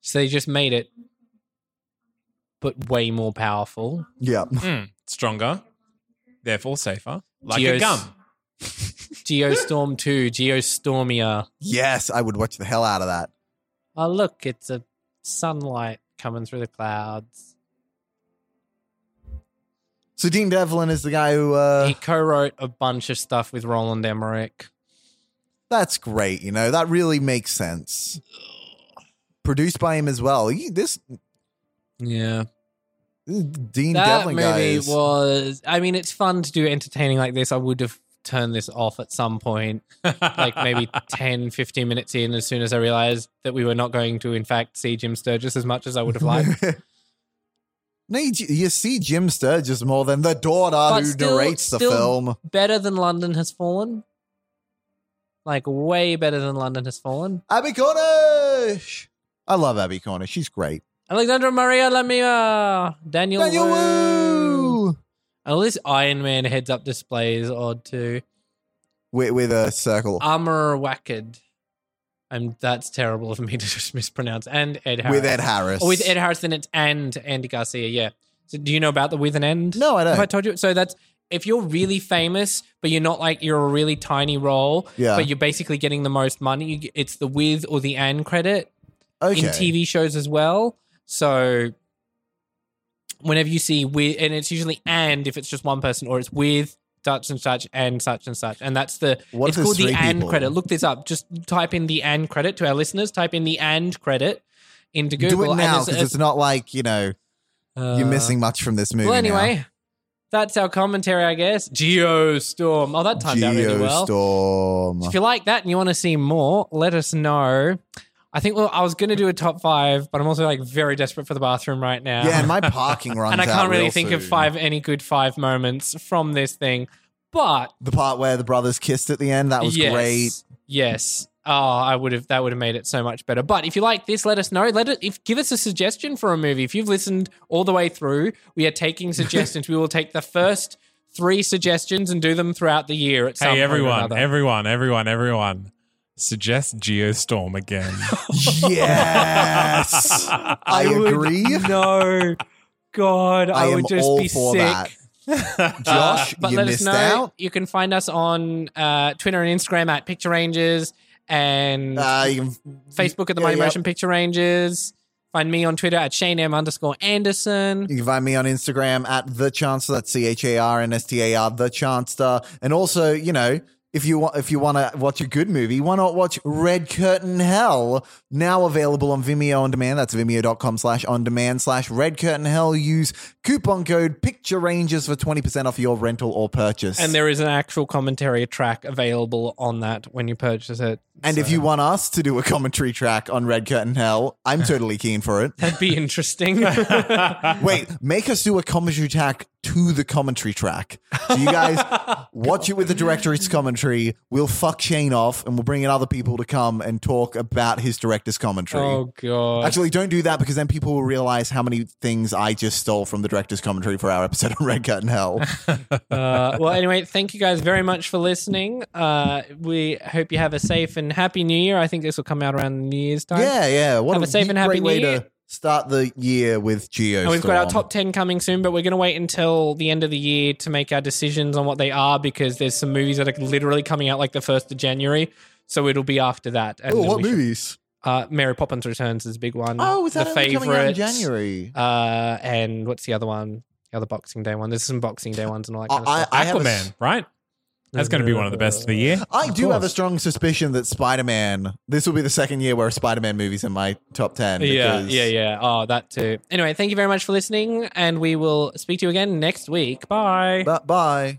Speaker 4: So they just made it, but way more powerful.
Speaker 5: Yeah,
Speaker 6: Hmm, stronger, therefore safer. Like a
Speaker 4: Geos-
Speaker 6: gum.
Speaker 4: Geostorm 2, Geostormia.
Speaker 5: yes, I would watch the hell out of that.
Speaker 4: Oh, look, it's a sunlight coming through the clouds.
Speaker 5: So Dean Devlin is the guy who. Uh,
Speaker 4: he co wrote a bunch of stuff with Roland Emmerich.
Speaker 5: That's great. You know, that really makes sense. Produced by him as well. He, this
Speaker 4: Yeah.
Speaker 5: Dean
Speaker 4: that
Speaker 5: Devlin guy
Speaker 4: movie
Speaker 5: is,
Speaker 4: was i mean it's fun to do entertaining like this i would have turned this off at some point like maybe 10 15 minutes in as soon as i realized that we were not going to in fact see jim sturgis as much as i would have liked
Speaker 5: no, you, you see Jim Sturgis more than the daughter
Speaker 4: But
Speaker 5: who
Speaker 4: still-
Speaker 5: narrates the
Speaker 4: still-
Speaker 5: film.
Speaker 4: better than london has fallen like way better than london has fallen
Speaker 5: Abby Cornish. I love Abby Cornish. She's great.
Speaker 4: alexandra maria lamia daniel,
Speaker 5: Daniel
Speaker 4: Wu.
Speaker 5: Wu.
Speaker 4: And all this iron man heads up display is odd too
Speaker 5: with, with a circle.
Speaker 4: Oh, Amurawakad. Um, that's terrible of me to just mispronounce. And Ed Harris.
Speaker 5: with Ed Harris.
Speaker 4: Oh, with Ed Harris, then it's and Andy Garcia. Yeah. So do you know about the with and end?
Speaker 5: No, I don't.
Speaker 4: Have I told you? So that's if you're really famous, but you're not like you're a really tiny role,
Speaker 5: Yeah.
Speaker 4: but you're basically getting the most money. you- It's the with or the and credit
Speaker 5: okay.
Speaker 4: in TV shows as well. So whenever you see with, and it's usually and if it's just one person, or it's with such and such and such and such, and that's the
Speaker 5: What
Speaker 4: it's
Speaker 5: if it's
Speaker 4: called the
Speaker 5: three
Speaker 4: and
Speaker 5: people?
Speaker 4: credit. Look this up. Just type in the and credit to our listeners. Type in the and credit into Google.
Speaker 5: Do it
Speaker 4: and
Speaker 5: now
Speaker 4: there's
Speaker 5: because
Speaker 4: a-
Speaker 5: it's not like you know you're
Speaker 4: uh,
Speaker 5: missing much from this movie.
Speaker 4: Well,
Speaker 5: now.
Speaker 4: anyway, that's our commentary, I guess. Geostorm. Oh, that timed out really well.
Speaker 5: Geostorm.
Speaker 4: If you like that and you want to see more, let us know. I think well, I was going to do a top five, but I'm also like very desperate for the bathroom right now.
Speaker 5: Yeah, and my parking runs
Speaker 4: and I
Speaker 5: out
Speaker 4: can't really
Speaker 5: real
Speaker 4: think of
Speaker 5: soon.
Speaker 4: five any good five moments from this thing. But
Speaker 5: The part where the brothers kissed at the end that was
Speaker 4: yes,
Speaker 5: great.
Speaker 4: Yes. Oh, I would have that would have made it so much better. But if you like this, let us know. Let it if give us a suggestion for a movie. If you've listened all the way through, we are taking suggestions. we will take the first three suggestions and do them throughout the year at some
Speaker 6: Hey,
Speaker 4: point or
Speaker 6: everyone,
Speaker 4: another.
Speaker 6: everyone, everyone, everyone. Suggest Geostorm again.
Speaker 5: Yes, I agree.
Speaker 4: No. God, I,
Speaker 5: I am
Speaker 4: would just
Speaker 5: all
Speaker 4: be
Speaker 5: for
Speaker 4: sick. Uh,
Speaker 5: that. Josh,
Speaker 4: but
Speaker 5: you
Speaker 4: let
Speaker 5: missed
Speaker 4: us know.
Speaker 5: out.
Speaker 4: You can find us on uh, Twitter and Instagram at Picture Rangers and
Speaker 5: Uh, you can-
Speaker 4: Facebook at the
Speaker 5: yeah,
Speaker 4: Mighty
Speaker 5: yeah.
Speaker 4: Motion Picture Rangers. Find me on Twitter at Shane M underscore Anderson.
Speaker 5: You can find me on Instagram at the Chancellor. That's C H A R N S T A R, the Chancellor. And also, you know, if you want, if you want to watch a good movie, why not watch Red Curtain Hell? Now available on Vimeo on demand. That's vimeo.com slash on demand slash Red Curtain Hell. Use coupon code Picture Rangers for twenty percent off your rental or purchase.
Speaker 4: And there is an actual commentary track available on that when you purchase it.
Speaker 5: And if
Speaker 4: So
Speaker 5: you want us to do a commentary track on Red Curtain Hell, I'm totally keen for it.
Speaker 4: that'd be interesting.
Speaker 5: Wait, make us do a commentary track to the commentary track. So you guys watch it with the director's commentary. We'll fuck Shane off and we'll bring in other people to come and talk about his director's commentary.
Speaker 4: oh god.
Speaker 5: Actually, don't do that because then people will realize how many things I just stole from the director's commentary for our episode on Red Curtain Hell.
Speaker 4: Uh, well, anyway, thank you guys very much for listening. Uh, we hope you have a safe and happy New Year. I think this will come out around New Year's time.
Speaker 5: yeah, yeah. What
Speaker 4: Have a safe and happy
Speaker 5: great
Speaker 4: New
Speaker 5: way
Speaker 4: Year.
Speaker 5: to start the year with Geo.
Speaker 4: And we've got our top 10 coming soon, but we're going to wait until the end of the year to make our decisions on what they are because there's some movies that are literally coming out like the 1st of January. So it'll be after that. And
Speaker 5: Oh,
Speaker 4: then
Speaker 5: what
Speaker 4: we should-
Speaker 5: movies?
Speaker 4: uh, Mary Poppins Returns is a big one.
Speaker 5: Oh, is that
Speaker 4: the
Speaker 5: only
Speaker 4: favorite?
Speaker 5: coming out in January?
Speaker 4: Uh, and what's the other one? The other Boxing Day one. There's some Boxing Day ones and all that kind of
Speaker 5: I-
Speaker 4: stuff.
Speaker 5: I have a
Speaker 6: Aquaman, right? That's going to be one of the best of the year.
Speaker 5: I do have a strong suspicion that Spider Man. This will be the second year where Spider Man movies in my top ten.
Speaker 4: yeah,
Speaker 5: because-
Speaker 4: yeah, yeah. Oh, that too. Anyway, thank you very much for listening, and we will speak to you again next week. Bye.
Speaker 5: But bye.